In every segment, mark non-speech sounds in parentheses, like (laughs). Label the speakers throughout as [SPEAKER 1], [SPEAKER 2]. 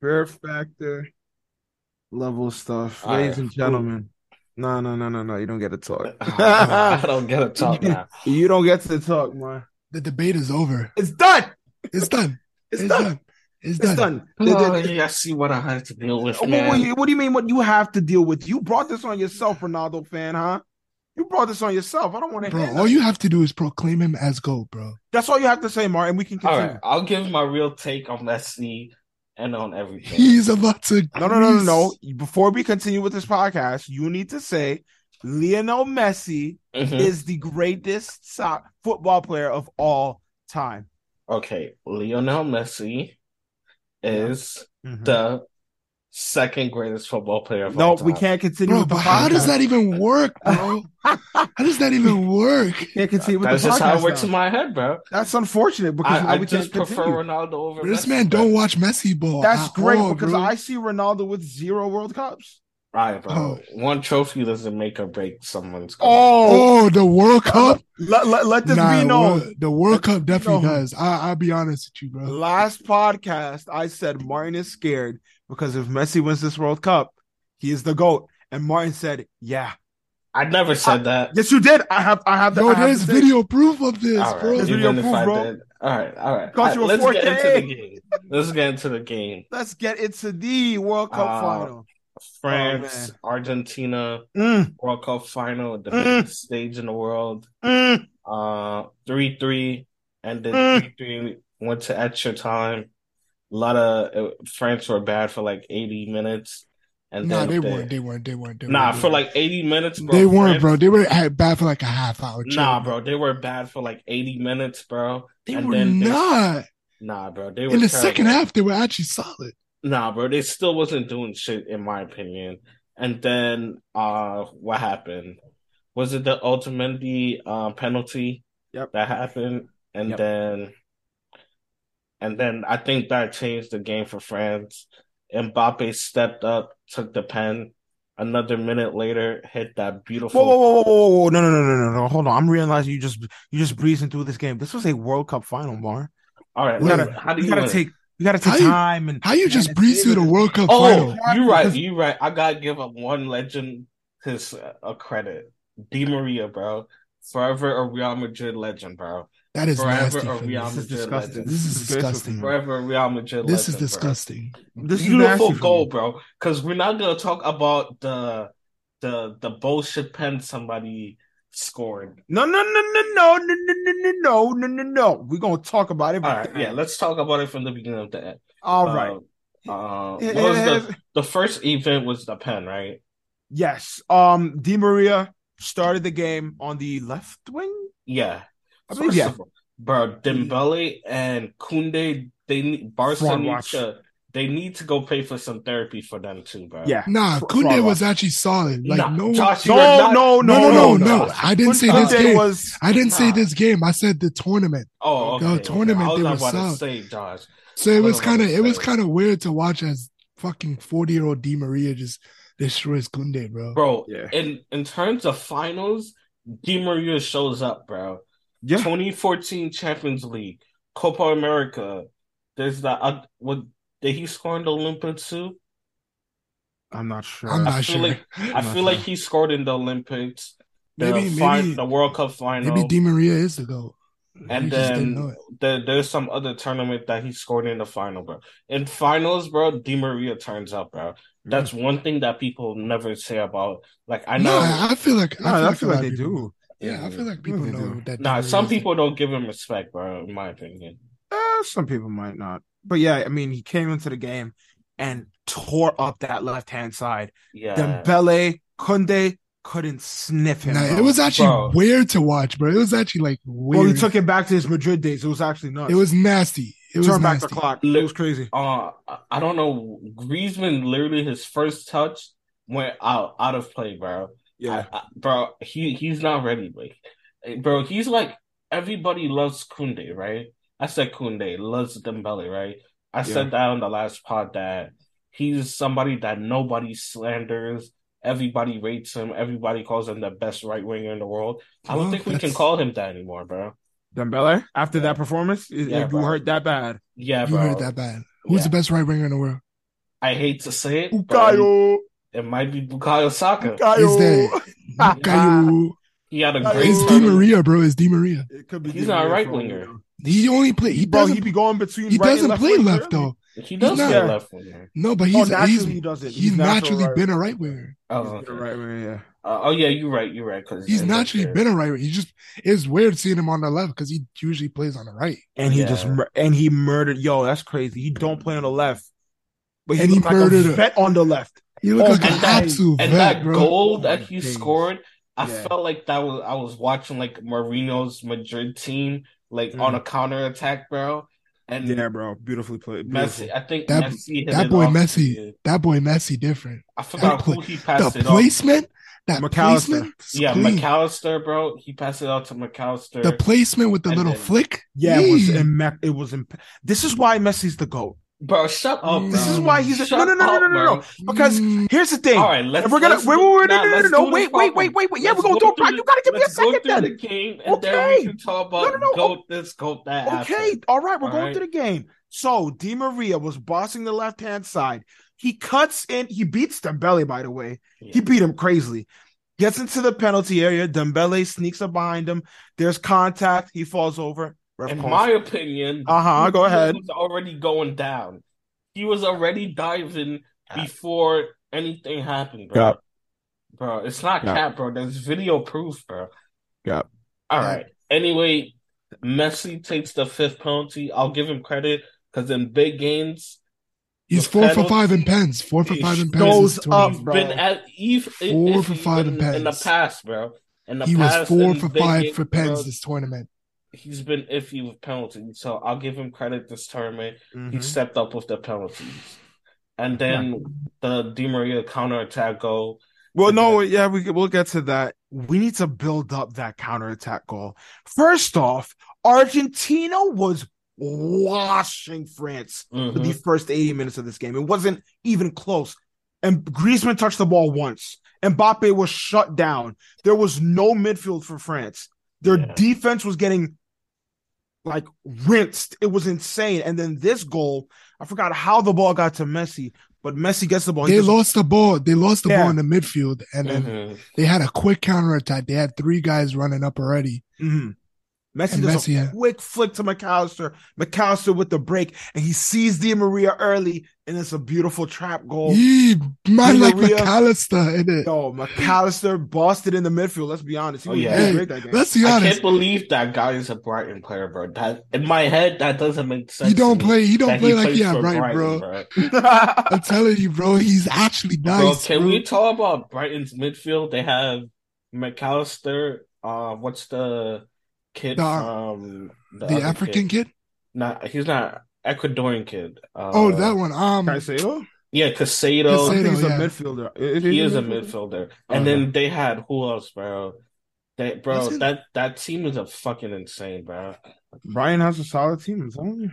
[SPEAKER 1] Fear Factor level stuff,
[SPEAKER 2] All
[SPEAKER 1] ladies
[SPEAKER 2] right.
[SPEAKER 1] and gentlemen. No, no, no, no, no. You don't get to
[SPEAKER 2] (laughs)
[SPEAKER 1] talk.
[SPEAKER 2] I don't get a top now.
[SPEAKER 1] (laughs) you don't get to talk, man.
[SPEAKER 3] The debate is over.
[SPEAKER 1] It's done.
[SPEAKER 3] It's done.
[SPEAKER 1] (laughs) It's, done. It's
[SPEAKER 3] It's done.
[SPEAKER 1] done. The- the-
[SPEAKER 2] Oh, yeah, I see what I had to deal with,
[SPEAKER 1] What,
[SPEAKER 2] man.
[SPEAKER 1] what you- what do you mean? What you have to deal with? You brought this on yourself, Ronaldo fan, huh? You brought this on yourself. I don't want to.
[SPEAKER 3] Bro, all you have to do is proclaim him as GOAT, bro.
[SPEAKER 1] That's all you have to say, Martin. We can
[SPEAKER 2] All
[SPEAKER 1] continue.
[SPEAKER 2] right, I'll give my real take on Messi and on everything.
[SPEAKER 3] He's about to.
[SPEAKER 1] No, no, no, no, no. Before we continue with this podcast, you need to say Lionel Messi
[SPEAKER 2] Mhm.
[SPEAKER 1] is the greatest so- football player of all time.
[SPEAKER 2] Okay, Lionel Messi is the second greatest football player of
[SPEAKER 1] No,
[SPEAKER 2] all time.
[SPEAKER 1] we can't continue
[SPEAKER 3] Bro,
[SPEAKER 1] with the
[SPEAKER 3] but
[SPEAKER 1] podcast.
[SPEAKER 3] how does that even work,
[SPEAKER 1] (laughs)
[SPEAKER 3] bro? How does that even work?
[SPEAKER 1] Can't continue with
[SPEAKER 2] That's
[SPEAKER 1] the
[SPEAKER 2] just how
[SPEAKER 1] podcast.
[SPEAKER 2] it works
[SPEAKER 1] now.
[SPEAKER 2] in my head, bro.
[SPEAKER 1] That's unfortunate because now
[SPEAKER 2] I, I
[SPEAKER 1] we
[SPEAKER 2] just
[SPEAKER 1] can't
[SPEAKER 2] prefer
[SPEAKER 1] continue.
[SPEAKER 2] Ronaldo over
[SPEAKER 3] Bro, this
[SPEAKER 2] Messi,
[SPEAKER 3] man
[SPEAKER 2] bro.
[SPEAKER 3] don't watch Messi ball.
[SPEAKER 1] That's
[SPEAKER 3] at
[SPEAKER 1] great
[SPEAKER 3] all,
[SPEAKER 1] because
[SPEAKER 3] bro.
[SPEAKER 1] I see Ronaldo with zero World Cups.
[SPEAKER 2] Right, bro.
[SPEAKER 3] Oh.
[SPEAKER 2] One trophy doesn't make or break someone's
[SPEAKER 3] Oh, the World Cup.
[SPEAKER 1] let, let, let this
[SPEAKER 3] Nah,
[SPEAKER 1] be
[SPEAKER 3] the
[SPEAKER 1] known.
[SPEAKER 3] World- the World Cup definitely
[SPEAKER 1] known.
[SPEAKER 3] does. I, I'll be honest with you, bro.
[SPEAKER 1] Last podcast, I said Martin is scared because if Messi wins this World Cup, he is the goat. And Martin said, "Yeah,
[SPEAKER 2] I never said that.
[SPEAKER 1] yes, you did. I have, I have the,
[SPEAKER 3] Yo,
[SPEAKER 1] I have
[SPEAKER 3] there's
[SPEAKER 1] the
[SPEAKER 3] video proof of this,
[SPEAKER 2] All right,
[SPEAKER 3] bro.
[SPEAKER 1] This video
[SPEAKER 2] even if
[SPEAKER 1] proof,
[SPEAKER 2] I
[SPEAKER 1] bro.
[SPEAKER 2] did. All right, all right.
[SPEAKER 1] Cost you
[SPEAKER 2] All right,
[SPEAKER 1] a
[SPEAKER 2] let's get
[SPEAKER 1] 4K.
[SPEAKER 2] into the game. Let's get into
[SPEAKER 1] (laughs)
[SPEAKER 2] the game.
[SPEAKER 1] Let's get into the World Cup
[SPEAKER 2] Uh,
[SPEAKER 1] final. Oh,
[SPEAKER 2] France, Argentina,
[SPEAKER 1] Mm,
[SPEAKER 2] World Cup final, the
[SPEAKER 1] Mm.
[SPEAKER 2] biggest stage in the world.
[SPEAKER 1] mm,
[SPEAKER 2] Uh, three three ended
[SPEAKER 1] Mm.
[SPEAKER 2] three three. Went to extra time. A lot of uh, France were bad for like eighty minutes, and
[SPEAKER 3] Nah,
[SPEAKER 2] then
[SPEAKER 3] they weren't. They weren't. They weren't. They
[SPEAKER 2] nah
[SPEAKER 3] weren't,
[SPEAKER 2] for
[SPEAKER 3] they
[SPEAKER 2] like eighty minutes.
[SPEAKER 3] weren't.
[SPEAKER 2] Bro,
[SPEAKER 3] they weren't,
[SPEAKER 2] France-
[SPEAKER 3] bro. They were at bad for like a half hour. Chill,
[SPEAKER 2] Nah, bro, they were bad for like eighty minutes, bro.
[SPEAKER 3] They
[SPEAKER 2] And
[SPEAKER 3] were
[SPEAKER 2] then they-
[SPEAKER 3] not.
[SPEAKER 2] Nah, bro, they were
[SPEAKER 3] In the
[SPEAKER 2] terrible.
[SPEAKER 3] second half, they were actually solid.
[SPEAKER 2] Nah, bro, they still wasn't doing shit in my opinion. And then uh what happened? Was it the Ultimendi uh penalty
[SPEAKER 1] Yep.
[SPEAKER 2] that happened? And
[SPEAKER 1] Yep.
[SPEAKER 2] then and then I think that changed the game for France. Mbappe stepped up, took the pen. Another minute later, hit that
[SPEAKER 1] Whoa,
[SPEAKER 2] beautiful
[SPEAKER 1] whoa, whoa, whoa, whoa, whoa! No, no, no, no, no, no! Hold on, I'm realizing you just you just breezing through this game. This was a World Cup final, Mar.
[SPEAKER 2] All right,
[SPEAKER 1] We
[SPEAKER 2] look,
[SPEAKER 1] gotta,
[SPEAKER 2] how do
[SPEAKER 1] we
[SPEAKER 2] you
[SPEAKER 1] gotta
[SPEAKER 2] win?
[SPEAKER 1] take, we gotta take
[SPEAKER 3] How you-
[SPEAKER 1] time and
[SPEAKER 3] How you just
[SPEAKER 1] and
[SPEAKER 3] breeze through the
[SPEAKER 1] (laughs)
[SPEAKER 3] World Cup
[SPEAKER 2] Oh,
[SPEAKER 3] final?
[SPEAKER 2] you're right.
[SPEAKER 1] Because-
[SPEAKER 2] You're right. I gotta give up one legend his uh, a credit. Di Maria, bro. Forever a Real Madrid legend, bro.
[SPEAKER 3] That is
[SPEAKER 2] Forever
[SPEAKER 3] nasty.
[SPEAKER 2] a
[SPEAKER 3] for me.
[SPEAKER 2] Real
[SPEAKER 1] This is
[SPEAKER 2] Madrid
[SPEAKER 1] disgusting.
[SPEAKER 2] legend.
[SPEAKER 3] This is
[SPEAKER 1] disgraceful.
[SPEAKER 3] disgusting.
[SPEAKER 2] Forever a Real Madrid
[SPEAKER 3] This is
[SPEAKER 2] legend, bro.
[SPEAKER 3] disgusting.
[SPEAKER 1] This is nasty
[SPEAKER 2] Beautiful
[SPEAKER 1] for me.
[SPEAKER 2] goal, bro. Because we're not gonna talk about the the the bullshit pen somebody scored.
[SPEAKER 1] No, no, no, no, no, no, no, no, no, no, no, no, no. We're gonna talk about it.
[SPEAKER 2] All right, yeah. Let's talk about it from the beginning of the end.
[SPEAKER 1] All right.
[SPEAKER 2] Uh, uh,
[SPEAKER 1] Here-
[SPEAKER 2] what was
[SPEAKER 1] here's-
[SPEAKER 2] the the first event was the pen, right?
[SPEAKER 1] Yes. Um, Di Maria started the game on the left wing.
[SPEAKER 2] Yeah.
[SPEAKER 1] I
[SPEAKER 2] First
[SPEAKER 1] believe, yeah.
[SPEAKER 2] of all, bro, Dembele and Kunde, they need Barca
[SPEAKER 1] Fraud
[SPEAKER 2] need
[SPEAKER 1] watch.
[SPEAKER 2] to they need to go pay for some therapy for them too, bro.
[SPEAKER 1] Yeah.
[SPEAKER 3] Nah,
[SPEAKER 1] Fr-
[SPEAKER 3] Kunde
[SPEAKER 1] fraud
[SPEAKER 3] was actually solid. Like
[SPEAKER 2] Nah,
[SPEAKER 3] no,
[SPEAKER 2] Josh, you
[SPEAKER 1] No,
[SPEAKER 2] are not-
[SPEAKER 1] no,
[SPEAKER 3] no, no, no,
[SPEAKER 1] no,
[SPEAKER 3] no. I didn't say
[SPEAKER 2] Kunde
[SPEAKER 3] this
[SPEAKER 1] Kunde
[SPEAKER 3] game.
[SPEAKER 1] was
[SPEAKER 3] I didn't say
[SPEAKER 2] Nah.
[SPEAKER 3] this game. I said the tournament.
[SPEAKER 2] Oh, okay.
[SPEAKER 3] The
[SPEAKER 2] okay.
[SPEAKER 3] tournament,
[SPEAKER 2] I was
[SPEAKER 3] they
[SPEAKER 2] not
[SPEAKER 3] were
[SPEAKER 2] about to
[SPEAKER 3] soft.
[SPEAKER 2] say, Josh.
[SPEAKER 3] So it
[SPEAKER 2] What
[SPEAKER 3] was
[SPEAKER 2] am I
[SPEAKER 3] kind of it was
[SPEAKER 2] saying?
[SPEAKER 3] kind of weird to watch as fucking forty year old Di Maria just destroys Kunde, bro.
[SPEAKER 2] Bro,
[SPEAKER 1] Yeah.
[SPEAKER 2] in in terms of finals, Di Maria shows up, bro.
[SPEAKER 1] yeah.
[SPEAKER 2] 2014 Champions League, Copa America. There's the uh, what did he score in the Olympics too?
[SPEAKER 1] I'm not sure.
[SPEAKER 3] I'm
[SPEAKER 2] I
[SPEAKER 3] not
[SPEAKER 2] feel
[SPEAKER 3] sure.
[SPEAKER 2] like- I
[SPEAKER 1] not
[SPEAKER 2] feel like
[SPEAKER 1] sure.
[SPEAKER 2] he scored in the Olympics, the
[SPEAKER 3] maybe
[SPEAKER 2] fi-
[SPEAKER 3] maybe
[SPEAKER 2] the World Cup final,
[SPEAKER 3] maybe Di Maria is the goat.
[SPEAKER 2] and
[SPEAKER 3] we just didn't know
[SPEAKER 2] then
[SPEAKER 3] it.
[SPEAKER 2] there, there's some other tournament that he scored in the final, bro. In finals, bro, Di Maria turns up, bro. That's one thing that people never say about. Like I know,
[SPEAKER 3] Nah, I feel like
[SPEAKER 1] No, I feel
[SPEAKER 3] a
[SPEAKER 1] like
[SPEAKER 3] lot
[SPEAKER 1] they
[SPEAKER 3] of people-
[SPEAKER 1] do.
[SPEAKER 3] Yeah, I feel like people
[SPEAKER 1] Really
[SPEAKER 3] know
[SPEAKER 1] do.
[SPEAKER 3] that. Di
[SPEAKER 2] nah,
[SPEAKER 3] Maria
[SPEAKER 2] some
[SPEAKER 3] is the-
[SPEAKER 2] people don't give him respect, bro. In my opinion,
[SPEAKER 1] Uh, some people might not. But yeah, I mean, he came into the game and tore up that left hand side.
[SPEAKER 2] yeah.
[SPEAKER 1] Dembele, Kunde couldn't sniff him.
[SPEAKER 3] Nah,
[SPEAKER 1] bro.
[SPEAKER 3] it was actually
[SPEAKER 2] Bro.
[SPEAKER 3] weird to watch, bro. It was actually like
[SPEAKER 1] well,
[SPEAKER 3] weird.
[SPEAKER 1] he took it back to his Madrid days. It was actually nuts.
[SPEAKER 3] it was nasty. It was
[SPEAKER 1] turn back
[SPEAKER 3] nasty.
[SPEAKER 1] the clock.
[SPEAKER 2] Look-
[SPEAKER 1] It was crazy.
[SPEAKER 2] uh, I- I don't know. Griezmann literally his first touch went out out of play, bro.
[SPEAKER 1] Yeah.
[SPEAKER 2] I- I- bro, he he's not ready, like, eh, bro, he's like everybody loves Kunde, right? I said Kunde loves Dembele, right? I said that on the last pod that he's somebody that nobody slanders. Everybody rates him. Everybody calls him the best right winger in the world. I don't
[SPEAKER 3] Well,
[SPEAKER 2] think we can
[SPEAKER 3] that's-
[SPEAKER 2] call him that anymore, bro.
[SPEAKER 1] Dembele, after
[SPEAKER 2] Yeah.
[SPEAKER 1] that performance, it,
[SPEAKER 2] Yeah,
[SPEAKER 1] it- you
[SPEAKER 2] bro.
[SPEAKER 1] hurt that bad.
[SPEAKER 2] Yeah,
[SPEAKER 3] You
[SPEAKER 2] bro.
[SPEAKER 3] heard that bad. Who's
[SPEAKER 2] Yeah.
[SPEAKER 3] the best right winger in the world?
[SPEAKER 2] I hate to say it, but it,
[SPEAKER 1] Bukayo,
[SPEAKER 2] it might be Bukayo Saka.
[SPEAKER 3] Is
[SPEAKER 1] Bukayo.
[SPEAKER 3] that
[SPEAKER 1] Ah.
[SPEAKER 3] Bukayo?
[SPEAKER 2] He had a
[SPEAKER 1] Bukayo.
[SPEAKER 2] great
[SPEAKER 3] It's
[SPEAKER 1] Bukayo.
[SPEAKER 3] Di
[SPEAKER 2] tournament.
[SPEAKER 3] Maria, bro. It's Di Maria.
[SPEAKER 1] It could be
[SPEAKER 2] He's
[SPEAKER 1] Di
[SPEAKER 2] not a
[SPEAKER 1] Maria
[SPEAKER 2] right
[SPEAKER 1] for all we
[SPEAKER 2] winger.
[SPEAKER 1] know.
[SPEAKER 3] He only play. He
[SPEAKER 1] Bro,
[SPEAKER 3] doesn't.
[SPEAKER 1] he be going between.
[SPEAKER 3] He
[SPEAKER 1] right and
[SPEAKER 3] doesn't
[SPEAKER 1] left
[SPEAKER 3] play
[SPEAKER 1] wing,
[SPEAKER 3] left
[SPEAKER 1] really.
[SPEAKER 3] though.
[SPEAKER 2] He does
[SPEAKER 3] not-
[SPEAKER 2] play left winger.
[SPEAKER 3] No, but
[SPEAKER 1] Oh,
[SPEAKER 3] he's he's
[SPEAKER 1] naturally he
[SPEAKER 3] he's,
[SPEAKER 1] doesn't.
[SPEAKER 3] naturally
[SPEAKER 1] right
[SPEAKER 3] been a
[SPEAKER 1] winger.
[SPEAKER 3] right winger.
[SPEAKER 2] Oh,
[SPEAKER 1] He's
[SPEAKER 2] okay.
[SPEAKER 1] been a right winger, yeah.
[SPEAKER 2] Uh, oh yeah, you're right. You're right. Because
[SPEAKER 3] He's naturally been a right winger. He just it's weird seeing him on the left because he usually plays on the right.
[SPEAKER 1] and he just
[SPEAKER 2] Yeah.
[SPEAKER 1] mur- and he murdered. Yo, that's crazy. He don't play on the left, but he,
[SPEAKER 3] And he
[SPEAKER 1] looked
[SPEAKER 3] murdered
[SPEAKER 1] like
[SPEAKER 3] a-
[SPEAKER 1] a vet on the left.
[SPEAKER 3] He looked
[SPEAKER 1] Oh,
[SPEAKER 3] like an
[SPEAKER 2] and that-
[SPEAKER 3] absolute
[SPEAKER 2] And
[SPEAKER 3] vet,
[SPEAKER 2] that
[SPEAKER 3] bro.
[SPEAKER 2] goal
[SPEAKER 1] Oh,
[SPEAKER 2] that
[SPEAKER 1] my
[SPEAKER 2] he
[SPEAKER 1] days.
[SPEAKER 2] scored, I
[SPEAKER 1] Yeah.
[SPEAKER 2] felt like that was I was watching like Marino's Madrid team like on
[SPEAKER 1] Mm.
[SPEAKER 2] a counter attack, bro. And
[SPEAKER 1] Yeah, bro, beautifully played. Beautiful.
[SPEAKER 2] Messi, I think
[SPEAKER 3] That-
[SPEAKER 2] Messi hit
[SPEAKER 3] that
[SPEAKER 2] it
[SPEAKER 3] boy
[SPEAKER 2] off.
[SPEAKER 3] Messi. That boy Messi different.
[SPEAKER 2] I forgot
[SPEAKER 3] that play-
[SPEAKER 2] who he
[SPEAKER 3] The
[SPEAKER 2] passed it off.
[SPEAKER 3] placement, that
[SPEAKER 1] McAllister.
[SPEAKER 3] placement, is
[SPEAKER 2] Yeah,
[SPEAKER 3] clean.
[SPEAKER 2] McAllister, bro. He passed it out to McAllister.
[SPEAKER 3] the placement with the
[SPEAKER 2] And
[SPEAKER 3] little
[SPEAKER 2] then-
[SPEAKER 3] flick.
[SPEAKER 1] Yeah, it was.
[SPEAKER 3] Yeah.
[SPEAKER 1] Im- it was. Imp- this is why Messi's the goat.
[SPEAKER 2] bro, shut up, Oh, bro.
[SPEAKER 3] Mm.
[SPEAKER 1] This is why he's a-
[SPEAKER 2] Shut
[SPEAKER 1] no, no, no, no,
[SPEAKER 2] up,
[SPEAKER 1] no, no, no.
[SPEAKER 2] bro.
[SPEAKER 1] Because
[SPEAKER 3] Mm,
[SPEAKER 1] here's the thing.
[SPEAKER 2] All right, let's.
[SPEAKER 1] and we're gonna
[SPEAKER 2] let's
[SPEAKER 1] wait, wait,
[SPEAKER 2] do-
[SPEAKER 1] wait,
[SPEAKER 2] nah,
[SPEAKER 1] no, no, no,
[SPEAKER 2] let's
[SPEAKER 1] no,
[SPEAKER 2] do
[SPEAKER 1] no, wait,
[SPEAKER 2] the
[SPEAKER 1] wait,
[SPEAKER 2] problem.
[SPEAKER 1] wait, wait, wait. Yeah,
[SPEAKER 2] Let's
[SPEAKER 1] we're gonna
[SPEAKER 2] go
[SPEAKER 1] talk.
[SPEAKER 2] through
[SPEAKER 1] About,
[SPEAKER 2] the-
[SPEAKER 1] you gotta give me a
[SPEAKER 2] let's go
[SPEAKER 1] second
[SPEAKER 2] through
[SPEAKER 1] then.
[SPEAKER 2] the game, and then
[SPEAKER 1] Okay.
[SPEAKER 2] we can talk about
[SPEAKER 1] No, no, no.
[SPEAKER 2] goat this, goat that. after.
[SPEAKER 1] Okay, all right, we're
[SPEAKER 2] All
[SPEAKER 1] going
[SPEAKER 2] right.
[SPEAKER 1] to the game. So Di Maria was bossing the left hand side. He cuts in. He beats Dembele, by the way. He
[SPEAKER 2] Yeah.
[SPEAKER 1] beat him crazily. Gets into the penalty area. Dembele sneaks up behind him. There's contact. He falls over.
[SPEAKER 2] In my opinion,
[SPEAKER 1] Uh-huh, go
[SPEAKER 2] he
[SPEAKER 1] ahead.
[SPEAKER 2] was already going down. He was already diving before anything happened, bro.
[SPEAKER 1] Cap.
[SPEAKER 2] Bro, it's not
[SPEAKER 1] Cap.
[SPEAKER 2] cap, bro. There's video proof, bro.
[SPEAKER 1] Cap.
[SPEAKER 2] All right. Anyway, Messi takes the fifth penalty. I'll give him credit because in big games,
[SPEAKER 3] he's
[SPEAKER 2] the
[SPEAKER 3] four for
[SPEAKER 2] penalty-
[SPEAKER 3] five in pens. Four for
[SPEAKER 2] he
[SPEAKER 3] five in
[SPEAKER 1] shows
[SPEAKER 3] pens. His total.
[SPEAKER 1] up,
[SPEAKER 2] he's
[SPEAKER 1] bro.
[SPEAKER 2] been at Eve
[SPEAKER 3] Four for five
[SPEAKER 2] in,
[SPEAKER 3] in
[SPEAKER 2] in the
[SPEAKER 3] pens.
[SPEAKER 2] past, bro. In the
[SPEAKER 3] He was
[SPEAKER 2] past,
[SPEAKER 3] four
[SPEAKER 2] in
[SPEAKER 3] for
[SPEAKER 2] big
[SPEAKER 3] five
[SPEAKER 2] games,
[SPEAKER 3] for
[SPEAKER 2] bro,
[SPEAKER 3] pens this tournament.
[SPEAKER 2] he's been iffy with penalties, so I'll give him credit this tournament. He
[SPEAKER 3] Mm-hmm.
[SPEAKER 1] Mhm.
[SPEAKER 2] stepped up with the penalties. And then the Di Maria counterattack goal.
[SPEAKER 1] Well, no, yeah, we we'll get to that. We need to build up that counterattack goal. First off, Argentina was washing France. for the
[SPEAKER 2] Mhm.
[SPEAKER 1] first 80 minutes of this game. It wasn't even close. And Griezmann touched the ball once. Mbappe was shut down. There was no midfield for France. Their
[SPEAKER 2] Yeah.
[SPEAKER 1] defense was getting like rinsed. It was insane. And then this goal, I forgot how the ball got to Messi, but Messi gets the ball. He
[SPEAKER 3] They
[SPEAKER 1] just-
[SPEAKER 3] lost the ball. They lost the
[SPEAKER 1] Yeah.
[SPEAKER 3] ball in the midfield, and then
[SPEAKER 2] Mhm.
[SPEAKER 3] they had a quick counterattack. They had three guys running up already.
[SPEAKER 1] Mhm. Messi
[SPEAKER 3] And
[SPEAKER 1] does
[SPEAKER 3] Messi,
[SPEAKER 1] a
[SPEAKER 3] yeah.
[SPEAKER 1] quick flick to McAllister. McAllister with the break, and he sees Di Maria early, and it's a beautiful trap
[SPEAKER 2] Oh.
[SPEAKER 1] goal.
[SPEAKER 3] Yee, man,
[SPEAKER 1] Di
[SPEAKER 3] like
[SPEAKER 1] Maria.
[SPEAKER 3] McAllister in it.
[SPEAKER 1] Yo, McAllister busted in the midfield. Let's be honest. He
[SPEAKER 2] Oh,
[SPEAKER 1] was
[SPEAKER 2] yeah.
[SPEAKER 1] really
[SPEAKER 3] Hey,
[SPEAKER 1] great that game. (laughs)
[SPEAKER 3] Let's be
[SPEAKER 2] I
[SPEAKER 3] honest.
[SPEAKER 2] can't believe that guy is a Brighton player, bro. That in my head, that doesn't make sense.
[SPEAKER 3] He don't
[SPEAKER 2] to me
[SPEAKER 3] play. He don't
[SPEAKER 2] that
[SPEAKER 3] play
[SPEAKER 2] he
[SPEAKER 3] like
[SPEAKER 2] plays
[SPEAKER 3] yeah,
[SPEAKER 2] for
[SPEAKER 3] right,
[SPEAKER 2] Brighton,
[SPEAKER 3] bro.
[SPEAKER 2] bro.
[SPEAKER 3] I'm telling you, bro. He's actually
[SPEAKER 2] Bro,
[SPEAKER 3] nice.
[SPEAKER 2] can
[SPEAKER 3] bro.
[SPEAKER 2] we talk about Brighton's midfield? They have McAllister. Uh, what's the kid
[SPEAKER 3] The-
[SPEAKER 2] from
[SPEAKER 3] the
[SPEAKER 2] other
[SPEAKER 3] African
[SPEAKER 2] kid?
[SPEAKER 3] kid?
[SPEAKER 2] Not he's not Ecuadorian kid. Uh,
[SPEAKER 3] Oh, that one. Um,
[SPEAKER 1] Caicedo?
[SPEAKER 2] yeah,
[SPEAKER 1] oh? I
[SPEAKER 2] Casado.
[SPEAKER 3] Caicedo.
[SPEAKER 1] think he's a
[SPEAKER 3] yeah.
[SPEAKER 1] midfielder. Is
[SPEAKER 2] He is a midfielder, and then they had who else, bro? That bro,
[SPEAKER 3] That's it.
[SPEAKER 2] that that team is a fucking insane, bro.
[SPEAKER 1] Brian has a solid team. I'm telling you.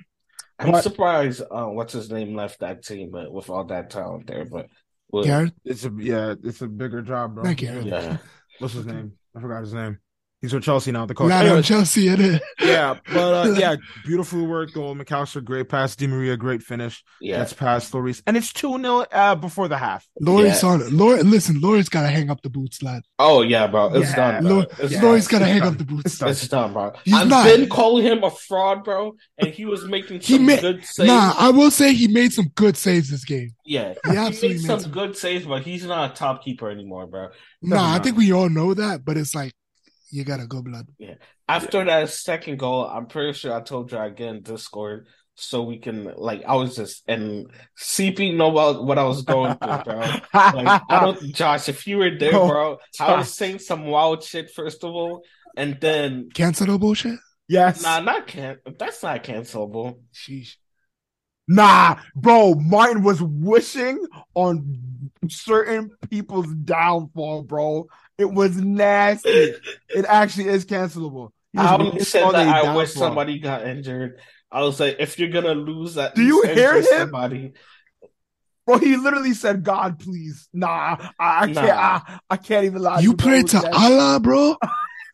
[SPEAKER 2] I'm
[SPEAKER 1] But-
[SPEAKER 2] surprised. Uh, what's his name left that team, but with all that talent there, but well,
[SPEAKER 3] Gareth.
[SPEAKER 1] It's a yeah, it's a bigger job, bro.
[SPEAKER 3] Thank you.
[SPEAKER 2] yeah.
[SPEAKER 1] What's his name? I forgot his name. He's with Chelsea now, the coach.
[SPEAKER 3] Lionel
[SPEAKER 1] Anyways,
[SPEAKER 3] Chelsea in it.
[SPEAKER 1] yeah, but uh, yeah, beautiful work, goal. McAllister, great pass. Di Maria, great finish.
[SPEAKER 2] yeah.
[SPEAKER 1] That's past Lloris. And it's 2 0 uh, before the half.
[SPEAKER 3] Lori's
[SPEAKER 2] Yeah.
[SPEAKER 3] on it. Lori, listen, Lori's gotta hang up the boots, lad.
[SPEAKER 2] Oh yeah, bro. It's
[SPEAKER 1] Yeah,
[SPEAKER 2] done. Bro.
[SPEAKER 3] Lord-
[SPEAKER 2] it's
[SPEAKER 1] Yeah.
[SPEAKER 3] Lori's
[SPEAKER 2] done.
[SPEAKER 3] gotta hang
[SPEAKER 1] done.
[SPEAKER 3] up the
[SPEAKER 1] It's
[SPEAKER 3] boots.
[SPEAKER 1] done.
[SPEAKER 2] It's done, bro.
[SPEAKER 3] He's
[SPEAKER 2] I've
[SPEAKER 3] not.
[SPEAKER 2] been calling him a fraud, bro, and he was making
[SPEAKER 3] He
[SPEAKER 2] some
[SPEAKER 3] ma-
[SPEAKER 2] good saves.
[SPEAKER 3] Nah, I will say he made some good saves this game.
[SPEAKER 2] yeah,
[SPEAKER 3] He
[SPEAKER 2] he
[SPEAKER 3] absolutely
[SPEAKER 2] made
[SPEAKER 3] made
[SPEAKER 2] some
[SPEAKER 3] some.
[SPEAKER 2] good saves, but he's not a top keeper anymore, bro.
[SPEAKER 3] Nah, I
[SPEAKER 1] matter.
[SPEAKER 3] think we all know that, but it's like you gotta go blood.
[SPEAKER 2] After that second goal, I'm pretty sure I told you I get in Discord so we can like I was just and CP know about what I was going through,
[SPEAKER 1] (laughs)
[SPEAKER 2] bro. Like I don't, Josh. If you were there,
[SPEAKER 1] No,
[SPEAKER 2] bro, I was
[SPEAKER 1] Josh.
[SPEAKER 2] saying some wild shit first of all, and then
[SPEAKER 3] Cancel the bullshit?
[SPEAKER 1] Yes.
[SPEAKER 2] nah, not can. That's not cancelable. (laughs)
[SPEAKER 3] Sheesh.
[SPEAKER 1] Nah, bro, Martin was wishing on certain people's downfall, bro. It was nasty. It actually is cancelable. He was
[SPEAKER 2] I only
[SPEAKER 1] wishing
[SPEAKER 2] said
[SPEAKER 1] on
[SPEAKER 2] that
[SPEAKER 1] their
[SPEAKER 2] I wish
[SPEAKER 1] downfall.
[SPEAKER 2] somebody got injured. I was like, if you're gonna lose that,
[SPEAKER 1] Do you hear him?
[SPEAKER 2] Somebody.
[SPEAKER 1] Bro, he literally said, "God, please." Nah, I, I
[SPEAKER 2] Nah.
[SPEAKER 1] can't. I, I can't even lie. to
[SPEAKER 3] You
[SPEAKER 1] bro. It
[SPEAKER 3] pray
[SPEAKER 1] was
[SPEAKER 3] to
[SPEAKER 1] nasty.
[SPEAKER 3] Allah, bro?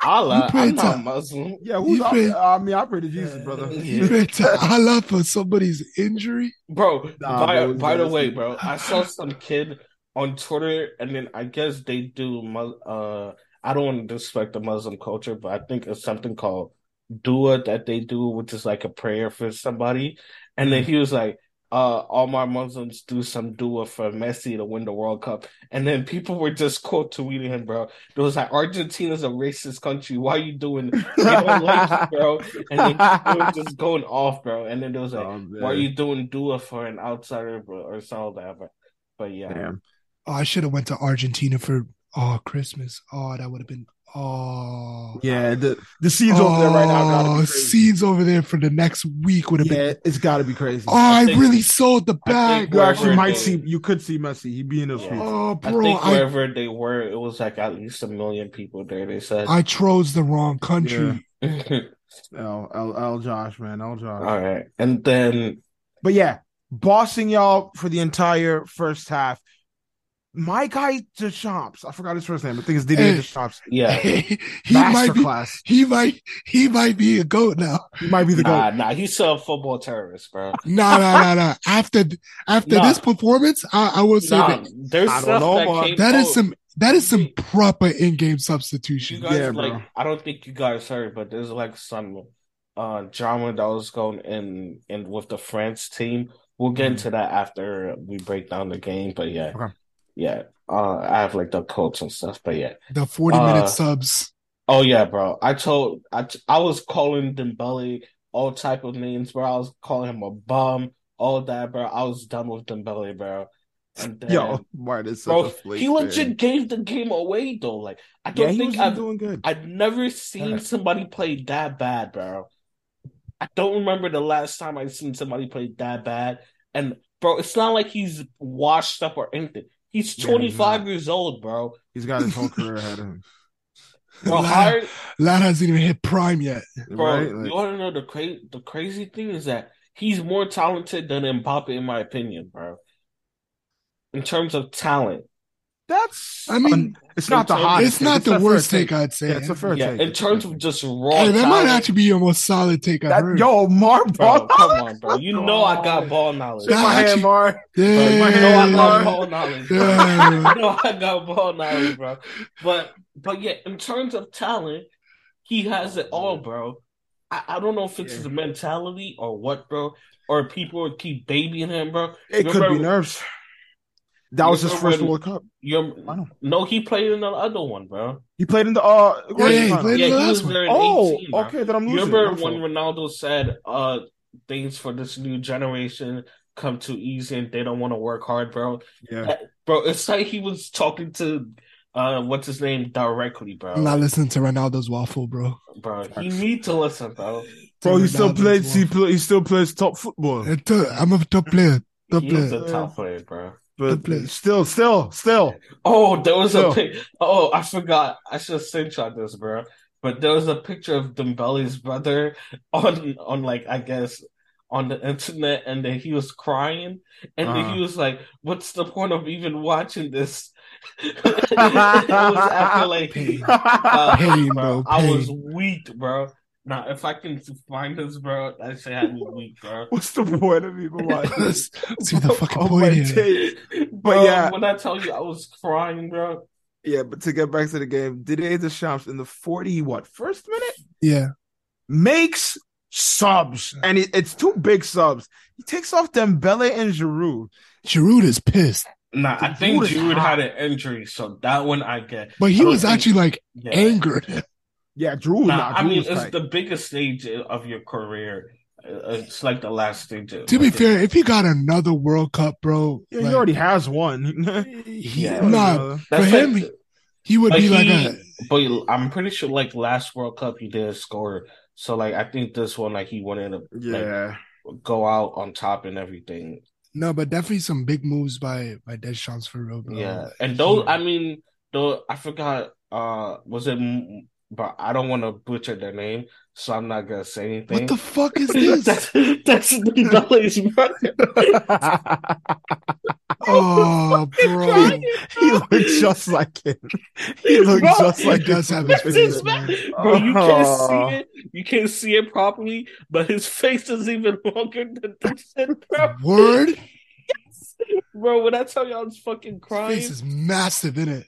[SPEAKER 2] Allah,
[SPEAKER 3] You pray
[SPEAKER 2] I'm not
[SPEAKER 3] to-
[SPEAKER 2] Muslim.
[SPEAKER 1] Yeah, who's
[SPEAKER 3] You
[SPEAKER 1] up? Uh,
[SPEAKER 3] pray-
[SPEAKER 1] I mean, I pray to Jesus, brother. (laughs)
[SPEAKER 3] You pray to Allah for somebody's injury.
[SPEAKER 2] Bro,
[SPEAKER 1] Nah,
[SPEAKER 2] by,
[SPEAKER 1] bro,
[SPEAKER 2] by the
[SPEAKER 1] that's-
[SPEAKER 2] way, bro, I saw some kid on Twitter, and then I guess they do. Mu- Uh, I don't want to disrespect the Muslim culture, but I think it's something called dua that they do, which is like a prayer for somebody. And then he was like, uh, all my Muslims do some dua for Messi to win the World Cup. And then people were just quote tweeting him, bro. It was like, Argentina's a racist country. Why are you doing? They don't like you,
[SPEAKER 1] (laughs)
[SPEAKER 2] bro. And then it was just going off, bro. And then there was like,
[SPEAKER 1] Oh,
[SPEAKER 2] why are
[SPEAKER 1] man.
[SPEAKER 2] you doing Dua for an outsider bro, or something like that? But, but yeah,
[SPEAKER 1] Damn.
[SPEAKER 3] Oh, I should have went to Argentina for oh Christmas. Oh, that would have been oh.
[SPEAKER 1] Yeah, the the scenes over there right now gotta
[SPEAKER 3] Oh,
[SPEAKER 1] be crazy.
[SPEAKER 3] scenes over there for the next week would have been.
[SPEAKER 1] Yeah, it's gotta be crazy.
[SPEAKER 3] Oh, I,
[SPEAKER 2] think-
[SPEAKER 3] really sold the
[SPEAKER 2] think
[SPEAKER 3] bag.
[SPEAKER 1] you actually
[SPEAKER 2] wherever
[SPEAKER 1] might
[SPEAKER 2] they-
[SPEAKER 1] see. You could see Messi. He'd be in those.
[SPEAKER 2] Yeah.
[SPEAKER 1] streets.
[SPEAKER 3] Oh,
[SPEAKER 2] I
[SPEAKER 3] bro,
[SPEAKER 2] think
[SPEAKER 3] I
[SPEAKER 2] wherever they were, it was like at least a million people there. They said,
[SPEAKER 3] I chose the wrong country.
[SPEAKER 1] Yeah. L, L, L Josh, man, L Josh.
[SPEAKER 2] (laughs) all right, and then
[SPEAKER 1] But yeah, bossing y'all for the entire first half. My guy Deschamps, I forgot his first name. I think it's Didier
[SPEAKER 3] Hey.
[SPEAKER 1] Deschamps.
[SPEAKER 3] (laughs)
[SPEAKER 2] yeah,
[SPEAKER 3] Mm. he might be.
[SPEAKER 1] Masterclass.
[SPEAKER 3] He might. He might be a goat now.
[SPEAKER 1] He might be the
[SPEAKER 2] nah,
[SPEAKER 1] goat.
[SPEAKER 2] nah, he's a football terrorist, bro.
[SPEAKER 3] No, no, no,
[SPEAKER 1] (laughs)
[SPEAKER 3] no. After after
[SPEAKER 2] Nah.
[SPEAKER 3] this performance, I, I will say
[SPEAKER 2] Nah,
[SPEAKER 3] that
[SPEAKER 2] there's
[SPEAKER 1] I don't
[SPEAKER 2] stuff
[SPEAKER 1] know,
[SPEAKER 2] that
[SPEAKER 1] man.
[SPEAKER 2] came
[SPEAKER 3] that is
[SPEAKER 2] out.
[SPEAKER 3] some that is some
[SPEAKER 2] You-
[SPEAKER 3] proper in-game
[SPEAKER 2] You
[SPEAKER 3] substitution.
[SPEAKER 2] guys
[SPEAKER 1] Yeah, bro.
[SPEAKER 2] like I don't think you guys heard, but there's like some uh drama that was going in in with the France team. We'll get
[SPEAKER 1] Mhm.
[SPEAKER 2] into that after we break down the game, but yeah.
[SPEAKER 1] Okay.
[SPEAKER 2] Yeah. Uh I have like the coach and stuff, but yeah.
[SPEAKER 3] The forty-minute
[SPEAKER 2] Uh,
[SPEAKER 3] subs.
[SPEAKER 2] Oh yeah, bro. I told I t- I was calling Dembele all type of names, bro. I was calling him a bum, all that, bro. I was done with Dembele, bro. And then,
[SPEAKER 1] Yo, Martin is such a
[SPEAKER 2] bro,
[SPEAKER 1] flake,
[SPEAKER 2] he
[SPEAKER 1] man.
[SPEAKER 2] legit gave the game away though. Like I
[SPEAKER 1] Yeah,
[SPEAKER 2] don't
[SPEAKER 1] he
[SPEAKER 2] think
[SPEAKER 1] was
[SPEAKER 2] I've
[SPEAKER 1] doing good.
[SPEAKER 2] I've never seen
[SPEAKER 1] Yeah.
[SPEAKER 2] somebody play that bad, bro. I don't remember the last time I've seen somebody play that bad. And bro, it's not like he's washed up or anything. He's
[SPEAKER 1] Yeah, he's not.
[SPEAKER 2] 25 years
[SPEAKER 1] (laughs)
[SPEAKER 2] old, bro.
[SPEAKER 1] He's got his whole career ahead of him.
[SPEAKER 2] Bro,
[SPEAKER 3] Lad,
[SPEAKER 2] hard,
[SPEAKER 3] Lad hasn't even hit prime yet.
[SPEAKER 2] (laughs) bro.
[SPEAKER 1] right? Like,
[SPEAKER 2] you want to know the cra- the crazy thing is that he's more talented than Mbappe, in my opinion, bro. In terms of talent,
[SPEAKER 1] that's.
[SPEAKER 3] I mean,
[SPEAKER 1] un- it's not the
[SPEAKER 2] it's
[SPEAKER 1] hottest.
[SPEAKER 3] it's not
[SPEAKER 1] a
[SPEAKER 3] the
[SPEAKER 1] fair
[SPEAKER 3] worst take, I'd say.
[SPEAKER 1] Yeah, it's a fair
[SPEAKER 2] yeah.
[SPEAKER 1] take.
[SPEAKER 2] In
[SPEAKER 1] It's a fair
[SPEAKER 2] terms
[SPEAKER 1] take.
[SPEAKER 2] of just raw
[SPEAKER 3] Hey, that might
[SPEAKER 2] talent,
[SPEAKER 3] actually be your most solid take I've
[SPEAKER 1] That,
[SPEAKER 3] heard.
[SPEAKER 1] yo, Mar
[SPEAKER 2] bro.
[SPEAKER 1] ball.
[SPEAKER 2] Come
[SPEAKER 1] (laughs)
[SPEAKER 2] on, bro. You
[SPEAKER 1] Let's
[SPEAKER 2] know
[SPEAKER 1] (laughs)
[SPEAKER 2] I
[SPEAKER 1] go.
[SPEAKER 2] got ball knowledge.
[SPEAKER 1] Shake my hand,
[SPEAKER 3] actually-
[SPEAKER 1] Mar.
[SPEAKER 2] Bro,
[SPEAKER 3] Damn.
[SPEAKER 2] you know Mm. I got
[SPEAKER 1] Damn.
[SPEAKER 2] ball knowledge.
[SPEAKER 3] Damn.
[SPEAKER 2] (laughs) you know I got ball knowledge, bro. But but yeah, in terms of talent, he has it all, bro. I, I don't know if it's
[SPEAKER 1] Yeah.
[SPEAKER 2] his mentality or what, bro. Or people keep babying him, bro.
[SPEAKER 1] It could be
[SPEAKER 2] Remember-
[SPEAKER 1] nerves. That was his
[SPEAKER 2] remember
[SPEAKER 1] first
[SPEAKER 2] when-
[SPEAKER 1] World Cup.
[SPEAKER 2] You're,
[SPEAKER 1] Wow.
[SPEAKER 2] no, he played in the other one, bro.
[SPEAKER 1] He played in the uh.
[SPEAKER 3] Yeah,
[SPEAKER 1] Grand
[SPEAKER 3] yeah, he
[SPEAKER 1] Final.
[SPEAKER 3] played
[SPEAKER 2] Yeah,
[SPEAKER 3] in
[SPEAKER 2] he
[SPEAKER 3] the
[SPEAKER 2] was
[SPEAKER 3] last one.
[SPEAKER 2] there in
[SPEAKER 1] Oh,
[SPEAKER 2] 18, bro.
[SPEAKER 1] okay. Then I'm
[SPEAKER 2] You
[SPEAKER 1] losing.
[SPEAKER 2] remember
[SPEAKER 1] My
[SPEAKER 2] when
[SPEAKER 1] fault.
[SPEAKER 2] Ronaldo said, uh, things for this new generation come too easy and they don't want to work hard, bro?
[SPEAKER 1] Yeah,
[SPEAKER 2] Bro, it's like he was talking to uh what's his name directly, bro.
[SPEAKER 3] I'm not listening to Ronaldo's waffle, bro.
[SPEAKER 2] Bro, he need to listen, bro.
[SPEAKER 1] bro. He still
[SPEAKER 3] Ronaldo's
[SPEAKER 1] plays. He,
[SPEAKER 3] waffle.
[SPEAKER 1] play, he still plays top football.
[SPEAKER 3] Uh, t- I'm a top player. Top
[SPEAKER 2] He was
[SPEAKER 3] player.
[SPEAKER 2] a top player, bro.
[SPEAKER 1] But
[SPEAKER 3] play.
[SPEAKER 1] still, still,
[SPEAKER 3] (laughs)
[SPEAKER 1] still.
[SPEAKER 2] Oh, there was
[SPEAKER 1] Yo.
[SPEAKER 2] a pic. Oh, I forgot. I should send you this, bro. But there was a picture of Dembele's brother on on like I guess on the internet, and then he was crying, and then
[SPEAKER 1] Uh-huh.
[SPEAKER 2] he was like, "What's the point of even
[SPEAKER 1] (laughs)
[SPEAKER 2] watching this?" (laughs) it was after like he- Uh, (laughs)
[SPEAKER 3] Pain,
[SPEAKER 2] bro,
[SPEAKER 3] bro.
[SPEAKER 2] I was
[SPEAKER 3] Pain.
[SPEAKER 2] weak, bro. Now, if I can find this, bro, that shit had me weak,
[SPEAKER 3] (laughs)
[SPEAKER 2] bro.
[SPEAKER 1] (laughs) What's the point of even
[SPEAKER 2] (laughs)
[SPEAKER 1] watching? this?
[SPEAKER 3] Let's (laughs) see the fucking
[SPEAKER 1] Oh,
[SPEAKER 3] point
[SPEAKER 1] my
[SPEAKER 3] here.
[SPEAKER 1] days.
[SPEAKER 2] Bro,
[SPEAKER 1] yeah.
[SPEAKER 2] when I tell you I was crying, bro,
[SPEAKER 1] Yeah, but to get back to the game, Didier Deschamps in the forty what first minute
[SPEAKER 3] Yeah.
[SPEAKER 1] makes subs, and it, it's two big subs. He takes off Dembele and Giroud.
[SPEAKER 3] Giroud is pissed.
[SPEAKER 2] nah, I
[SPEAKER 1] Dude,
[SPEAKER 2] think
[SPEAKER 1] is
[SPEAKER 2] Jude
[SPEAKER 1] hot.
[SPEAKER 2] had an injury, so that one I get.
[SPEAKER 3] But
[SPEAKER 2] I
[SPEAKER 3] he
[SPEAKER 2] don't
[SPEAKER 3] was
[SPEAKER 2] think-
[SPEAKER 3] actually like
[SPEAKER 2] Yeah.
[SPEAKER 3] angered.
[SPEAKER 1] Yeah, Giroud.
[SPEAKER 2] Nah,
[SPEAKER 1] nah,
[SPEAKER 2] I mean,
[SPEAKER 1] Giroud's
[SPEAKER 2] it's
[SPEAKER 1] tight.
[SPEAKER 2] the biggest stage of your career. Uh, It's like the last stage. of-
[SPEAKER 3] To be fair, if he got another World Cup, bro,
[SPEAKER 1] Yeah,
[SPEAKER 3] like,
[SPEAKER 1] he already has one. (laughs)
[SPEAKER 3] he,
[SPEAKER 2] Yeah.
[SPEAKER 3] nah,
[SPEAKER 2] That's
[SPEAKER 3] for him,
[SPEAKER 2] like-
[SPEAKER 3] he would
[SPEAKER 2] But
[SPEAKER 3] be like
[SPEAKER 2] he-
[SPEAKER 3] a
[SPEAKER 2] but I'm pretty sure like last World Cup he did score. So like I think this one like he wanted to
[SPEAKER 1] (laughs) yeah,
[SPEAKER 2] go out on top and everything.
[SPEAKER 3] no, but definitely some big moves by by Deschamps for real, bro.
[SPEAKER 2] Yeah,
[SPEAKER 3] Like,
[SPEAKER 2] and though
[SPEAKER 3] he-
[SPEAKER 2] I mean, though I forgot. Uh, was it? M- But I don't want to butcher their name, so I'm not gonna say anything.
[SPEAKER 3] what
[SPEAKER 2] (laughs)
[SPEAKER 3] the fuck is this?
[SPEAKER 2] that's that's the Belays, bro.
[SPEAKER 3] Oh, bro.
[SPEAKER 2] crying,
[SPEAKER 1] He
[SPEAKER 2] bro.
[SPEAKER 1] looked just like (laughs) him. He looked
[SPEAKER 2] Bro,
[SPEAKER 1] just like
[SPEAKER 3] He does have his
[SPEAKER 2] That's his
[SPEAKER 3] face.
[SPEAKER 2] back.
[SPEAKER 3] man.
[SPEAKER 2] Bro, you can't
[SPEAKER 1] Oh.
[SPEAKER 2] see it. You can't see it properly, but his face is even (laughs) longer than this shit, (laughs) bro.
[SPEAKER 3] Word.
[SPEAKER 2] Bro, when I tell you I was fucking
[SPEAKER 3] His
[SPEAKER 2] crying.
[SPEAKER 3] face is massive, in it?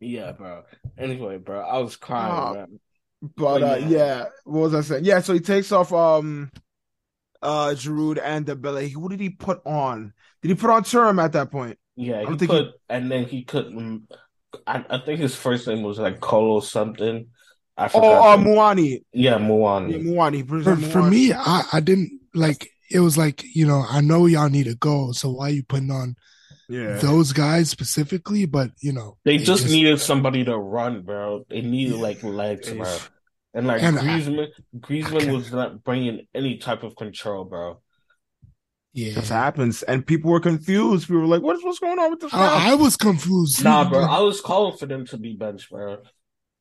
[SPEAKER 2] Yeah, bro. Anyway, bro, I was crying,
[SPEAKER 1] Oh.
[SPEAKER 2] bro.
[SPEAKER 1] But uh,
[SPEAKER 2] Yeah.
[SPEAKER 1] yeah, what was I saying? Yeah, so he takes off um uh Giroud and Dembele. He- Who did he put on? Did he put on Turam at that point?
[SPEAKER 2] Yeah, he
[SPEAKER 1] I'm thinking-
[SPEAKER 2] put, and then he couldn't. I, I think his first name was like Colo something. I
[SPEAKER 1] Oh,
[SPEAKER 2] forgot.
[SPEAKER 1] uh, Muani.
[SPEAKER 2] yeah,
[SPEAKER 1] Yeah,
[SPEAKER 2] Muani.
[SPEAKER 1] Muani. He put
[SPEAKER 3] For,
[SPEAKER 1] on
[SPEAKER 3] for
[SPEAKER 1] Muani.
[SPEAKER 3] me, I, I didn't like. It was like you know, I know y'all need a goal, so why you putting on
[SPEAKER 1] yeah.
[SPEAKER 3] those guys specifically? But you know,
[SPEAKER 2] They
[SPEAKER 3] it
[SPEAKER 2] just needed somebody to run, bro. They needed
[SPEAKER 3] Yeah.
[SPEAKER 2] like legs,
[SPEAKER 1] It's-
[SPEAKER 2] bro. And like
[SPEAKER 3] And I-
[SPEAKER 2] Griezmann, Griezmann
[SPEAKER 3] Okay.
[SPEAKER 2] was not bringing any type of control, bro.
[SPEAKER 1] This
[SPEAKER 3] yeah.
[SPEAKER 1] happens, and people were confused. We were like, "What's what's going on with this?" guy?
[SPEAKER 3] I, I was confused.
[SPEAKER 2] Nah, bro. I was calling for them to be benched, bro.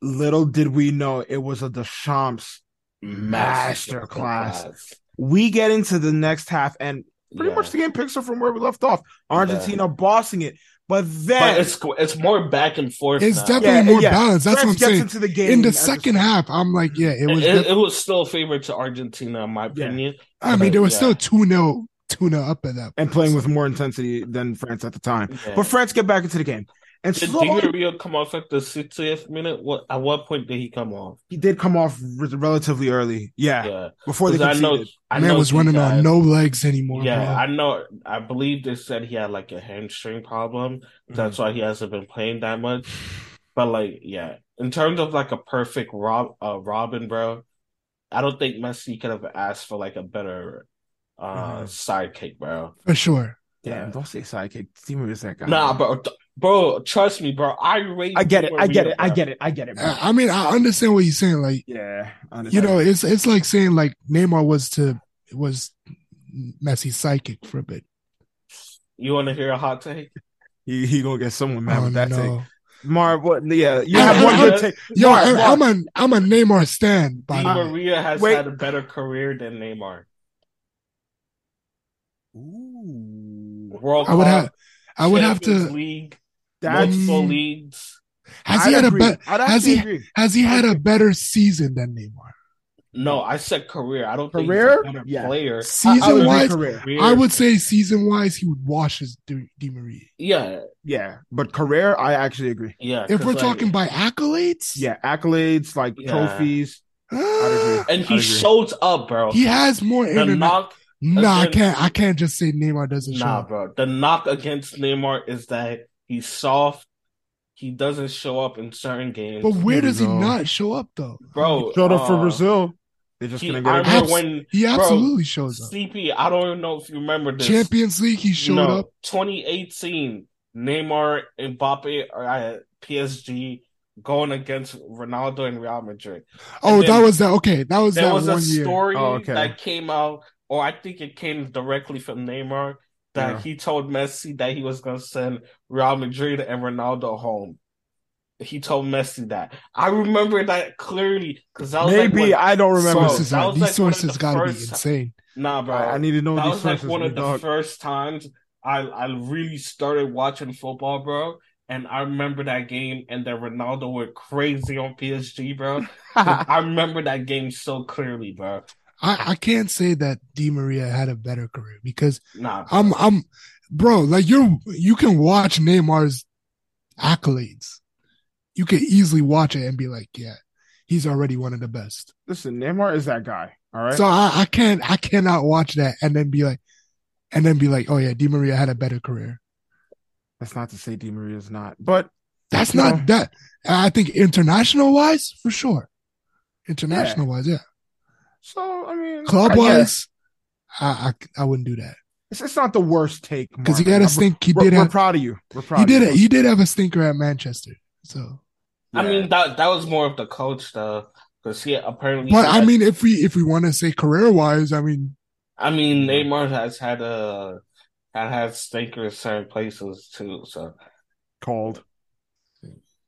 [SPEAKER 1] Little did we know it was a Deschamps. Masterclass.
[SPEAKER 2] Masterclass.
[SPEAKER 1] We get into the next half, and pretty
[SPEAKER 2] Yeah.
[SPEAKER 1] much the game picks up from where we left off. Argentina bossing it, but
[SPEAKER 2] But
[SPEAKER 1] then
[SPEAKER 2] it's it's more back and forth.
[SPEAKER 3] It's
[SPEAKER 2] now.
[SPEAKER 3] definitely
[SPEAKER 1] Yeah,
[SPEAKER 3] more
[SPEAKER 1] yeah.
[SPEAKER 3] balanced. That's
[SPEAKER 1] France
[SPEAKER 3] what
[SPEAKER 1] gets
[SPEAKER 3] I'm saying.
[SPEAKER 1] into the game
[SPEAKER 3] In the
[SPEAKER 1] at
[SPEAKER 3] second half, I'm like, yeah, it
[SPEAKER 2] It,
[SPEAKER 3] was.
[SPEAKER 2] it,
[SPEAKER 3] def-
[SPEAKER 2] it was still a favor to Argentina, in my
[SPEAKER 1] Yeah.
[SPEAKER 2] opinion.
[SPEAKER 3] I mean, they were
[SPEAKER 2] yeah.
[SPEAKER 3] still two 0 two 0 up at that.
[SPEAKER 1] and playing with more intensity than France at the time.
[SPEAKER 2] Yeah.
[SPEAKER 1] But France get back into the game, and
[SPEAKER 2] did
[SPEAKER 1] slowly
[SPEAKER 2] Di Maria come off at the 60th minute? What at what point did he come off?
[SPEAKER 1] he did come off re- relatively early. Yeah,
[SPEAKER 2] Yeah,
[SPEAKER 1] before they
[SPEAKER 2] 'Cause I
[SPEAKER 1] conceded.
[SPEAKER 2] know I
[SPEAKER 3] man
[SPEAKER 2] know
[SPEAKER 3] was
[SPEAKER 2] he
[SPEAKER 3] running
[SPEAKER 2] got-
[SPEAKER 3] on no legs anymore.
[SPEAKER 2] Yeah,
[SPEAKER 3] bro.
[SPEAKER 2] I know. I believe they said he had like a hamstring problem. That's
[SPEAKER 1] Mm.
[SPEAKER 2] why he hasn't been playing that much. But like, yeah, in terms of like a perfect Rob, uh, Robin, bro, I don't think Messi could have asked for like a better
[SPEAKER 1] Mhm.
[SPEAKER 2] uh sidekick, bro.
[SPEAKER 3] for sure.
[SPEAKER 1] Damn, Mm-hmm. don't say sidekick. See me that guy.
[SPEAKER 2] Nah, bro, th- bro, trust me, bro. I rate.
[SPEAKER 1] I get it.
[SPEAKER 2] Di
[SPEAKER 1] I get it.
[SPEAKER 2] Maria,
[SPEAKER 1] I
[SPEAKER 2] bro.
[SPEAKER 1] get it. I get it. Bro.
[SPEAKER 3] I I mean, I understand what you're saying. Like,
[SPEAKER 1] yeah, honestly.
[SPEAKER 3] you know, it's it's like saying like Neymar was to was Messi psychic for a bit.
[SPEAKER 2] You want to hear a hot take?
[SPEAKER 1] he he gonna get someone mad
[SPEAKER 3] Oh,
[SPEAKER 1] with that take.
[SPEAKER 3] no.
[SPEAKER 1] Marv, what? Yeah, you
[SPEAKER 3] I-
[SPEAKER 1] have
[SPEAKER 3] I-
[SPEAKER 1] one
[SPEAKER 2] I-
[SPEAKER 1] good take.
[SPEAKER 3] Yo,
[SPEAKER 1] Marv,
[SPEAKER 3] I,
[SPEAKER 1] Marv,
[SPEAKER 3] I'm a I'm a Neymar stand by
[SPEAKER 2] Di
[SPEAKER 3] the way.
[SPEAKER 2] Maria has
[SPEAKER 1] Wait.
[SPEAKER 2] had a better career than Neymar.
[SPEAKER 1] Ooh,
[SPEAKER 2] World
[SPEAKER 3] I would
[SPEAKER 2] Cup,
[SPEAKER 3] have I would have
[SPEAKER 2] Champions
[SPEAKER 3] to.
[SPEAKER 2] League,
[SPEAKER 1] that's
[SPEAKER 2] multiple
[SPEAKER 3] Mm.
[SPEAKER 2] leagues.
[SPEAKER 3] Has
[SPEAKER 1] I'd
[SPEAKER 3] he had a
[SPEAKER 1] agree.
[SPEAKER 3] better
[SPEAKER 1] I'd
[SPEAKER 3] has
[SPEAKER 1] actually
[SPEAKER 3] he-
[SPEAKER 1] agree.
[SPEAKER 3] Has he had a better season than Neymar?
[SPEAKER 2] No, I said career. I don't
[SPEAKER 1] Career?
[SPEAKER 2] think he's a better
[SPEAKER 1] Yeah. I- I
[SPEAKER 2] player.
[SPEAKER 1] would
[SPEAKER 3] Season
[SPEAKER 1] agree
[SPEAKER 3] wise,
[SPEAKER 1] career.
[SPEAKER 2] Career-
[SPEAKER 3] I would say season wise, he would wash his Di, Di Maria.
[SPEAKER 2] yeah,
[SPEAKER 1] Yeah, but career, I actually agree.
[SPEAKER 2] yeah.
[SPEAKER 3] If
[SPEAKER 2] 'cause,
[SPEAKER 3] we're
[SPEAKER 2] like,
[SPEAKER 3] talking by accolades,
[SPEAKER 1] Yeah, accolades like
[SPEAKER 2] Yeah.
[SPEAKER 1] trophies.
[SPEAKER 3] ah,
[SPEAKER 2] and
[SPEAKER 1] I
[SPEAKER 2] he
[SPEAKER 1] agree.
[SPEAKER 2] shows up, bro.
[SPEAKER 3] he has more
[SPEAKER 2] the
[SPEAKER 3] internet.
[SPEAKER 2] knock,
[SPEAKER 3] Nah, I
[SPEAKER 2] against-
[SPEAKER 3] can't. I can't just say Neymar doesn't show.
[SPEAKER 2] nah,
[SPEAKER 3] up.
[SPEAKER 2] bro. The knock against Neymar is that he's soft. He doesn't show up in certain games,
[SPEAKER 3] But where
[SPEAKER 1] Here we
[SPEAKER 3] does he
[SPEAKER 1] go.
[SPEAKER 3] not show up though?
[SPEAKER 2] bro.
[SPEAKER 1] Showed up for
[SPEAKER 2] uh,
[SPEAKER 1] Brazil. They're just
[SPEAKER 2] he-
[SPEAKER 1] gonna
[SPEAKER 2] I
[SPEAKER 1] get.
[SPEAKER 2] remember
[SPEAKER 3] Abs-
[SPEAKER 2] when
[SPEAKER 3] He absolutely shows up.
[SPEAKER 2] CP. I don't even know if you remember this.
[SPEAKER 3] Champions League, he showed
[SPEAKER 2] no,
[SPEAKER 3] up.
[SPEAKER 2] 2018, Neymar, Mbappe, or uh, PSG going against Ronaldo and Real Madrid.
[SPEAKER 3] Oh,
[SPEAKER 2] and then-
[SPEAKER 3] that was that. Okay, that was
[SPEAKER 2] there
[SPEAKER 3] that
[SPEAKER 2] was a
[SPEAKER 3] one year.
[SPEAKER 2] story
[SPEAKER 1] Oh, okay.
[SPEAKER 2] that came out, or I think it came directly from Neymar, that
[SPEAKER 1] Yeah.
[SPEAKER 2] he told Messi that he was going to send Real Madrid and Ronaldo home. He told Messi that. I remember that clearly because that was like
[SPEAKER 1] Maybe
[SPEAKER 2] one-
[SPEAKER 1] I don't remember.
[SPEAKER 2] So-
[SPEAKER 3] Sources
[SPEAKER 2] that
[SPEAKER 3] are
[SPEAKER 2] was
[SPEAKER 3] these
[SPEAKER 2] like one of
[SPEAKER 3] sources
[SPEAKER 2] the
[SPEAKER 3] got to be
[SPEAKER 2] first-
[SPEAKER 3] insane.
[SPEAKER 2] nah, bro.
[SPEAKER 1] I, I need to know
[SPEAKER 2] that
[SPEAKER 1] these
[SPEAKER 2] was like
[SPEAKER 1] sources.
[SPEAKER 2] one of the
[SPEAKER 1] dog.
[SPEAKER 2] first times I I really started watching football, bro. And I remember that game, and that Ronaldo went crazy on PSG, bro. I remember that game so clearly, bro.
[SPEAKER 3] I, I can't say that Di Maria had a better career because
[SPEAKER 2] Nah, bro.
[SPEAKER 3] I'm I'm bro, like you're you can watch Neymar's accolades. You can easily watch it and be like, yeah, he's already one of the best.
[SPEAKER 1] (laughs) Listen, Neymar is that guy. All right.
[SPEAKER 3] So I, I can't I cannot watch that and then be like and then be like, oh yeah, Di Maria had a better career.
[SPEAKER 1] That's not to say Di Maria is not, but
[SPEAKER 3] That's
[SPEAKER 1] No.
[SPEAKER 3] not that. I think international wise, for sure. International wise, yeah.
[SPEAKER 1] so I mean,
[SPEAKER 3] Club
[SPEAKER 1] I guess.
[SPEAKER 3] wise, I, I I wouldn't do that
[SPEAKER 1] It's, it's not the worst take
[SPEAKER 3] because he
[SPEAKER 1] Marvin.
[SPEAKER 3] got a
[SPEAKER 1] I'm-
[SPEAKER 3] stink. He
[SPEAKER 1] We're,
[SPEAKER 3] did
[SPEAKER 1] we're
[SPEAKER 3] have
[SPEAKER 1] proud of you. We're proud.
[SPEAKER 3] he
[SPEAKER 1] of
[SPEAKER 3] did
[SPEAKER 1] you.
[SPEAKER 3] it. He did have a stinker at Manchester. So,
[SPEAKER 2] I
[SPEAKER 1] Yeah.
[SPEAKER 2] mean that that was more of the coach though, because he apparently.
[SPEAKER 3] but I
[SPEAKER 2] had-
[SPEAKER 3] mean, if we if we want to say career wise, I mean,
[SPEAKER 2] I mean Neymar has had a had had stinkers in certain places too. So
[SPEAKER 1] called.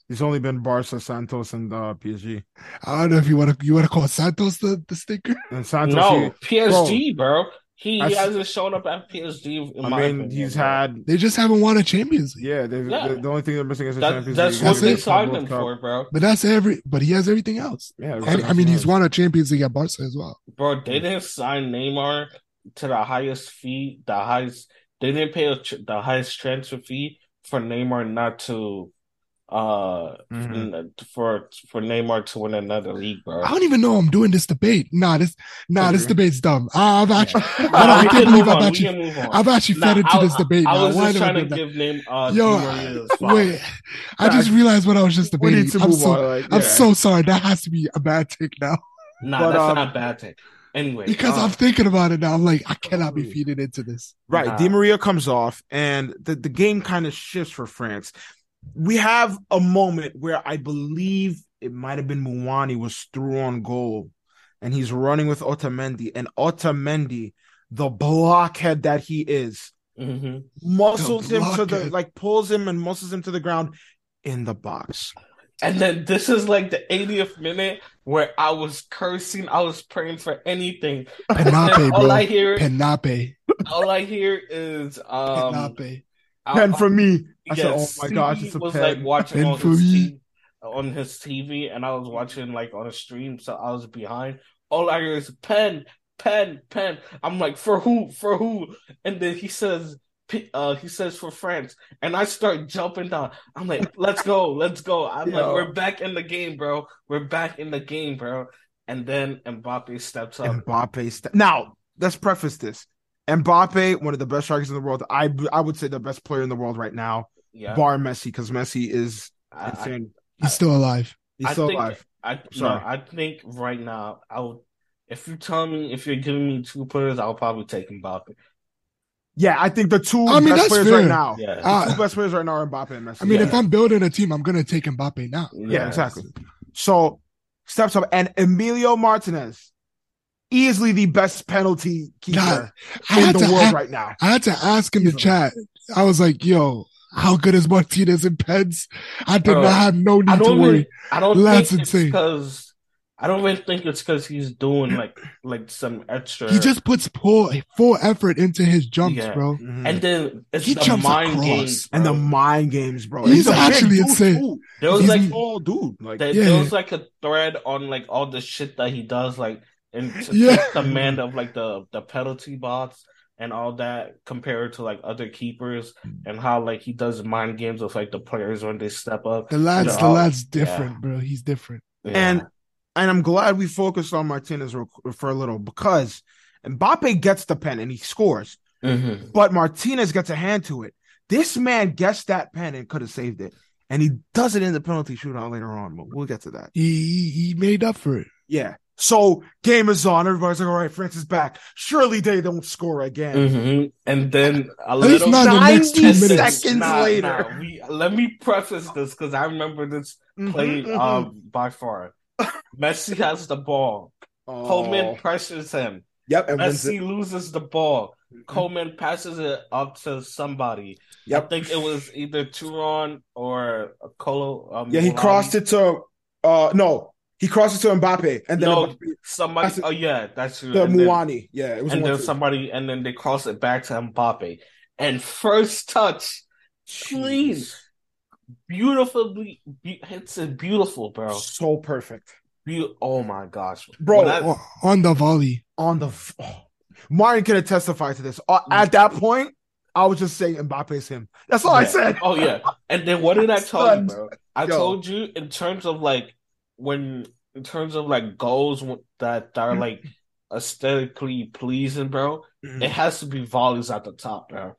[SPEAKER 1] He's only been Barca, Santos, and uh, PSG.
[SPEAKER 3] I don't know if you want to you want to call Santos the the stinker.
[SPEAKER 1] And Santos,
[SPEAKER 2] no
[SPEAKER 1] he-
[SPEAKER 2] PSG, bro. He
[SPEAKER 1] I s-
[SPEAKER 2] hasn't shown up at PSG. In
[SPEAKER 1] I
[SPEAKER 2] my
[SPEAKER 1] mean,
[SPEAKER 2] opinion,
[SPEAKER 1] he's
[SPEAKER 2] bro.
[SPEAKER 1] had.
[SPEAKER 3] (laughs) They just haven't won a Champions League.
[SPEAKER 1] Yeah, they've,
[SPEAKER 2] Yeah.
[SPEAKER 1] The, the only thing they're missing is the
[SPEAKER 2] That,
[SPEAKER 1] Champions
[SPEAKER 2] that's
[SPEAKER 1] League.
[SPEAKER 2] what
[SPEAKER 3] That's
[SPEAKER 2] they
[SPEAKER 3] it.
[SPEAKER 2] signed
[SPEAKER 1] World
[SPEAKER 2] him
[SPEAKER 1] Cup.
[SPEAKER 2] for, bro.
[SPEAKER 3] But that's every. But he has everything else.
[SPEAKER 1] Yeah,
[SPEAKER 3] And, I mean, he's won a Champions League at Barca as well.
[SPEAKER 2] Bro, they
[SPEAKER 3] Hmm.
[SPEAKER 2] didn't sign Neymar to the highest fee, the highest. They didn't pay a, tr- the highest transfer fee for Neymar not to, uh,
[SPEAKER 1] Mhm.
[SPEAKER 2] n- for for Neymar to win another league, bro.
[SPEAKER 3] Mm-hmm.
[SPEAKER 2] (laughs)
[SPEAKER 3] I don't even know I'm doing this debate. Nah, this nah, this
[SPEAKER 1] Okay.
[SPEAKER 3] debate's dumb. I, I've actually,
[SPEAKER 2] No,
[SPEAKER 3] I,
[SPEAKER 2] we
[SPEAKER 3] I
[SPEAKER 2] can
[SPEAKER 3] can't believe
[SPEAKER 2] move on,
[SPEAKER 3] I've
[SPEAKER 2] we
[SPEAKER 3] actually,
[SPEAKER 2] can move on.
[SPEAKER 3] I've actually
[SPEAKER 2] Nah,
[SPEAKER 3] fed into
[SPEAKER 2] I-
[SPEAKER 3] this debate.
[SPEAKER 2] I
[SPEAKER 3] now.
[SPEAKER 2] was
[SPEAKER 3] Why
[SPEAKER 2] just
[SPEAKER 3] did I
[SPEAKER 2] trying to
[SPEAKER 3] do that?
[SPEAKER 2] give name. Uh,
[SPEAKER 3] Yo,
[SPEAKER 2] Di Maria his flowers.
[SPEAKER 3] Wait, (laughs) I just realized what I was just
[SPEAKER 1] We
[SPEAKER 3] debating.
[SPEAKER 1] need to
[SPEAKER 3] I'm
[SPEAKER 1] move
[SPEAKER 3] so,
[SPEAKER 1] on. Like,
[SPEAKER 3] I'm
[SPEAKER 1] yeah.
[SPEAKER 3] so sorry. That has to be a bad take now
[SPEAKER 2] Nah,
[SPEAKER 1] But,
[SPEAKER 2] that's
[SPEAKER 1] um,
[SPEAKER 2] not a bad thing. Anyway,
[SPEAKER 3] because
[SPEAKER 2] uh,
[SPEAKER 3] I'm thinking about it now. I'm like, I cannot be
[SPEAKER 1] Holy.
[SPEAKER 3] feeding
[SPEAKER 1] (laughs)
[SPEAKER 3] into this.
[SPEAKER 1] Right.
[SPEAKER 2] Nah.
[SPEAKER 1] Di Maria comes off, and the, the game kind of shifts for France. We have a moment where I believe it might have been Muwani was through on goal, and he's running with Otamendi. And Otamendi, the blockhead that he is,
[SPEAKER 2] mhm.
[SPEAKER 1] muscles
[SPEAKER 3] The
[SPEAKER 1] him to the
[SPEAKER 3] blockhead.
[SPEAKER 1] like pulls him and muscles him to the ground in the box.
[SPEAKER 2] and then this is like the 80th minute where I was cursing, I was praying for anything.
[SPEAKER 3] Penape,
[SPEAKER 2] all I
[SPEAKER 3] bro.
[SPEAKER 2] hear,
[SPEAKER 3] Penape.
[SPEAKER 2] all I hear is um,
[SPEAKER 3] Penape.
[SPEAKER 2] I-
[SPEAKER 1] and for me, I said,
[SPEAKER 2] yes,
[SPEAKER 1] "Oh my gosh,
[SPEAKER 2] he
[SPEAKER 1] it's a
[SPEAKER 2] was
[SPEAKER 1] pen."
[SPEAKER 2] like watching
[SPEAKER 3] Pen
[SPEAKER 2] on
[SPEAKER 3] for
[SPEAKER 2] his,
[SPEAKER 3] me.
[SPEAKER 2] t- on his TV, and I was watching like on a stream, so I was behind. All I hear is pen, pen, pen. I'm like, for who, for who? And then he says, P- uh, he says for France, and I start jumping down. I'm like, let's go, let's go. I'm like,
[SPEAKER 1] Yo.
[SPEAKER 2] we're back in the game, bro. We're back in the game, bro. And then Mbappe steps up.
[SPEAKER 1] Mbappe. St- now, let's preface this. Mbappe, one of the best strikers in the world. I I would say the best player in the world right now,
[SPEAKER 2] Yeah,
[SPEAKER 1] bar Messi, because Messi is
[SPEAKER 2] I- I-
[SPEAKER 1] insane.
[SPEAKER 3] He's still alive.
[SPEAKER 1] He's
[SPEAKER 2] I
[SPEAKER 1] still
[SPEAKER 2] think-
[SPEAKER 1] alive.
[SPEAKER 2] I no,
[SPEAKER 1] Sorry.
[SPEAKER 2] I think right now I'll if you tell me if you're giving me two players, I'll probably take Mbappe.
[SPEAKER 1] Yeah, I think the two
[SPEAKER 3] I mean,
[SPEAKER 1] best
[SPEAKER 3] that's
[SPEAKER 1] players
[SPEAKER 3] fair.
[SPEAKER 1] right now.
[SPEAKER 2] Yeah.
[SPEAKER 1] The
[SPEAKER 3] Uh,
[SPEAKER 1] two best players right now are Mbappe and Messi.
[SPEAKER 3] I mean,
[SPEAKER 2] Yeah.
[SPEAKER 3] if I'm building a team, I'm gonna take Mbappe now.
[SPEAKER 1] yeah,
[SPEAKER 2] Yes.
[SPEAKER 1] exactly. So steps up and Emilio Martinez, easily the best penalty keeper
[SPEAKER 3] I
[SPEAKER 1] in
[SPEAKER 3] had
[SPEAKER 1] the
[SPEAKER 3] to.
[SPEAKER 1] world
[SPEAKER 3] a-
[SPEAKER 1] right now.
[SPEAKER 3] I had to ask in the
[SPEAKER 1] Easily.
[SPEAKER 3] chat. I was like, "Yo, how good is Martinez and Pens?" I did
[SPEAKER 2] Bro,
[SPEAKER 3] not have no
[SPEAKER 2] I
[SPEAKER 3] need to
[SPEAKER 2] don't
[SPEAKER 3] worry.
[SPEAKER 2] really, I don't
[SPEAKER 3] That's
[SPEAKER 2] think it's
[SPEAKER 3] insane.
[SPEAKER 2] because I don't really think it's because he's doing like like some extra.
[SPEAKER 3] He just puts full full effort into his jumps,
[SPEAKER 2] Yeah.
[SPEAKER 3] bro.
[SPEAKER 2] and then it's
[SPEAKER 3] He
[SPEAKER 2] the
[SPEAKER 3] jumps
[SPEAKER 2] mind
[SPEAKER 3] across.
[SPEAKER 2] game,
[SPEAKER 1] Mm-hmm. And the
[SPEAKER 2] bro.
[SPEAKER 1] mind games, bro.
[SPEAKER 3] He's
[SPEAKER 1] a big
[SPEAKER 3] actually
[SPEAKER 1] dude,
[SPEAKER 3] insane.
[SPEAKER 1] too.
[SPEAKER 2] there was
[SPEAKER 1] He's
[SPEAKER 2] like
[SPEAKER 1] a tall oh, dude. Like
[SPEAKER 2] there,
[SPEAKER 3] Yeah.
[SPEAKER 2] there was like a thread on like all the shit that he does, like in to
[SPEAKER 3] Yeah.
[SPEAKER 2] take command of like the the penalty box and all that, compared to like other keepers and how like he does mind games with like the players when they step up.
[SPEAKER 3] The lad's the
[SPEAKER 2] No,
[SPEAKER 3] lad's different, bro. He's different.
[SPEAKER 1] And and I'm glad we focused on Martinez real- for a little because Mbappe gets the pen and he scores,
[SPEAKER 2] Mhm.
[SPEAKER 1] but Martinez gets a hand to it. This man gets that pen and could have saved it, and he does it in the penalty shootout later on. But we'll get to that.
[SPEAKER 3] He he, he made up for it.
[SPEAKER 1] Yeah. So game is on. Everybody's like, "All right, France is back. Surely they don't score again."
[SPEAKER 2] Mhm. and then a
[SPEAKER 3] least
[SPEAKER 2] little
[SPEAKER 3] not in the next two
[SPEAKER 1] Ninety
[SPEAKER 2] and then-
[SPEAKER 3] minutes.
[SPEAKER 1] seconds
[SPEAKER 2] nah,
[SPEAKER 1] later,
[SPEAKER 2] nah, we, let me preface this because I remember this
[SPEAKER 1] Mhm,
[SPEAKER 2] play
[SPEAKER 1] (laughs) mhm.
[SPEAKER 2] um, by far. Messi has the ball.
[SPEAKER 1] Oh.
[SPEAKER 2] Coleman pressures him.
[SPEAKER 1] Yep, and wins it.
[SPEAKER 2] Messi loses the ball.
[SPEAKER 1] Mhm.
[SPEAKER 2] Coleman passes it up to somebody. I
[SPEAKER 1] Yep.
[SPEAKER 2] think it was either Turon or Colo. Um,
[SPEAKER 1] Yeah, he crossed it to. Uh, no, he crossed it to Mbappe, and then
[SPEAKER 2] No,
[SPEAKER 1] Mbappe,
[SPEAKER 2] Somebody.
[SPEAKER 1] That's it.
[SPEAKER 2] Oh yeah, that's true.
[SPEAKER 1] the
[SPEAKER 2] and then,
[SPEAKER 1] Muani. Yeah, it was
[SPEAKER 2] and then
[SPEAKER 1] one-two.
[SPEAKER 2] somebody, and then they cross it back to Mbappe. And first touch, clean,
[SPEAKER 1] Jeez.
[SPEAKER 2] beautifully be- hits it beautiful, bro.
[SPEAKER 1] So perfect.
[SPEAKER 2] Be- oh my gosh,
[SPEAKER 1] Bro, oh,
[SPEAKER 2] When I-
[SPEAKER 3] O- on the volley.
[SPEAKER 1] On the f- oh. Martin could have testified to this. Uh, At that point, I was just saying Mbappe's him. That's all I
[SPEAKER 2] Yeah.
[SPEAKER 1] said.
[SPEAKER 2] Oh yeah. And then what did I tell you,
[SPEAKER 1] Stunned.
[SPEAKER 2] bro? I
[SPEAKER 1] Yo.
[SPEAKER 2] told you in terms of like when in terms of like goals that, that are like aesthetically pleasing, bro. It
[SPEAKER 1] Mm-hmm.
[SPEAKER 2] has to be volleys at the top, bro.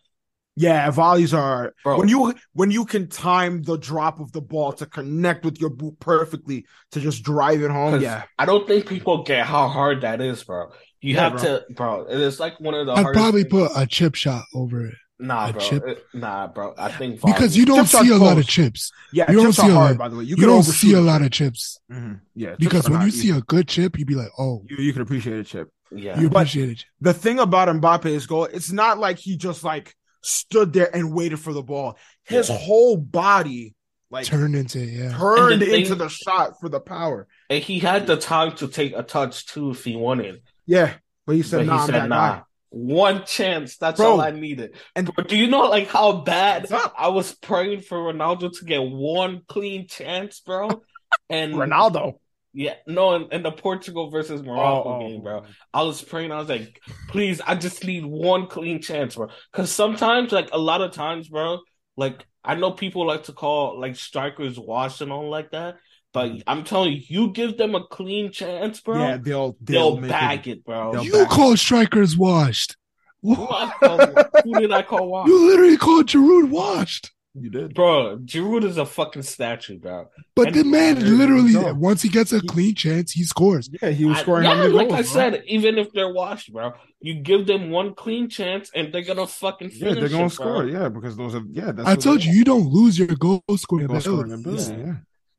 [SPEAKER 1] Yeah, volleys are
[SPEAKER 2] Bro,
[SPEAKER 1] when you when you can time the drop of the ball to connect with your boot perfectly to just drive it home.
[SPEAKER 2] 'Cause
[SPEAKER 1] Yeah.
[SPEAKER 2] I don't think people get how hard that is, bro. You
[SPEAKER 1] Yeah,
[SPEAKER 2] have
[SPEAKER 1] bro.
[SPEAKER 2] to, bro. It is like one of the
[SPEAKER 3] I'd
[SPEAKER 2] hardest.
[SPEAKER 3] probably
[SPEAKER 2] things-
[SPEAKER 3] put a chip shot over it
[SPEAKER 2] nah,
[SPEAKER 3] a
[SPEAKER 2] bro.
[SPEAKER 3] chip.
[SPEAKER 2] It- nah, bro. I think
[SPEAKER 3] because you don't
[SPEAKER 1] Chips are
[SPEAKER 3] see a lot of
[SPEAKER 1] close.
[SPEAKER 3] chips.
[SPEAKER 1] Yeah,
[SPEAKER 3] You don't
[SPEAKER 1] chips
[SPEAKER 3] see
[SPEAKER 1] are
[SPEAKER 3] a
[SPEAKER 1] hard,
[SPEAKER 3] lot-
[SPEAKER 1] by the way.
[SPEAKER 3] You,
[SPEAKER 1] can
[SPEAKER 3] don't
[SPEAKER 1] overshoot
[SPEAKER 3] see a lot of chips
[SPEAKER 1] Mhm. Yeah, chips
[SPEAKER 3] because
[SPEAKER 1] are
[SPEAKER 3] when
[SPEAKER 1] not
[SPEAKER 3] you
[SPEAKER 1] easy.
[SPEAKER 3] see a good chip, you'd be like, "Oh,
[SPEAKER 1] you, you can appreciate a chip.
[SPEAKER 2] yeah.
[SPEAKER 3] you
[SPEAKER 1] But-
[SPEAKER 3] appreciate it."
[SPEAKER 1] the thing about Mbappe's goal, it's not like he just like stood there and waited for the ball. His
[SPEAKER 2] Yeah.
[SPEAKER 1] whole body like
[SPEAKER 3] Turn into it, yeah.
[SPEAKER 1] turned
[SPEAKER 2] And the thing-
[SPEAKER 1] into the shot for the power.
[SPEAKER 2] and he had the time to take a touch too if he wanted.
[SPEAKER 1] Yeah, but he said,
[SPEAKER 2] But
[SPEAKER 1] "Nah,
[SPEAKER 2] he
[SPEAKER 1] I'm
[SPEAKER 2] said
[SPEAKER 1] that
[SPEAKER 2] nah.
[SPEAKER 1] guy."
[SPEAKER 2] One chance. That's
[SPEAKER 1] Bro.
[SPEAKER 2] all I needed.
[SPEAKER 1] And-
[SPEAKER 2] And do you know like how bad
[SPEAKER 1] What's up?
[SPEAKER 2] I was praying for Ronaldo to get one clean chance, bro?
[SPEAKER 1] (laughs)
[SPEAKER 2] And
[SPEAKER 1] Ronaldo.
[SPEAKER 2] yeah, no, and, and the Portugal versus
[SPEAKER 1] Oh,
[SPEAKER 2] Morocco game, bro. I was praying. I was like, please, I just need one clean chance, bro. Because sometimes, like a lot of times, bro, like I know people like to call like strikers washed and all like that, but I'm telling you, you give them a clean chance, bro,
[SPEAKER 1] Mm. yeah, they'll
[SPEAKER 2] they'll,
[SPEAKER 1] make
[SPEAKER 2] bag it, bro.
[SPEAKER 1] They'll
[SPEAKER 3] you
[SPEAKER 1] back.
[SPEAKER 3] call strikers washed.
[SPEAKER 2] Who,
[SPEAKER 3] You
[SPEAKER 2] I call- who did I call washed?
[SPEAKER 3] literally called Giroud washed.
[SPEAKER 1] You did.
[SPEAKER 2] Bro, Giroud is a fucking statue, bro.
[SPEAKER 3] But
[SPEAKER 2] And-
[SPEAKER 3] the man
[SPEAKER 1] There you
[SPEAKER 3] literally,
[SPEAKER 1] go.
[SPEAKER 3] once he gets a
[SPEAKER 1] He-
[SPEAKER 3] clean chance, he scores.
[SPEAKER 1] Yeah, he was
[SPEAKER 2] I-
[SPEAKER 1] scoring
[SPEAKER 2] yeah,
[SPEAKER 1] how many
[SPEAKER 2] like
[SPEAKER 1] goals,
[SPEAKER 2] I
[SPEAKER 1] bro?
[SPEAKER 2] said, even if they're washed, bro, you give them one clean chance and they're gonna fucking finish.
[SPEAKER 1] Yeah, they're
[SPEAKER 2] it, bro.
[SPEAKER 1] gonna score. Yeah, because those are yeah. That's
[SPEAKER 3] I
[SPEAKER 1] what
[SPEAKER 3] told
[SPEAKER 1] they
[SPEAKER 3] you,
[SPEAKER 1] want.
[SPEAKER 3] you don't lose your goal scoring
[SPEAKER 1] Goal scoring
[SPEAKER 3] ability.
[SPEAKER 1] ability.
[SPEAKER 2] Yeah.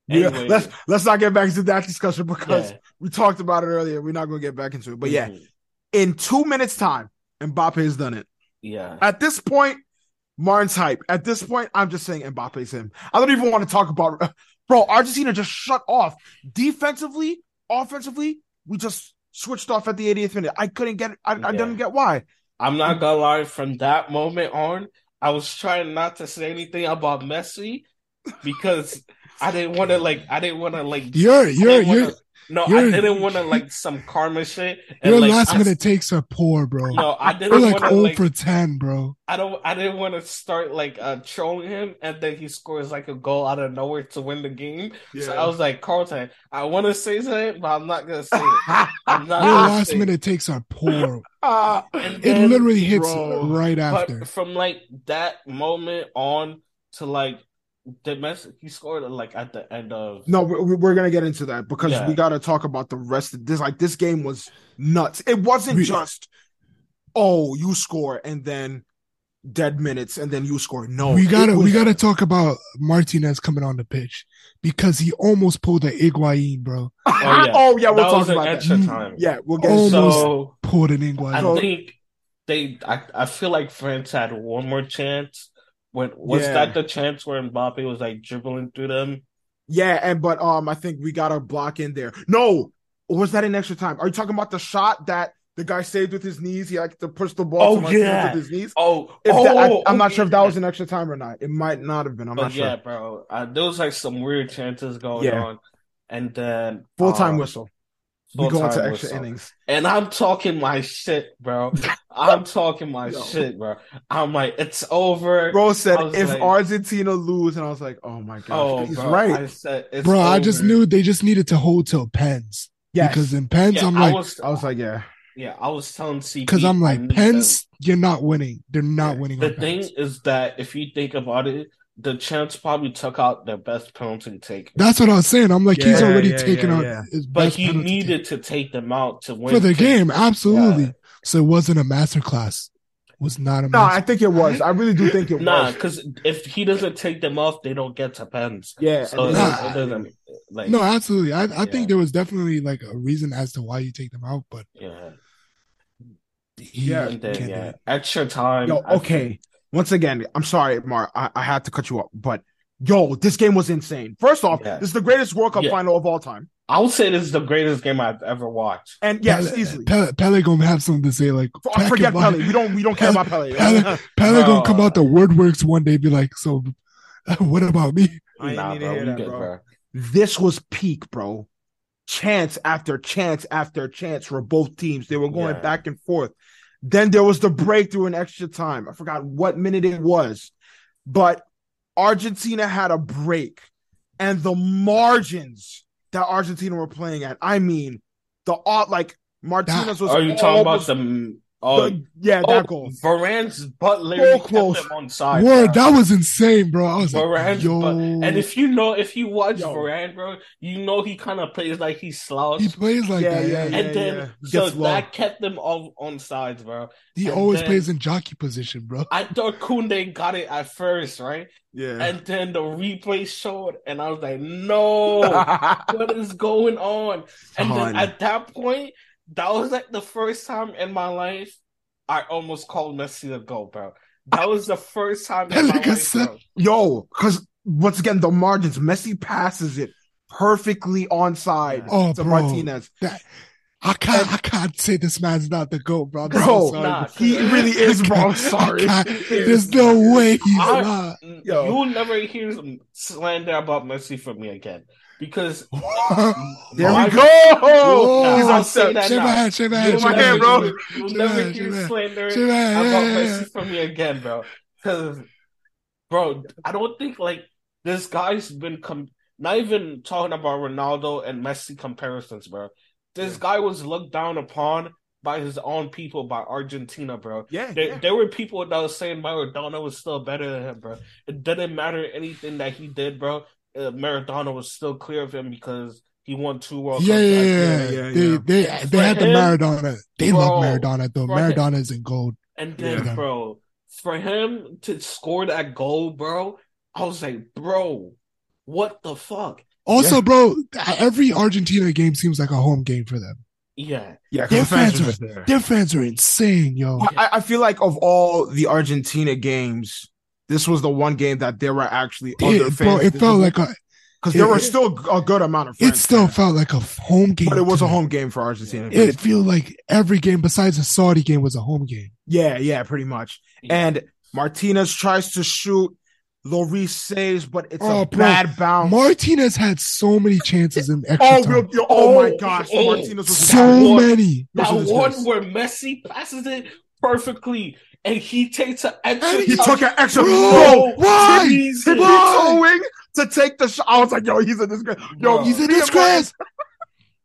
[SPEAKER 1] Yeah. Yeah,
[SPEAKER 2] Anyway,
[SPEAKER 1] let's let's not get back into that discussion because
[SPEAKER 2] yeah.
[SPEAKER 1] we talked about it earlier. We're not gonna get back into it. But yeah,
[SPEAKER 2] Mhm.
[SPEAKER 1] in two minutes time, Mbappe has done it.
[SPEAKER 2] yeah.
[SPEAKER 1] At this point, Martin's hype. At this point, I'm just saying Mbappe's him. I don't even want to talk about (laughs) bro. Argentina just shut off defensively, offensively. We just switched off at the 80th minute. I couldn't get. I, I
[SPEAKER 2] Yeah.
[SPEAKER 1] didn't get why.
[SPEAKER 2] I'm not gonna lie, from that moment on, I was trying not to say anything about Messi because I didn't wanna like I didn't wanna like
[SPEAKER 3] You're
[SPEAKER 2] I
[SPEAKER 3] you're
[SPEAKER 2] didn't wanna-
[SPEAKER 3] you're
[SPEAKER 2] no, I
[SPEAKER 3] you're-
[SPEAKER 2] didn't wanna like some karma shit. And,
[SPEAKER 3] your
[SPEAKER 2] like,
[SPEAKER 3] last
[SPEAKER 2] I-
[SPEAKER 3] minute takes are poor, bro.
[SPEAKER 2] No, I didn't
[SPEAKER 3] You're like
[SPEAKER 2] wanna
[SPEAKER 3] 0
[SPEAKER 2] like
[SPEAKER 3] for 10, bro.
[SPEAKER 2] I don't I didn't wanna start like uh trolling him and then he scores like a goal out of nowhere to win the game. So I was like, Carlton, I wanna say something, but I'm not gonna say
[SPEAKER 3] (laughs)
[SPEAKER 2] it. I'm not
[SPEAKER 3] Your
[SPEAKER 2] gonna
[SPEAKER 3] last
[SPEAKER 2] say it.
[SPEAKER 3] minute takes are poor.
[SPEAKER 1] Ah,
[SPEAKER 2] And
[SPEAKER 3] It
[SPEAKER 2] then-
[SPEAKER 3] literally hits
[SPEAKER 1] bro.
[SPEAKER 3] right
[SPEAKER 2] But
[SPEAKER 3] after.
[SPEAKER 2] from like that moment on to like the mess he scored like at the end
[SPEAKER 1] (laughs)
[SPEAKER 2] of
[SPEAKER 1] No, we- we- we're gonna get into that because
[SPEAKER 2] Yeah.
[SPEAKER 1] we gotta talk about the rest of this. Like this game was nuts. It wasn't
[SPEAKER 3] We-
[SPEAKER 1] just oh you score and then dead minutes and then you score. No,
[SPEAKER 3] we
[SPEAKER 1] it
[SPEAKER 3] gotta we
[SPEAKER 1] was-
[SPEAKER 3] gotta talk about Martinez coming on the pitch because he almost pulled an Iguain, bro.
[SPEAKER 1] (laughs)
[SPEAKER 2] yeah.
[SPEAKER 1] oh yeah,
[SPEAKER 2] that
[SPEAKER 1] we'll talk
[SPEAKER 2] was an
[SPEAKER 1] about that.
[SPEAKER 2] extra
[SPEAKER 3] Mm,
[SPEAKER 2] time.
[SPEAKER 1] Yeah, we'll get
[SPEAKER 3] Oh,
[SPEAKER 1] into
[SPEAKER 3] almost-
[SPEAKER 2] So
[SPEAKER 3] Pulled an Iguain.
[SPEAKER 2] I
[SPEAKER 1] So-
[SPEAKER 2] think they I, I feel like France had one more chance. When was
[SPEAKER 1] Yeah.
[SPEAKER 2] that the chance where Mbappe was like dribbling through them?
[SPEAKER 1] yeah, and but um, I think we got a block in there. No, or was that an extra time? Are you talking about the shot that the guy saved with his knees? He like to push the ball.
[SPEAKER 2] Oh,
[SPEAKER 1] to Martinez
[SPEAKER 2] yeah.
[SPEAKER 1] with his knees.
[SPEAKER 2] Oh,
[SPEAKER 1] If
[SPEAKER 2] oh
[SPEAKER 1] that, I, am not
[SPEAKER 2] oh,
[SPEAKER 1] sure if that
[SPEAKER 2] yeah.
[SPEAKER 1] was an extra time or not. It might not have been. I'm
[SPEAKER 2] But
[SPEAKER 1] not sure.
[SPEAKER 2] yeah, bro. Uh, there was like some weird chances going
[SPEAKER 1] Yeah.
[SPEAKER 2] on. And then
[SPEAKER 1] Full time
[SPEAKER 2] um,
[SPEAKER 1] whistle. We go into
[SPEAKER 2] full-time
[SPEAKER 1] extra
[SPEAKER 2] whistle.
[SPEAKER 1] innings.
[SPEAKER 2] And I'm talking my shit, bro. (laughs) I'm talking my
[SPEAKER 1] Yo.
[SPEAKER 2] shit, bro. I'm like, it's over.
[SPEAKER 1] Bro
[SPEAKER 2] I
[SPEAKER 1] said
[SPEAKER 2] was
[SPEAKER 1] if
[SPEAKER 2] like-
[SPEAKER 1] Argentina lose, and I was like, oh my gosh,
[SPEAKER 2] oh,
[SPEAKER 1] he's
[SPEAKER 2] bro.
[SPEAKER 1] right.
[SPEAKER 2] I said, it's
[SPEAKER 3] bro, I just
[SPEAKER 2] over.
[SPEAKER 3] knew they just needed to hold till pens.
[SPEAKER 1] yes.
[SPEAKER 3] Because in pens,
[SPEAKER 2] Yeah,
[SPEAKER 3] I'm
[SPEAKER 2] I
[SPEAKER 3] like,
[SPEAKER 2] was,
[SPEAKER 1] I was like, yeah,
[SPEAKER 2] yeah, I was telling CP.
[SPEAKER 3] because I'm
[SPEAKER 2] I
[SPEAKER 3] like,
[SPEAKER 2] need
[SPEAKER 3] pens, you're not winning. They're not winning.
[SPEAKER 2] them.
[SPEAKER 3] on
[SPEAKER 2] The thing
[SPEAKER 3] pens.
[SPEAKER 2] is that if you think about it, the chance probably took out their best penalty taker.
[SPEAKER 3] That's what I was saying. I'm like, he's
[SPEAKER 1] Yeah,
[SPEAKER 3] already
[SPEAKER 1] yeah,
[SPEAKER 3] taken
[SPEAKER 1] yeah,
[SPEAKER 3] out
[SPEAKER 1] yeah.
[SPEAKER 3] his
[SPEAKER 2] But
[SPEAKER 3] best
[SPEAKER 2] he
[SPEAKER 3] penalty
[SPEAKER 2] needed to take them out to
[SPEAKER 3] taker
[SPEAKER 2] win
[SPEAKER 3] for the
[SPEAKER 2] because-
[SPEAKER 3] game. Absolutely.
[SPEAKER 2] Yeah.
[SPEAKER 3] So it wasn't a masterclass. Was not a
[SPEAKER 1] no, I
[SPEAKER 3] master.
[SPEAKER 1] think it was. I really do think it
[SPEAKER 2] (laughs) Nah,
[SPEAKER 1] was.
[SPEAKER 2] because if he doesn't take them off, they don't get to pens.
[SPEAKER 1] Yeah, and
[SPEAKER 2] So it-
[SPEAKER 1] then-
[SPEAKER 3] Nah.
[SPEAKER 2] it doesn't like
[SPEAKER 3] no, absolutely. I, I
[SPEAKER 2] Yeah.
[SPEAKER 3] think there was definitely like a reason as to why you take them out, but
[SPEAKER 2] yeah.
[SPEAKER 3] he
[SPEAKER 1] Yeah.
[SPEAKER 2] And then
[SPEAKER 3] can't
[SPEAKER 2] yeah,
[SPEAKER 3] do it.
[SPEAKER 2] extra time.
[SPEAKER 1] yo,
[SPEAKER 2] I think-
[SPEAKER 1] okay. Once again, I'm sorry, Mark. I, I had to cut you off, but yo, this game was insane. First off,
[SPEAKER 2] Yeah.
[SPEAKER 1] this is the greatest World Cup
[SPEAKER 2] Yeah.
[SPEAKER 1] final of all time,
[SPEAKER 2] I would say this is the greatest game I've ever watched.
[SPEAKER 1] and yes,
[SPEAKER 3] Pele,
[SPEAKER 1] easily.
[SPEAKER 3] Pele, Pele gonna have something to say like
[SPEAKER 1] For-
[SPEAKER 3] back in
[SPEAKER 1] forget
[SPEAKER 3] my-
[SPEAKER 1] Pele. We don't. We don't care about Pele.
[SPEAKER 2] (laughs)
[SPEAKER 3] Pele- Pele
[SPEAKER 2] Bro.
[SPEAKER 3] gonna come out the wordworks one day, be like, so (laughs) what about me?
[SPEAKER 1] I ain't need to hear
[SPEAKER 2] we
[SPEAKER 1] that,
[SPEAKER 2] good,
[SPEAKER 1] bro. this was peak, bro. Chance after chance after chance for both teams. They were going
[SPEAKER 2] Yeah.
[SPEAKER 1] back and forth. Then there was the breakthrough in extra time. I forgot what minute it was, but Argentina had a break and the margins that Argentina were playing at. I mean, the odd like Martinez was.
[SPEAKER 2] Are you
[SPEAKER 1] all
[SPEAKER 2] talking about
[SPEAKER 1] was-
[SPEAKER 2] some?
[SPEAKER 1] the-
[SPEAKER 2] Oh,
[SPEAKER 1] yeah,
[SPEAKER 2] oh,
[SPEAKER 1] that goal.
[SPEAKER 2] Varane's butt literally kept
[SPEAKER 1] close.
[SPEAKER 2] him on side.
[SPEAKER 3] Word,
[SPEAKER 2] bro.
[SPEAKER 3] that was insane, bro. I was
[SPEAKER 2] Varane's
[SPEAKER 3] like, yo,
[SPEAKER 2] butt. And if you know, if you watch
[SPEAKER 1] Yo.
[SPEAKER 2] Varane, bro, you know he kind of plays like he
[SPEAKER 3] he
[SPEAKER 2] slouched.
[SPEAKER 3] plays like
[SPEAKER 1] Yeah, yeah,
[SPEAKER 3] that. Yeah,
[SPEAKER 1] yeah.
[SPEAKER 2] And then
[SPEAKER 1] He
[SPEAKER 2] so
[SPEAKER 1] gets low.
[SPEAKER 2] that kept them all on sides, bro.
[SPEAKER 3] he
[SPEAKER 2] And
[SPEAKER 3] always
[SPEAKER 2] then-
[SPEAKER 3] plays in jockey position, bro.
[SPEAKER 2] I thought Kunde got it at first, right?
[SPEAKER 1] Yeah.
[SPEAKER 2] And then the replay showed, and I was like, no.
[SPEAKER 1] (laughs)
[SPEAKER 2] what is going on? And
[SPEAKER 1] Son.
[SPEAKER 2] then at that point, that was like the first time in my life I almost called Messi the goal, bro. That was the first time in my
[SPEAKER 3] Like I
[SPEAKER 2] life,
[SPEAKER 1] (laughs)
[SPEAKER 3] said-
[SPEAKER 2] bro.
[SPEAKER 1] Yo, because once again, the margins, Messi passes it perfectly onside
[SPEAKER 3] Oh,
[SPEAKER 1] to
[SPEAKER 3] bro.
[SPEAKER 1] Martinez.
[SPEAKER 3] I can't, I can't say this man's not the goat, bro. I'm so
[SPEAKER 1] Bro,
[SPEAKER 3] sorry.
[SPEAKER 2] Nah,
[SPEAKER 1] He really is, bro.
[SPEAKER 3] (laughs)
[SPEAKER 1] I'm sorry.
[SPEAKER 3] I can't-
[SPEAKER 1] He is.
[SPEAKER 2] (laughs)
[SPEAKER 3] there's no way he's
[SPEAKER 2] I-
[SPEAKER 3] not. (laughs)
[SPEAKER 1] Yo.
[SPEAKER 2] Mm, You'll never hear some slander about Messi from me again because
[SPEAKER 1] There
[SPEAKER 2] my-
[SPEAKER 1] we go.
[SPEAKER 3] Whoa.
[SPEAKER 1] He's
[SPEAKER 2] I'll say
[SPEAKER 1] upset.
[SPEAKER 2] that
[SPEAKER 3] Shit,
[SPEAKER 2] now.
[SPEAKER 3] man, shit, man,
[SPEAKER 2] You'll
[SPEAKER 1] Get in my
[SPEAKER 3] shit,
[SPEAKER 2] never-
[SPEAKER 1] head,
[SPEAKER 3] man,
[SPEAKER 1] bro.
[SPEAKER 3] shit,
[SPEAKER 2] You'll
[SPEAKER 3] Shit,
[SPEAKER 2] never
[SPEAKER 3] man,
[SPEAKER 2] hear
[SPEAKER 3] shit, man.
[SPEAKER 2] slander
[SPEAKER 3] shit, man,
[SPEAKER 2] about
[SPEAKER 3] yeah, yeah, yeah.
[SPEAKER 2] Messi from me again, bro. Because, bro, I don't think like this guy's been com- not even talking about Ronaldo and Messi comparisons, bro. This
[SPEAKER 1] Yeah.
[SPEAKER 2] guy was looked down upon by his own people, by Argentina, bro.
[SPEAKER 1] Yeah,
[SPEAKER 2] There,
[SPEAKER 1] yeah.
[SPEAKER 2] there were people that was saying Maradona was still better than him, bro. It didn't matter anything that he did, bro. Uh, Maradona was still clear of him because he won two World
[SPEAKER 3] Yeah,
[SPEAKER 2] Cups.
[SPEAKER 3] yeah,
[SPEAKER 2] I-
[SPEAKER 3] yeah,
[SPEAKER 1] yeah, yeah,
[SPEAKER 3] They,
[SPEAKER 1] yeah.
[SPEAKER 3] they, they
[SPEAKER 2] For
[SPEAKER 3] had the
[SPEAKER 2] him,
[SPEAKER 3] Maradona. They love
[SPEAKER 2] bro,
[SPEAKER 3] Maradona though.
[SPEAKER 2] for him.
[SPEAKER 3] Maradona is in gold.
[SPEAKER 2] And then,
[SPEAKER 3] Yeah.
[SPEAKER 2] bro, for him to score that goal, bro, I was like, bro, what the fuck?
[SPEAKER 3] Also,
[SPEAKER 1] Yeah.
[SPEAKER 3] bro, every Argentina game seems like a home game for them.
[SPEAKER 2] Yeah,
[SPEAKER 1] Yeah,
[SPEAKER 3] Their fans
[SPEAKER 1] were
[SPEAKER 3] are, their fans are insane, yo.
[SPEAKER 1] I, I feel like of all the Argentina games, this was the one game that there were actually
[SPEAKER 3] It-
[SPEAKER 1] other
[SPEAKER 3] bro,
[SPEAKER 1] fans.
[SPEAKER 3] it felt like a,
[SPEAKER 1] because there
[SPEAKER 3] it-
[SPEAKER 1] were
[SPEAKER 3] it-
[SPEAKER 1] still a good amount of.
[SPEAKER 3] it
[SPEAKER 1] French
[SPEAKER 3] still
[SPEAKER 1] fans,
[SPEAKER 3] felt like a home game.
[SPEAKER 1] but it was
[SPEAKER 3] to (laughs)
[SPEAKER 1] a
[SPEAKER 3] me.
[SPEAKER 1] home game for Argentina.
[SPEAKER 3] It feel like every game besides the Saudi game was a home game.
[SPEAKER 1] yeah, yeah, pretty much. And Martinez tries to shoot. Lloris saves, but it's
[SPEAKER 3] Oh,
[SPEAKER 1] a
[SPEAKER 3] bro.
[SPEAKER 1] bad bounce.
[SPEAKER 3] Martinez had so many chances in extra
[SPEAKER 1] Um, oh,
[SPEAKER 3] time.
[SPEAKER 1] real- yo- oh my
[SPEAKER 2] Oh,
[SPEAKER 1] gosh,
[SPEAKER 2] oh,
[SPEAKER 1] Martinez was
[SPEAKER 3] so
[SPEAKER 1] bad.
[SPEAKER 3] many.
[SPEAKER 2] that
[SPEAKER 1] Listen to this
[SPEAKER 2] one
[SPEAKER 1] voice.
[SPEAKER 2] where Messi passes it perfectly and he takes an extra
[SPEAKER 3] And
[SPEAKER 1] He
[SPEAKER 2] touch.
[SPEAKER 1] took an extra.
[SPEAKER 3] Bro,
[SPEAKER 1] Bro,
[SPEAKER 3] why?
[SPEAKER 1] Timmy- Timmy
[SPEAKER 3] Why?
[SPEAKER 1] towing to take the shot. I was like, yo, he's a disgrace. Yo,
[SPEAKER 2] Bro.
[SPEAKER 3] He's in
[SPEAKER 1] Peter
[SPEAKER 3] disgrace.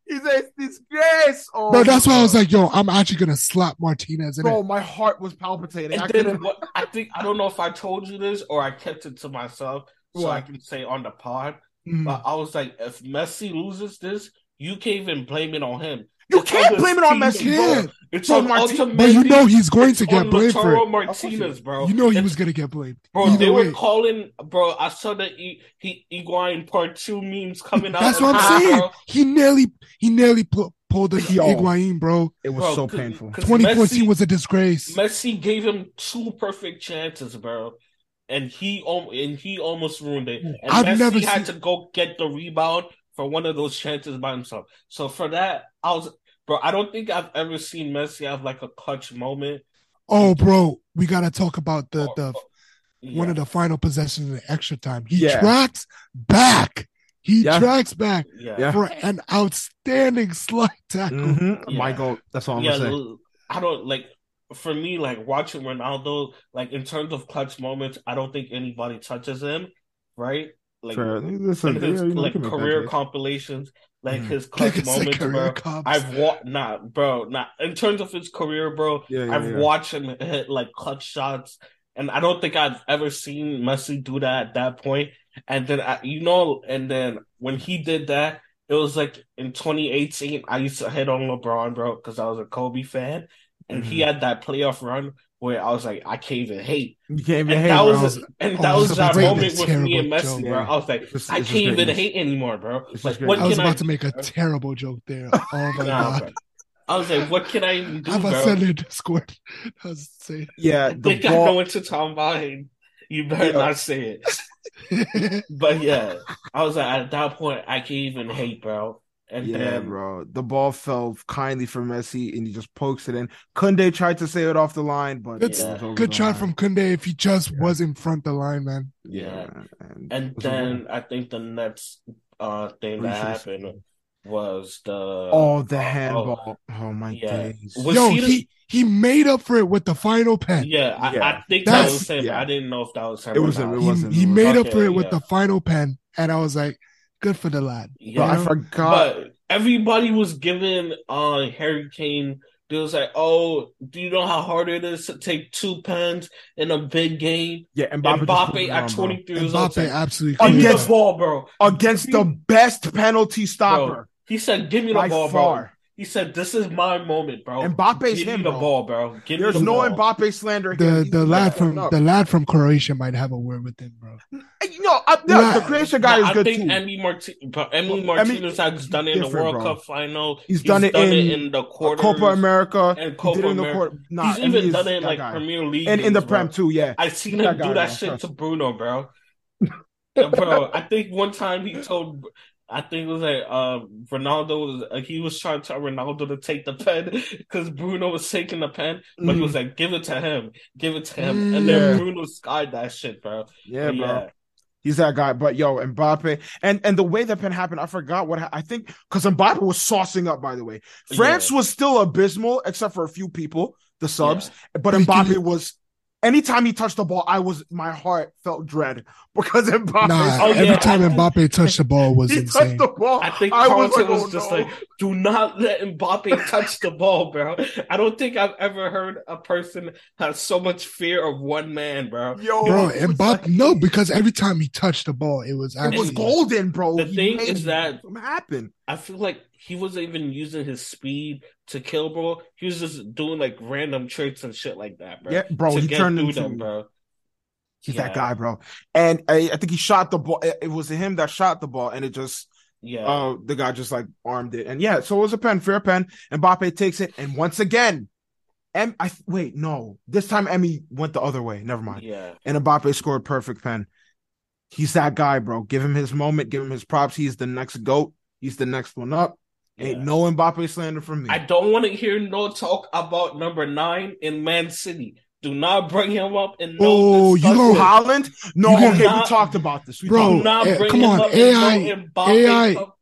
[SPEAKER 1] He's a disgrace. Oh,
[SPEAKER 3] Bro, that's why I was
[SPEAKER 1] God.
[SPEAKER 3] like, yo, I'm actually gonna slap Martinez in
[SPEAKER 1] bro,
[SPEAKER 3] it.
[SPEAKER 1] my heart was palpitating. I
[SPEAKER 2] And
[SPEAKER 1] couldn't.
[SPEAKER 2] then what I think I don't know if I told you this or I kept it to myself so I
[SPEAKER 1] What?
[SPEAKER 2] can say on the pod.
[SPEAKER 3] Mm.
[SPEAKER 2] But I was like, if Messi loses this, you can't even blame it on him.
[SPEAKER 1] You
[SPEAKER 2] It's
[SPEAKER 1] can't
[SPEAKER 2] on
[SPEAKER 1] blame it
[SPEAKER 2] his
[SPEAKER 1] on
[SPEAKER 2] team,
[SPEAKER 1] Messi,
[SPEAKER 3] bro.
[SPEAKER 1] bro.
[SPEAKER 3] Yeah.
[SPEAKER 2] It's
[SPEAKER 1] Bro,
[SPEAKER 2] on
[SPEAKER 1] Martin-
[SPEAKER 2] Ultimate
[SPEAKER 3] But you know he's going to get
[SPEAKER 2] on
[SPEAKER 3] blamed for it.
[SPEAKER 2] Lautaro
[SPEAKER 1] course he
[SPEAKER 2] Martinez,
[SPEAKER 1] did.
[SPEAKER 2] bro.
[SPEAKER 3] You know he
[SPEAKER 2] It's-
[SPEAKER 3] was gonna get blamed.
[SPEAKER 2] Bro,
[SPEAKER 3] Either
[SPEAKER 2] they
[SPEAKER 3] way.
[SPEAKER 2] were calling, bro. I saw the e- he Iguain part two memes coming out.
[SPEAKER 3] That's
[SPEAKER 2] on
[SPEAKER 3] what
[SPEAKER 2] that,
[SPEAKER 3] I'm saying.
[SPEAKER 2] bro.
[SPEAKER 3] He nearly he nearly pu- pulled the
[SPEAKER 1] Yo.
[SPEAKER 3] Higuain, bro.
[SPEAKER 1] It was
[SPEAKER 2] Bro,
[SPEAKER 1] so
[SPEAKER 2] c-
[SPEAKER 1] painful.
[SPEAKER 2] (laughs) 'cause
[SPEAKER 3] 2014
[SPEAKER 2] Messi,
[SPEAKER 3] was a disgrace.
[SPEAKER 2] Messi gave him two perfect chances, bro, and he om- and he almost ruined it. And
[SPEAKER 3] I've
[SPEAKER 2] Messi
[SPEAKER 3] never
[SPEAKER 2] had
[SPEAKER 3] seen-
[SPEAKER 2] to go get the rebound for one of those chances by himself. So for that, I was, bro. I don't think I've ever seen Messi have like a clutch moment.
[SPEAKER 3] Oh, bro, we gotta talk about the
[SPEAKER 2] Or-
[SPEAKER 3] the
[SPEAKER 2] Oh, Yeah.
[SPEAKER 3] one of the final possessions in the extra time. He
[SPEAKER 1] Yeah.
[SPEAKER 3] tracks back. He
[SPEAKER 1] Yeah.
[SPEAKER 3] tracks back
[SPEAKER 2] yeah.
[SPEAKER 1] Yeah.
[SPEAKER 3] for an outstanding slide tackle.
[SPEAKER 1] Mhm.
[SPEAKER 2] Mm-hmm. Yeah.
[SPEAKER 1] Michael, that's all I'm
[SPEAKER 2] yeah,
[SPEAKER 1] gonna say.
[SPEAKER 2] l- I don't like for me like watching Ronaldo like in terms of clutch moments. I don't think anybody touches him, right? Like
[SPEAKER 1] Fair. Listen,
[SPEAKER 2] in
[SPEAKER 1] yeah,
[SPEAKER 2] his
[SPEAKER 1] you know, you
[SPEAKER 2] like
[SPEAKER 1] can make that
[SPEAKER 2] career
[SPEAKER 1] case.
[SPEAKER 2] compilations, like
[SPEAKER 1] Mhm.
[SPEAKER 2] his clutch
[SPEAKER 3] Like it's like
[SPEAKER 2] moments,
[SPEAKER 3] career
[SPEAKER 2] bro.
[SPEAKER 3] cops.
[SPEAKER 2] I've watched nah, bro, nah. In terms of his career, bro,
[SPEAKER 1] Yeah, yeah,
[SPEAKER 2] I've
[SPEAKER 1] yeah.
[SPEAKER 2] watched him hit like clutch shots, and I don't think I've ever seen Messi do that at that point. And then I, you know, and then when he did that, it was like in 2018. I used to hit on LeBron, bro, because I was a Kobe fan, and he had that playoff run where I was like, I can't even hate.
[SPEAKER 1] You can't even
[SPEAKER 2] And
[SPEAKER 1] hate,
[SPEAKER 2] that
[SPEAKER 1] bro.
[SPEAKER 2] was and that
[SPEAKER 3] Oh,
[SPEAKER 2] was
[SPEAKER 3] it's
[SPEAKER 2] that
[SPEAKER 3] a great-
[SPEAKER 2] moment with me
[SPEAKER 3] terrible
[SPEAKER 2] and Messi,
[SPEAKER 3] joke.
[SPEAKER 2] bro. I was like,
[SPEAKER 1] It's just-
[SPEAKER 2] I
[SPEAKER 1] it's just
[SPEAKER 2] can't even
[SPEAKER 1] greatness.
[SPEAKER 2] hate anymore, bro.
[SPEAKER 1] It's
[SPEAKER 2] Like,
[SPEAKER 1] just
[SPEAKER 2] what
[SPEAKER 3] I was
[SPEAKER 2] can I?
[SPEAKER 3] about to make a terrible joke
[SPEAKER 2] (laughs)
[SPEAKER 3] there. Oh my
[SPEAKER 2] Nah,
[SPEAKER 3] god.
[SPEAKER 2] bro. I was like, what can I even do,
[SPEAKER 3] Have a
[SPEAKER 2] bro?
[SPEAKER 3] sender Discord. (laughs) That was insane.
[SPEAKER 1] Yeah,
[SPEAKER 2] I
[SPEAKER 1] the
[SPEAKER 2] think I know
[SPEAKER 1] ball.
[SPEAKER 2] what you're talking about. and You better
[SPEAKER 1] Yeah.
[SPEAKER 2] not say it. (laughs) But yeah, I was like, at that point, I can't even hate, bro. And
[SPEAKER 1] Yeah,
[SPEAKER 2] then,
[SPEAKER 1] bro. The ball fell kindly for Messi, and he just pokes it in. Kunde tried to save it off the line, but
[SPEAKER 3] That's
[SPEAKER 1] it was over
[SPEAKER 3] Good
[SPEAKER 1] the
[SPEAKER 3] shot
[SPEAKER 1] line.
[SPEAKER 3] from Kunde if he just
[SPEAKER 1] Yeah.
[SPEAKER 3] was in front the line, man.
[SPEAKER 1] Yeah, it was
[SPEAKER 2] and
[SPEAKER 1] a win.
[SPEAKER 2] then I think the next uh thing
[SPEAKER 1] Pretty
[SPEAKER 2] that
[SPEAKER 1] sure it's-
[SPEAKER 2] happened was the
[SPEAKER 1] Oh, the
[SPEAKER 2] uh,
[SPEAKER 1] handball! Oh my
[SPEAKER 2] yeah.
[SPEAKER 1] days!
[SPEAKER 2] Was
[SPEAKER 3] Yo,
[SPEAKER 2] he
[SPEAKER 3] he,
[SPEAKER 2] the-
[SPEAKER 3] he made up for it with the final
[SPEAKER 2] Oh,
[SPEAKER 3] pen.
[SPEAKER 2] yeah, I, I
[SPEAKER 1] Yeah.
[SPEAKER 2] think that
[SPEAKER 3] That's-
[SPEAKER 2] was him.
[SPEAKER 1] yeah.
[SPEAKER 2] I didn't know if that was him.
[SPEAKER 1] It
[SPEAKER 2] or
[SPEAKER 1] was him,
[SPEAKER 2] not.
[SPEAKER 1] it
[SPEAKER 3] He,
[SPEAKER 1] wasn't-
[SPEAKER 3] he
[SPEAKER 1] it
[SPEAKER 3] made
[SPEAKER 2] wasn't.
[SPEAKER 3] up for it with
[SPEAKER 2] Okay,
[SPEAKER 3] the final pen, and I was like, "Good for the lad."
[SPEAKER 1] Bro,
[SPEAKER 2] Yeah,
[SPEAKER 1] I
[SPEAKER 3] Yeah.
[SPEAKER 1] forgot.
[SPEAKER 2] but everybody was giving uh Harry Kane. They was like, "Oh, do you know how hard it is to take two pens in a big game?"
[SPEAKER 1] Yeah, Mbappe,
[SPEAKER 2] Mbappe,
[SPEAKER 1] just put it
[SPEAKER 2] at
[SPEAKER 1] on, bro.
[SPEAKER 2] 23 years old,
[SPEAKER 3] Mbappe
[SPEAKER 2] said,
[SPEAKER 3] absolutely.
[SPEAKER 2] "Give me
[SPEAKER 3] cleared
[SPEAKER 2] the
[SPEAKER 1] Against-
[SPEAKER 3] it.
[SPEAKER 2] ball, bro."
[SPEAKER 1] against the best penalty stopper
[SPEAKER 2] He said, "Give me the
[SPEAKER 1] by
[SPEAKER 2] ball, bro."
[SPEAKER 1] far.
[SPEAKER 2] He said, "This is my moment, bro."
[SPEAKER 1] Mbappe's
[SPEAKER 2] Give me
[SPEAKER 1] him,
[SPEAKER 2] the
[SPEAKER 1] bro.
[SPEAKER 2] ball, bro. Give me
[SPEAKER 1] There's
[SPEAKER 2] the
[SPEAKER 1] no
[SPEAKER 2] ball.
[SPEAKER 1] Mbappe slander here.
[SPEAKER 3] The
[SPEAKER 1] He's
[SPEAKER 3] the lad
[SPEAKER 1] messed
[SPEAKER 3] from
[SPEAKER 1] up.
[SPEAKER 3] the lad from Croatia might have a word with him, bro.
[SPEAKER 1] you know, I,
[SPEAKER 2] uh,
[SPEAKER 1] no,
[SPEAKER 3] Nah.
[SPEAKER 1] the Croatia guy
[SPEAKER 2] But
[SPEAKER 1] is
[SPEAKER 2] I
[SPEAKER 1] good
[SPEAKER 2] think
[SPEAKER 1] too.
[SPEAKER 2] Emmy, Marti- but Emmy
[SPEAKER 1] Well, Emmy-
[SPEAKER 2] Martinez has done it in the
[SPEAKER 1] different,
[SPEAKER 2] World
[SPEAKER 1] bro.
[SPEAKER 2] Cup final.
[SPEAKER 1] He's done it in
[SPEAKER 2] the quarters.
[SPEAKER 1] Copa America.
[SPEAKER 2] and
[SPEAKER 1] He
[SPEAKER 2] Copa
[SPEAKER 1] did it in the
[SPEAKER 2] America.
[SPEAKER 1] quarter. Nah,
[SPEAKER 2] He's
[SPEAKER 1] Emmy
[SPEAKER 2] even
[SPEAKER 1] is
[SPEAKER 2] done it in
[SPEAKER 1] that
[SPEAKER 2] like
[SPEAKER 1] guy.
[SPEAKER 2] Premier League
[SPEAKER 1] and in the
[SPEAKER 2] games, bro.
[SPEAKER 1] Prem too. Yeah,
[SPEAKER 2] I seen
[SPEAKER 1] That
[SPEAKER 2] him
[SPEAKER 1] guy,
[SPEAKER 2] do that
[SPEAKER 1] bro, (laughs)
[SPEAKER 2] shit
[SPEAKER 1] trust
[SPEAKER 2] to
[SPEAKER 1] me.
[SPEAKER 2] Bruno, bro. bro, I think one time he told I think it was like uh, Ronaldo was like he was trying to tell Ronaldo to take the pen because Bruno was taking the pen, but he was like, "Give it to him, give it to him," and
[SPEAKER 1] Mm. Yeah.
[SPEAKER 2] then Bruno skied that shit, bro.
[SPEAKER 1] Mm, Yeah,
[SPEAKER 2] But
[SPEAKER 1] bro. He's that guy. But yo, Mbappe, and and the way that pen happened, I forgot what ha- I think because Mbappe was saucing up. By the way, France was still abysmal except for a few people, the subs. But
[SPEAKER 3] But he
[SPEAKER 1] Mbappe
[SPEAKER 3] didn't-
[SPEAKER 1] was. Anytime he touched the ball, I was my heart felt dread (laughs) because Mbappe.
[SPEAKER 3] Nah,
[SPEAKER 2] (laughs) Oh,
[SPEAKER 3] every
[SPEAKER 2] yeah.
[SPEAKER 3] time
[SPEAKER 1] (laughs)
[SPEAKER 3] Mbappe touched the ball
[SPEAKER 2] (laughs)
[SPEAKER 3] was
[SPEAKER 1] he touched
[SPEAKER 3] insane.
[SPEAKER 1] the ball.
[SPEAKER 2] I think
[SPEAKER 1] I was
[SPEAKER 2] Carlton
[SPEAKER 1] like,
[SPEAKER 2] was
[SPEAKER 1] oh,
[SPEAKER 2] just
[SPEAKER 1] no.
[SPEAKER 2] like, "Do not let Mbappe touch the ball, bro." I don't think I've ever heard a person have so much fear of one man, bro.
[SPEAKER 1] yo,
[SPEAKER 3] Bro,
[SPEAKER 1] it was
[SPEAKER 3] Mbappe,
[SPEAKER 1] like-
[SPEAKER 3] no, because every time he touched the ball, it was
[SPEAKER 1] it
[SPEAKER 3] actually
[SPEAKER 1] was golden, bro.
[SPEAKER 2] The
[SPEAKER 1] He
[SPEAKER 2] thing
[SPEAKER 1] made
[SPEAKER 2] is that-
[SPEAKER 1] something happen.
[SPEAKER 2] I feel like he wasn't even using his speed to kill, bro. He was just doing like random tricks and shit like that, bro.
[SPEAKER 1] Yeah, bro,
[SPEAKER 2] to
[SPEAKER 1] he
[SPEAKER 2] get
[SPEAKER 1] turned
[SPEAKER 2] through
[SPEAKER 1] into
[SPEAKER 2] them, bro.
[SPEAKER 1] He's that
[SPEAKER 2] Yeah,
[SPEAKER 1] guy, bro. And uh, I, I think he shot the ball. It, it was him that shot the ball, and it just
[SPEAKER 2] Yeah,
[SPEAKER 1] oh, the guy just like armed it. And yeah, so it was a pen, fair pen. And Mbappe takes it, and once again, em- I wait, no, this time Emmy went the other way. Never mind.
[SPEAKER 2] yeah.
[SPEAKER 1] And Mbappe scored perfect pen. He's that guy, bro. Give him his moment. Give him his props. He's the next goat. He's the next one up. Ain't
[SPEAKER 2] yeah.
[SPEAKER 1] no Mbappe slander from me.
[SPEAKER 2] I don't want to hear no talk about number nine in Man City. Do not bring him up in no.
[SPEAKER 3] Oh, you
[SPEAKER 1] Oh,
[SPEAKER 3] don't
[SPEAKER 2] discussion.
[SPEAKER 1] Holland? No,
[SPEAKER 3] You gonna-
[SPEAKER 1] okay, we
[SPEAKER 2] Not-
[SPEAKER 1] talked about this. We
[SPEAKER 3] Bro,
[SPEAKER 1] talked
[SPEAKER 2] Do not
[SPEAKER 3] eh,
[SPEAKER 2] bring
[SPEAKER 3] come
[SPEAKER 2] him
[SPEAKER 3] on,
[SPEAKER 2] up in no
[SPEAKER 3] AI,
[SPEAKER 2] Mbappe
[SPEAKER 3] AI.
[SPEAKER 2] cup-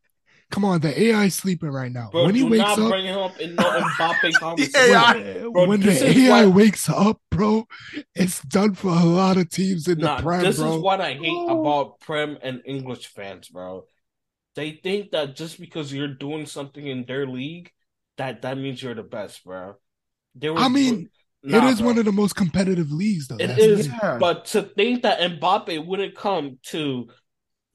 [SPEAKER 3] Come on, the AI is sleeping right now.
[SPEAKER 2] Bro,
[SPEAKER 3] when he
[SPEAKER 2] do
[SPEAKER 3] wakes
[SPEAKER 2] not
[SPEAKER 3] up,
[SPEAKER 2] bring him up
[SPEAKER 3] (laughs)
[SPEAKER 2] in no Mbappe conversation.
[SPEAKER 1] AI.
[SPEAKER 2] Bro,
[SPEAKER 3] when
[SPEAKER 2] this
[SPEAKER 3] the
[SPEAKER 2] is
[SPEAKER 3] AI
[SPEAKER 2] why-
[SPEAKER 3] wakes up, bro, it's done for a lot of teams in
[SPEAKER 2] Nah,
[SPEAKER 3] the prem,
[SPEAKER 2] this
[SPEAKER 3] bro.
[SPEAKER 2] is what I hate
[SPEAKER 3] Oh.
[SPEAKER 2] about Prem and English fans, bro. They think that just because you're doing something in their league, that that means you're the best, bro. There was,
[SPEAKER 3] I mean,
[SPEAKER 2] nah,
[SPEAKER 3] it is
[SPEAKER 2] bro.
[SPEAKER 3] one of the most competitive leagues, though.
[SPEAKER 2] It
[SPEAKER 3] That's-
[SPEAKER 2] is,
[SPEAKER 1] Yeah.
[SPEAKER 2] But to think that Mbappe wouldn't come to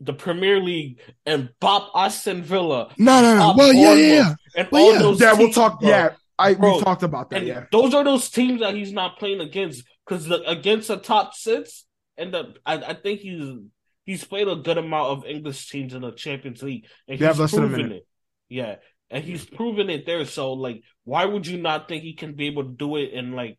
[SPEAKER 2] the Premier League and bop Aston Villa
[SPEAKER 3] No, no, no.
[SPEAKER 2] Bop
[SPEAKER 3] Well, yeah, yeah, yeah.
[SPEAKER 2] Bournemouth, and
[SPEAKER 3] Well,
[SPEAKER 2] all
[SPEAKER 3] yeah.
[SPEAKER 2] those
[SPEAKER 1] yeah, we'll
[SPEAKER 2] teams,
[SPEAKER 1] talk.
[SPEAKER 2] bro.
[SPEAKER 1] Yeah, I
[SPEAKER 2] Bro,
[SPEAKER 1] we talked about that.
[SPEAKER 2] And
[SPEAKER 1] Yeah,
[SPEAKER 2] those are those teams that he's not playing against because against the top six and the I, I think he's he's played a good amount of English teams in the Champions League and
[SPEAKER 1] Yeah,
[SPEAKER 2] he's
[SPEAKER 1] less than a
[SPEAKER 2] proven
[SPEAKER 1] minute.
[SPEAKER 2] it. Yeah, and he's proven it there. So like, why would you not think he can be able to do it in like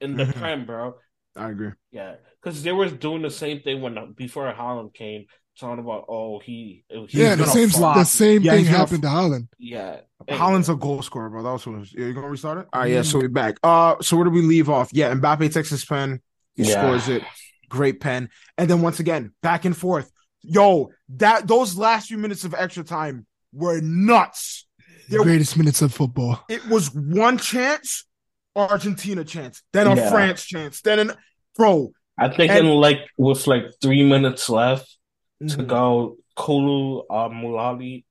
[SPEAKER 2] in the
[SPEAKER 1] Mhm.
[SPEAKER 3] Mm-hmm.
[SPEAKER 2] Prem, bro?
[SPEAKER 1] I agree.
[SPEAKER 2] Yeah, because they was doing the same thing when uh, before Holland came talking about oh he, he
[SPEAKER 3] yeah, the
[SPEAKER 1] gonna
[SPEAKER 3] same,
[SPEAKER 1] flop.
[SPEAKER 3] the same
[SPEAKER 1] Yeah,
[SPEAKER 3] thing
[SPEAKER 1] he's gonna
[SPEAKER 3] happened to Holland.
[SPEAKER 2] yeah
[SPEAKER 1] Holland's a goal scorer, bro. That was what it was. Yeah, you gonna restart it? All right, yeah.
[SPEAKER 3] Mhm.
[SPEAKER 1] So we're back. Uh, so where do we leave off? Yeah, Mbappe takes his pen. He
[SPEAKER 2] Yeah.
[SPEAKER 1] scores it. Great pen. And then once again, back and forth. Yo, that those last few minutes of extra time were nuts. There-
[SPEAKER 3] Greatest minutes of football.
[SPEAKER 1] It was one chance, Argentina chance, then a
[SPEAKER 2] Yeah.
[SPEAKER 1] France chance, then an bro.
[SPEAKER 2] I think
[SPEAKER 1] And-
[SPEAKER 2] in like with like three minutes left. to
[SPEAKER 1] Mhm.
[SPEAKER 2] go Kulu uh, Mulali.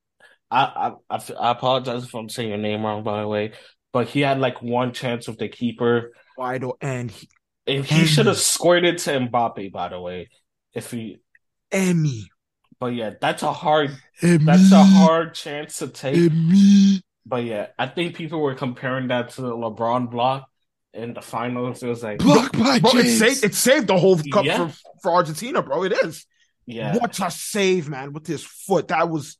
[SPEAKER 2] I, I- I f- I apologize if I'm saying your name wrong, by the way, but he had like one chance with the keeper,
[SPEAKER 1] Wide o- and he-
[SPEAKER 2] and he
[SPEAKER 1] Mm-hmm.
[SPEAKER 2] should have squared it to Mbappe, by the way. If he,
[SPEAKER 1] Emmy.
[SPEAKER 2] but yeah, that's a hard,
[SPEAKER 3] It
[SPEAKER 2] that's
[SPEAKER 3] me,
[SPEAKER 1] Mm-hmm.
[SPEAKER 2] a hard chance to
[SPEAKER 3] it
[SPEAKER 2] take.
[SPEAKER 3] me.
[SPEAKER 2] But yeah, I think people were comparing that to the LeBron block in the finals. It was like,
[SPEAKER 3] Blocked by
[SPEAKER 1] Bro, it
[SPEAKER 3] James.
[SPEAKER 1] saved it saved the whole cup
[SPEAKER 2] Yeah.
[SPEAKER 1] for, for Argentina, bro. It is.
[SPEAKER 2] yeah,
[SPEAKER 1] What a save, man, with his foot. That was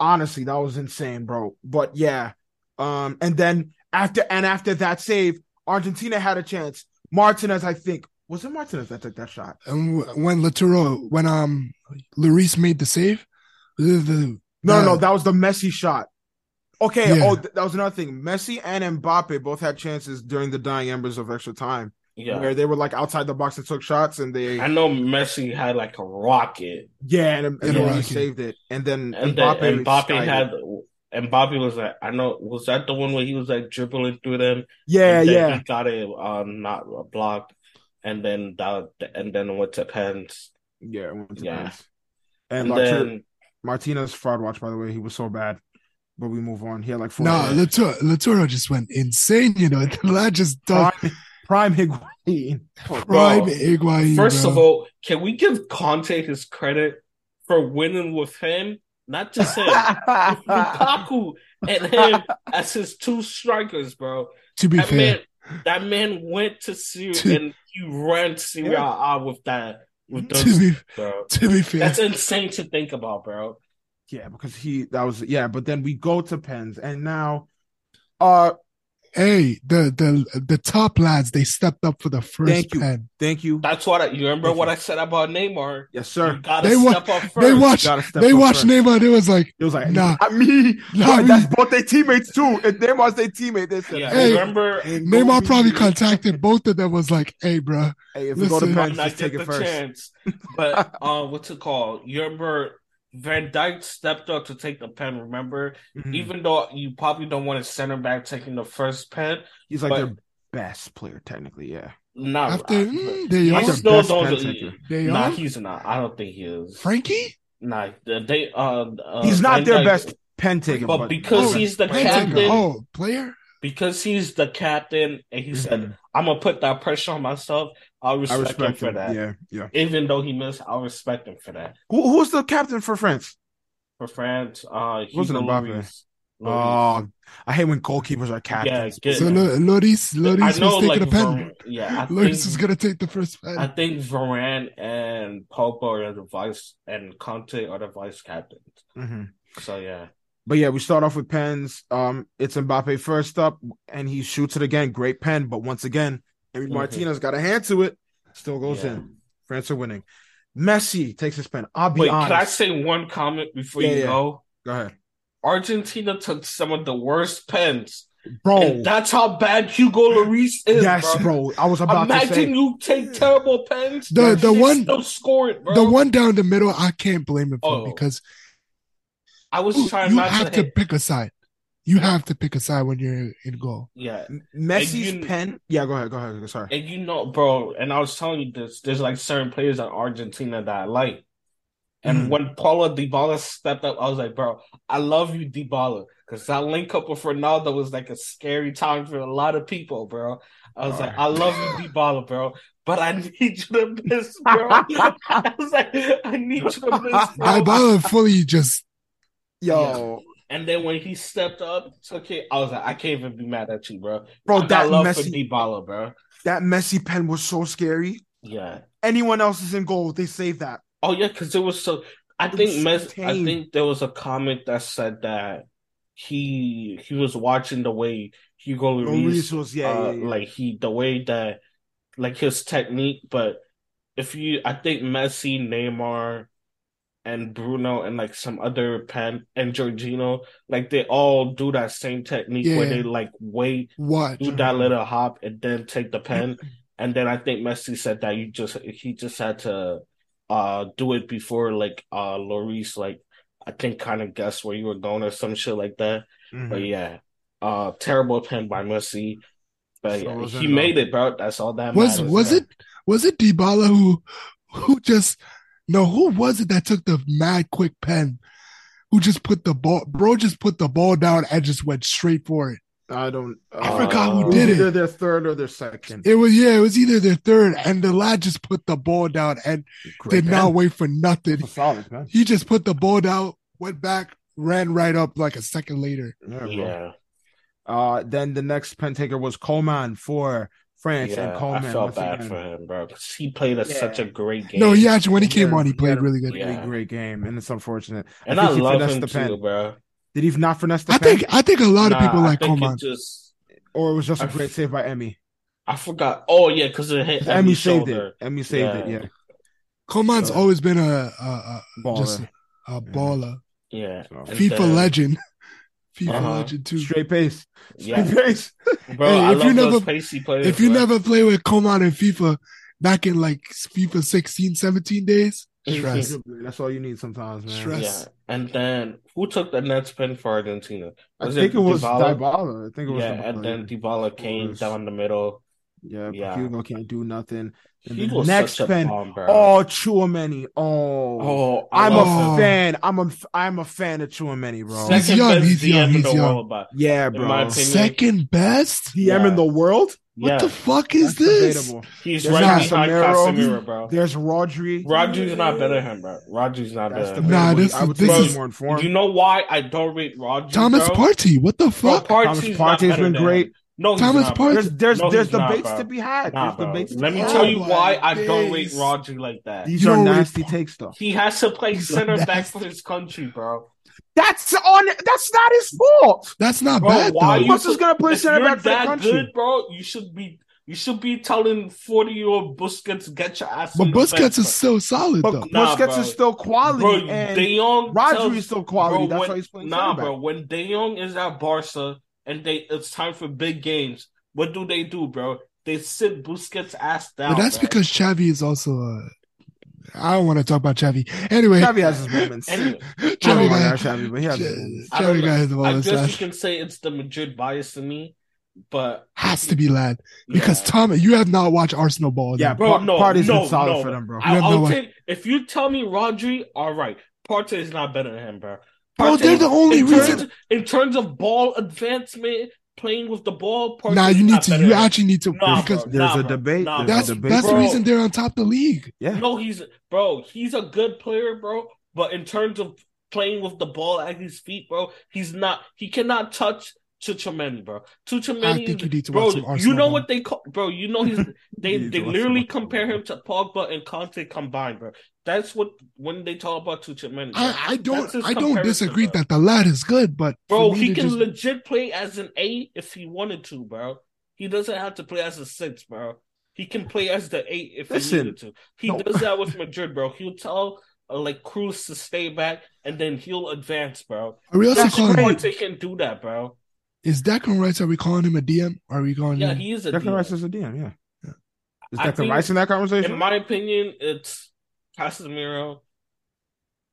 [SPEAKER 1] honestly, that was insane, bro. But yeah. Um, and then after and after that save, Argentina had a chance. Martinez, I think. Was it Martinez that took that shot?
[SPEAKER 3] And w- when Laturo, when um, Lloris made the save, the, the-
[SPEAKER 1] No, no,
[SPEAKER 3] Yeah.
[SPEAKER 1] no, that was the Messi shot. Okay,
[SPEAKER 3] Yeah.
[SPEAKER 1] oh, th- that was another thing. Messi and Mbappe both had chances during the dying embers of extra time,
[SPEAKER 2] yeah.
[SPEAKER 1] where they were like outside the box and took shots, and they
[SPEAKER 2] I know Messi had like a rocket.
[SPEAKER 1] yeah, and, and
[SPEAKER 2] Yeah.
[SPEAKER 1] Lloris
[SPEAKER 3] Yeah.
[SPEAKER 1] saved it, and then
[SPEAKER 2] And
[SPEAKER 1] Mbappe,
[SPEAKER 2] Mbappe, Mbappe
[SPEAKER 1] skied it.
[SPEAKER 2] had Mbappe was like, I know, was that the one where he was like dribbling through them?
[SPEAKER 1] yeah,
[SPEAKER 2] and then (laughs)
[SPEAKER 1] yeah.
[SPEAKER 2] He got it um not blocked, and then that and then went to Pens,
[SPEAKER 1] Yeah, it went to
[SPEAKER 2] Yeah.
[SPEAKER 1] Prince.
[SPEAKER 2] and,
[SPEAKER 1] And, Martin-
[SPEAKER 2] then
[SPEAKER 1] Martinez fraud watch, by the way, he was so bad. But we move on. He had like four
[SPEAKER 3] nah, Laturo, Laturo just went insane. You know, (laughs) the lad just dug
[SPEAKER 1] prime, prime Higuain.
[SPEAKER 2] (laughs)
[SPEAKER 3] prime
[SPEAKER 2] Bro,
[SPEAKER 3] Higuain,
[SPEAKER 2] first
[SPEAKER 3] bro.
[SPEAKER 2] of all, can we give Conte his credit for winning with him, not just him, with
[SPEAKER 1] (laughs)
[SPEAKER 2] Lukaku and him as his two strikers, bro?
[SPEAKER 3] to be
[SPEAKER 2] That
[SPEAKER 3] fair,
[SPEAKER 2] man, that man went to Syria and he ran Syria
[SPEAKER 1] Yeah.
[SPEAKER 2] out with that with
[SPEAKER 3] (laughs) to
[SPEAKER 2] those,
[SPEAKER 3] be
[SPEAKER 2] bro.
[SPEAKER 3] to be fair,
[SPEAKER 2] That's insane to think about, bro.
[SPEAKER 1] yeah, because he that was yeah, but then we go to Pens and now uh
[SPEAKER 3] Hey, the the the top lads they stepped up for the first
[SPEAKER 1] Thank you.
[SPEAKER 3] pen.
[SPEAKER 1] Thank you.
[SPEAKER 2] That's what I, you remember what I said about Neymar.
[SPEAKER 1] Yes,
[SPEAKER 2] You
[SPEAKER 1] sir.
[SPEAKER 2] gotta
[SPEAKER 3] They wa-
[SPEAKER 2] step up first.
[SPEAKER 3] They watched
[SPEAKER 1] Gotta step
[SPEAKER 3] they
[SPEAKER 1] up
[SPEAKER 3] watched
[SPEAKER 1] first.
[SPEAKER 3] Neymar. They was like,
[SPEAKER 1] It was like,
[SPEAKER 3] Nah.
[SPEAKER 1] not me.
[SPEAKER 3] Nah,
[SPEAKER 1] Like,
[SPEAKER 3] we-
[SPEAKER 1] that's both their teammates too. If Neymar's their teammate, they said,
[SPEAKER 2] Yeah,
[SPEAKER 1] hey,
[SPEAKER 3] Hey,
[SPEAKER 2] remember
[SPEAKER 1] ain't gonna
[SPEAKER 3] Neymar
[SPEAKER 1] be
[SPEAKER 3] probably
[SPEAKER 1] me.
[SPEAKER 3] contacted both of them. Was like, hey, bro,
[SPEAKER 1] Hey, if we go to
[SPEAKER 3] Listen.
[SPEAKER 2] might
[SPEAKER 1] pens,
[SPEAKER 2] not
[SPEAKER 1] just
[SPEAKER 2] get
[SPEAKER 1] take it
[SPEAKER 2] the
[SPEAKER 1] first.
[SPEAKER 2] chance.
[SPEAKER 1] (laughs)
[SPEAKER 2] But uh, what's it called? You remember Van Dyke stepped up to take the pen. Remember,
[SPEAKER 1] Mhm.
[SPEAKER 2] even though you probably don't want a center back taking the first pen,
[SPEAKER 1] He's like
[SPEAKER 2] but-
[SPEAKER 1] their best player, technically. Yeah.
[SPEAKER 2] not
[SPEAKER 3] after
[SPEAKER 1] hmm,
[SPEAKER 3] mm, they
[SPEAKER 2] You
[SPEAKER 1] Not
[SPEAKER 3] are
[SPEAKER 1] their
[SPEAKER 2] still
[SPEAKER 1] best
[SPEAKER 2] don't-
[SPEAKER 1] pen taker.
[SPEAKER 3] they
[SPEAKER 2] Nah,
[SPEAKER 3] are
[SPEAKER 2] he's not. I don't think he is.
[SPEAKER 3] Frankie.
[SPEAKER 2] Nah, they. Uh, uh,
[SPEAKER 1] He's not
[SPEAKER 2] Van
[SPEAKER 1] their
[SPEAKER 2] Dijk-
[SPEAKER 1] best pen taker,
[SPEAKER 2] But
[SPEAKER 1] but
[SPEAKER 2] because
[SPEAKER 3] Oh,
[SPEAKER 2] he's the
[SPEAKER 3] Wait, take a-
[SPEAKER 2] captain,
[SPEAKER 3] Oh, player.
[SPEAKER 2] because he's the captain, and he said,
[SPEAKER 1] Mhm.
[SPEAKER 2] "I'm gonna put that pressure on myself." I
[SPEAKER 1] I
[SPEAKER 2] respect,
[SPEAKER 1] respect
[SPEAKER 2] him for
[SPEAKER 1] him.
[SPEAKER 2] that.
[SPEAKER 1] Yeah, yeah.
[SPEAKER 2] Even though he missed, I respect him for that.
[SPEAKER 1] Who, who's the captain for France?
[SPEAKER 2] For France, uh, Hugo
[SPEAKER 1] Wasn't Mbappe.
[SPEAKER 2] Lloris. Lloris.
[SPEAKER 1] Oh, I hate when goalkeepers are captains.
[SPEAKER 2] good.
[SPEAKER 3] So Lo- Loris, Loris
[SPEAKER 2] I know,
[SPEAKER 3] was taking
[SPEAKER 2] like,
[SPEAKER 3] a pen.
[SPEAKER 2] Varane- yeah, I
[SPEAKER 3] Loris is
[SPEAKER 2] think,
[SPEAKER 3] gonna take the first pen.
[SPEAKER 2] I think Varane and Pogba are the vice, and Conte are the vice captains.
[SPEAKER 1] Mhm.
[SPEAKER 2] So yeah,
[SPEAKER 1] But yeah, we start off with pens. Um, it's Mbappe first up, and he shoots it again. Great pen, but once again, Amy
[SPEAKER 2] Mhm.
[SPEAKER 1] Martinez got a hand to it. Still goes
[SPEAKER 2] Yeah.
[SPEAKER 1] in. France are winning. Messi takes his pen. I'll be
[SPEAKER 2] wait,
[SPEAKER 1] honest.
[SPEAKER 2] can I say one comment before
[SPEAKER 1] Yeah,
[SPEAKER 2] you
[SPEAKER 1] yeah.
[SPEAKER 2] go?
[SPEAKER 1] Go ahead,
[SPEAKER 2] Argentina took some of the worst pens,
[SPEAKER 1] bro.
[SPEAKER 2] and that's how bad Hugo Lloris is,
[SPEAKER 1] Oh. yes,
[SPEAKER 2] bro.
[SPEAKER 1] bro. I was about to say.
[SPEAKER 2] Imagine you take terrible pens.
[SPEAKER 3] The-
[SPEAKER 2] and
[SPEAKER 3] the
[SPEAKER 2] you
[SPEAKER 3] one-
[SPEAKER 2] still score it, bro.
[SPEAKER 3] the one down the middle, I can't blame him for
[SPEAKER 2] Oh,
[SPEAKER 3] because
[SPEAKER 2] I was
[SPEAKER 3] you
[SPEAKER 2] trying not
[SPEAKER 3] have
[SPEAKER 2] to
[SPEAKER 3] to,
[SPEAKER 2] hit.
[SPEAKER 3] pick a side. You have to pick a side when you're in goal.
[SPEAKER 2] Yeah,
[SPEAKER 1] Messi's
[SPEAKER 2] And you-
[SPEAKER 1] pen. Yeah, go ahead. Go ahead. Sorry.
[SPEAKER 2] And you know, bro, and I was telling you this, there's like certain players on Argentina that I like. And
[SPEAKER 1] Mhm.
[SPEAKER 2] when Paulo Dybala stepped up, I was like, bro, I love you, Dybala. Because that link up with Ronaldo was like a scary time for a lot of people, bro. I was
[SPEAKER 1] All
[SPEAKER 2] like,
[SPEAKER 1] right.
[SPEAKER 2] I love you, Dybala, bro. But I (laughs) need you to miss, bro. (laughs) I was like, I need you to miss, bro.
[SPEAKER 3] Dybala fully just
[SPEAKER 1] Yo,
[SPEAKER 2] And then when he stepped up, took it, I was like, I can't even be mad at you, bro.
[SPEAKER 1] bro,
[SPEAKER 2] I
[SPEAKER 1] Oh, that
[SPEAKER 2] got love for
[SPEAKER 1] Messi,
[SPEAKER 2] Dybala, bro.
[SPEAKER 1] that Messi pen was so scary.
[SPEAKER 2] Yeah.
[SPEAKER 1] Anyone else is in goal, they save that.
[SPEAKER 2] Oh yeah, because it was so. I
[SPEAKER 1] It
[SPEAKER 2] think
[SPEAKER 1] was
[SPEAKER 2] Mes- I
[SPEAKER 1] tame.
[SPEAKER 2] think there was a comment that said that he he was watching the way Hugo
[SPEAKER 1] Lloris
[SPEAKER 2] Lloris,
[SPEAKER 1] was yeah,
[SPEAKER 2] uh,
[SPEAKER 1] yeah, yeah.
[SPEAKER 2] like he the way that like his technique. But if you, I think Messi, Neymar, and Bruno, and like some other pen and Jorginho, like they all do that same technique where they
[SPEAKER 3] Yeah.
[SPEAKER 2] like wait,
[SPEAKER 3] watch.
[SPEAKER 2] do that little hop, and then take the
[SPEAKER 3] (laughs)
[SPEAKER 2] pen. And then I think Messi said that you just he just had to uh do it before like uh Loris like I think kind of guessed where you were going or some shit like that. But
[SPEAKER 3] Mm-hmm.
[SPEAKER 1] Mhm.
[SPEAKER 2] yeah. Uh terrible pin by Messi. But
[SPEAKER 1] So
[SPEAKER 2] yeah,
[SPEAKER 1] was
[SPEAKER 2] he
[SPEAKER 1] Endo.
[SPEAKER 2] made it, bro. That's all that
[SPEAKER 3] uh, Was
[SPEAKER 2] matters,
[SPEAKER 3] was
[SPEAKER 2] yeah.
[SPEAKER 3] it was it Dybala who who just no who was it that took the mad quick pen? Who just put the ball? Bro just put the ball down and just went straight for it.
[SPEAKER 1] I don't.
[SPEAKER 3] I
[SPEAKER 1] uh,
[SPEAKER 3] forgot
[SPEAKER 1] it
[SPEAKER 3] who
[SPEAKER 2] Uh,
[SPEAKER 1] was
[SPEAKER 3] did
[SPEAKER 1] Either
[SPEAKER 3] it.
[SPEAKER 1] their third or their second.
[SPEAKER 3] It was yeah, it was either their third, and the lad just put the ball down and did not wait for nothing.
[SPEAKER 1] solid man.
[SPEAKER 3] He just put the ball down, went back, ran right up like a second later.
[SPEAKER 1] Yeah, bro.
[SPEAKER 2] Yeah.
[SPEAKER 1] Uh, then the next pen taker was Coleman for France,
[SPEAKER 2] Yeah.
[SPEAKER 1] and
[SPEAKER 2] I
[SPEAKER 1] Coleman
[SPEAKER 2] felt
[SPEAKER 1] once
[SPEAKER 2] bad
[SPEAKER 1] again,
[SPEAKER 2] for him, bro, because he played a,
[SPEAKER 1] Yeah.
[SPEAKER 2] such a great game.
[SPEAKER 3] No, he actually when he
[SPEAKER 1] Yeah,
[SPEAKER 3] came on, he
[SPEAKER 1] yeah.
[SPEAKER 3] played really good.
[SPEAKER 1] Really
[SPEAKER 2] Yeah.
[SPEAKER 1] great game, and it's unfortunate.
[SPEAKER 2] and
[SPEAKER 1] I
[SPEAKER 2] I,
[SPEAKER 1] think he
[SPEAKER 2] love
[SPEAKER 1] finessed
[SPEAKER 2] him
[SPEAKER 1] the
[SPEAKER 2] too,
[SPEAKER 1] pen.
[SPEAKER 2] bro.
[SPEAKER 1] Did he not finesse the
[SPEAKER 3] I
[SPEAKER 1] pen,
[SPEAKER 3] think I think a lot of
[SPEAKER 2] Nah,
[SPEAKER 3] people
[SPEAKER 2] I
[SPEAKER 3] like
[SPEAKER 2] think it
[SPEAKER 3] Coman.
[SPEAKER 2] just
[SPEAKER 1] or it was just a
[SPEAKER 2] I
[SPEAKER 1] great
[SPEAKER 2] f-
[SPEAKER 1] save by Emmy?
[SPEAKER 2] I forgot. Oh yeah, because it hit
[SPEAKER 1] Emmy
[SPEAKER 2] Emmy's
[SPEAKER 1] saved
[SPEAKER 2] shoulder.
[SPEAKER 1] it. Emmy saved it.
[SPEAKER 2] Yeah.
[SPEAKER 1] Yeah,
[SPEAKER 3] Coman's
[SPEAKER 1] Yeah.
[SPEAKER 3] always been a, a, a
[SPEAKER 1] Baller.
[SPEAKER 3] just a, a baller,
[SPEAKER 2] Yeah.
[SPEAKER 3] (laughs)
[SPEAKER 1] So,
[SPEAKER 2] And
[SPEAKER 3] FIFA
[SPEAKER 2] then-
[SPEAKER 3] legend, (laughs) FIFA
[SPEAKER 2] Uh-huh.
[SPEAKER 3] legend too.
[SPEAKER 1] straight pace. (laughs) Straight
[SPEAKER 2] Yeah.
[SPEAKER 1] pace.
[SPEAKER 2] Bro,
[SPEAKER 3] Hey,
[SPEAKER 2] I
[SPEAKER 3] if
[SPEAKER 2] love
[SPEAKER 3] you
[SPEAKER 2] those
[SPEAKER 3] never-
[SPEAKER 2] pacey players.
[SPEAKER 3] If
[SPEAKER 2] (laughs)
[SPEAKER 3] you
[SPEAKER 2] bro.
[SPEAKER 3] never play with Coman in FIFA back in like FIFA 16, 17 days, stress.
[SPEAKER 1] That's all you need sometimes, man.
[SPEAKER 3] Stress.
[SPEAKER 2] yeah, and then who took the next pin for Argentina?
[SPEAKER 1] I
[SPEAKER 2] Was
[SPEAKER 1] think it,
[SPEAKER 2] it
[SPEAKER 1] was
[SPEAKER 2] Dybala?
[SPEAKER 1] Dybala. I think it was
[SPEAKER 2] yeah,
[SPEAKER 1] Dybala.
[SPEAKER 2] and then Dybala came
[SPEAKER 1] Yes.
[SPEAKER 2] down the middle.
[SPEAKER 1] yeah, but
[SPEAKER 2] yeah.
[SPEAKER 1] Hugo can't do nothing. And
[SPEAKER 2] He
[SPEAKER 1] the
[SPEAKER 2] was
[SPEAKER 1] next
[SPEAKER 2] such a
[SPEAKER 1] pen.
[SPEAKER 2] bomb, bro.
[SPEAKER 1] Oh, Chouameni. Oh,
[SPEAKER 2] Oh, I
[SPEAKER 1] I'm
[SPEAKER 2] love
[SPEAKER 3] Oh.
[SPEAKER 1] a
[SPEAKER 2] him.
[SPEAKER 1] fan. I'm a I'm a fan of Chouameni, bro.
[SPEAKER 3] He's
[SPEAKER 2] Second
[SPEAKER 3] young,
[SPEAKER 2] best
[SPEAKER 3] he's young,
[SPEAKER 2] DM in
[SPEAKER 3] he's
[SPEAKER 2] the
[SPEAKER 3] young.
[SPEAKER 2] world, but
[SPEAKER 1] yeah,
[SPEAKER 2] in
[SPEAKER 1] bro.
[SPEAKER 2] my opinion,
[SPEAKER 3] Second best?
[SPEAKER 1] DM in the world.
[SPEAKER 3] What
[SPEAKER 2] yeah,
[SPEAKER 3] the fuck is
[SPEAKER 1] That's
[SPEAKER 3] this?
[SPEAKER 1] debatable.
[SPEAKER 2] he's
[SPEAKER 1] There's
[SPEAKER 2] right
[SPEAKER 3] not
[SPEAKER 2] behind
[SPEAKER 1] Casemiro.
[SPEAKER 2] Casemiro, bro.
[SPEAKER 1] There's Rodri.
[SPEAKER 2] Rodri's not better than him, bro. Rodri's not
[SPEAKER 1] That's
[SPEAKER 2] better.
[SPEAKER 1] the
[SPEAKER 2] than him.
[SPEAKER 3] Nah,
[SPEAKER 1] nah,
[SPEAKER 3] this
[SPEAKER 1] I would
[SPEAKER 3] is-
[SPEAKER 1] say
[SPEAKER 3] this
[SPEAKER 1] he's
[SPEAKER 2] is-
[SPEAKER 1] more informed.
[SPEAKER 2] You know why I don't rate Rodri,
[SPEAKER 3] Thomas
[SPEAKER 2] bro?
[SPEAKER 3] Party, what the
[SPEAKER 2] Bro,
[SPEAKER 3] fuck?
[SPEAKER 1] Thomas
[SPEAKER 2] Partey's not
[SPEAKER 1] Partey's
[SPEAKER 2] better
[SPEAKER 1] been
[SPEAKER 2] than him.
[SPEAKER 1] great.
[SPEAKER 2] No, he's
[SPEAKER 3] Thomas
[SPEAKER 2] not, bro.
[SPEAKER 3] Park-
[SPEAKER 1] There's there's
[SPEAKER 2] No,
[SPEAKER 1] there's
[SPEAKER 2] he's not,
[SPEAKER 1] debates
[SPEAKER 2] bro.
[SPEAKER 1] to be had.
[SPEAKER 2] Nah,
[SPEAKER 1] there's
[SPEAKER 2] bro.
[SPEAKER 1] debates. to
[SPEAKER 2] Let
[SPEAKER 1] be
[SPEAKER 2] me
[SPEAKER 1] had.
[SPEAKER 2] tell you
[SPEAKER 3] Oh,
[SPEAKER 2] why
[SPEAKER 3] my
[SPEAKER 2] I don't rate
[SPEAKER 3] days.
[SPEAKER 2] Rodri like that.
[SPEAKER 1] These
[SPEAKER 3] You
[SPEAKER 1] are
[SPEAKER 3] know what
[SPEAKER 1] nasty
[SPEAKER 3] it's-
[SPEAKER 1] takes though.
[SPEAKER 2] He has to play
[SPEAKER 3] He's a
[SPEAKER 2] center back
[SPEAKER 3] nasty-
[SPEAKER 2] for his country, bro.
[SPEAKER 1] That's on. That's not his fault.
[SPEAKER 3] That's not
[SPEAKER 2] Bro,
[SPEAKER 3] bad
[SPEAKER 2] why
[SPEAKER 1] Who
[SPEAKER 3] though.
[SPEAKER 2] you-
[SPEAKER 1] else is gonna play
[SPEAKER 2] if
[SPEAKER 1] center
[SPEAKER 2] you're
[SPEAKER 1] back for the
[SPEAKER 2] that
[SPEAKER 1] country?
[SPEAKER 2] good, bro, you should be you should be telling forty year old Busquets get your ass.
[SPEAKER 3] But
[SPEAKER 2] in the
[SPEAKER 3] Busquets
[SPEAKER 2] bench,
[SPEAKER 3] is still solid
[SPEAKER 1] But
[SPEAKER 3] though.
[SPEAKER 2] Nah,
[SPEAKER 1] Busquets
[SPEAKER 2] bro.
[SPEAKER 1] is still
[SPEAKER 2] bro.
[SPEAKER 1] quality,
[SPEAKER 2] Bro,
[SPEAKER 1] and
[SPEAKER 2] De Jong
[SPEAKER 1] Rodri
[SPEAKER 2] tells-
[SPEAKER 1] is still quality.
[SPEAKER 2] bro,
[SPEAKER 1] that's
[SPEAKER 2] when-
[SPEAKER 1] why he's playing
[SPEAKER 2] Nah,
[SPEAKER 1] center back.
[SPEAKER 2] bro. When De Jong is at Barca and they it's time for big games, what do they do, bro? They sit Busquets ass down.
[SPEAKER 3] But that's
[SPEAKER 2] bro.
[SPEAKER 3] because Chavi is also. Uh, I don't want to talk about Chavi. Anyway,
[SPEAKER 1] Xavi has his moments.
[SPEAKER 2] Anyway,
[SPEAKER 1] I don't
[SPEAKER 3] Chavi
[SPEAKER 1] want
[SPEAKER 3] got,
[SPEAKER 1] to Xavi, but he has his moments.
[SPEAKER 2] I don't
[SPEAKER 3] Chavi got his
[SPEAKER 2] I
[SPEAKER 3] moments.
[SPEAKER 2] guess you
[SPEAKER 3] lad.
[SPEAKER 2] can say it's the Madrid bias in me, but
[SPEAKER 3] Has to be lad because
[SPEAKER 2] yeah.
[SPEAKER 3] Tom, you have not watched Arsenal ball.
[SPEAKER 1] Yeah,
[SPEAKER 3] then.
[SPEAKER 2] Bro,
[SPEAKER 1] Par-
[SPEAKER 2] no,
[SPEAKER 1] Partey's
[SPEAKER 2] no,
[SPEAKER 1] been solid
[SPEAKER 2] no.
[SPEAKER 1] for them, bro.
[SPEAKER 2] I,
[SPEAKER 3] have
[SPEAKER 2] I'll
[SPEAKER 3] no
[SPEAKER 2] take if you tell me Rodri, all right, Partey is not better than him, bro.
[SPEAKER 3] bro,
[SPEAKER 2] Partey-
[SPEAKER 3] they're the only
[SPEAKER 2] in
[SPEAKER 3] reason.
[SPEAKER 2] terms, in terms of ball advancement, playing with the ball. Partey's
[SPEAKER 3] Nah, you need
[SPEAKER 2] not
[SPEAKER 3] to.
[SPEAKER 2] better
[SPEAKER 3] You
[SPEAKER 2] than him.
[SPEAKER 3] actually need to
[SPEAKER 2] Nah,
[SPEAKER 3] because
[SPEAKER 2] bro.
[SPEAKER 1] There's
[SPEAKER 2] Nah,
[SPEAKER 1] a
[SPEAKER 2] bro.
[SPEAKER 1] debate.
[SPEAKER 2] Nah,
[SPEAKER 1] There's
[SPEAKER 3] that's
[SPEAKER 1] a debate.
[SPEAKER 3] that's the
[SPEAKER 2] Bro.
[SPEAKER 3] reason they're on top of the league.
[SPEAKER 1] Yeah.
[SPEAKER 2] No, he's bro. He's a good player, bro. But in terms of playing with the ball at his feet, bro, he's not. He cannot touch Tuchemani, bro. Tuchemani,
[SPEAKER 3] I think you need to
[SPEAKER 2] bro.
[SPEAKER 3] watch some Arsenal.
[SPEAKER 2] you know
[SPEAKER 3] ball.
[SPEAKER 2] what they call, bro. You know
[SPEAKER 3] (laughs)
[SPEAKER 2] he's. They
[SPEAKER 1] You need
[SPEAKER 2] they
[SPEAKER 1] to watch
[SPEAKER 2] literally
[SPEAKER 1] some Arsenal
[SPEAKER 2] compare
[SPEAKER 1] ball.
[SPEAKER 2] him to Pogba and Conte combined, bro. That's what when they talk about Tuchemani, bro.
[SPEAKER 3] I, I don't
[SPEAKER 2] That's his
[SPEAKER 3] I don't
[SPEAKER 2] comparison,
[SPEAKER 3] disagree
[SPEAKER 2] bro.
[SPEAKER 3] that the lad is good, but
[SPEAKER 2] bro.
[SPEAKER 3] for me
[SPEAKER 2] He
[SPEAKER 3] to
[SPEAKER 2] can
[SPEAKER 3] just-
[SPEAKER 2] legit play as an eight if he wanted to, bro. He doesn't have to play as a six, bro. He can play as the eight if
[SPEAKER 1] Listen,
[SPEAKER 2] he needed to. He
[SPEAKER 1] no.
[SPEAKER 2] does that with Madrid, bro. He'll tell uh, like Cruz to stay back, and then he'll advance, bro.
[SPEAKER 3] are we also
[SPEAKER 1] That's
[SPEAKER 3] calling
[SPEAKER 1] great.
[SPEAKER 2] Conte can do that, bro.
[SPEAKER 3] is Declan Rice? Are we calling him a DM? Are we calling
[SPEAKER 2] Yeah,
[SPEAKER 3] him?
[SPEAKER 2] he is a.
[SPEAKER 1] Declan
[SPEAKER 2] DM.
[SPEAKER 1] Rice is a DM. Yeah. Is
[SPEAKER 2] I
[SPEAKER 1] Declan
[SPEAKER 2] think-
[SPEAKER 1] Rice in that conversation?
[SPEAKER 2] In my opinion, it's Casemiro.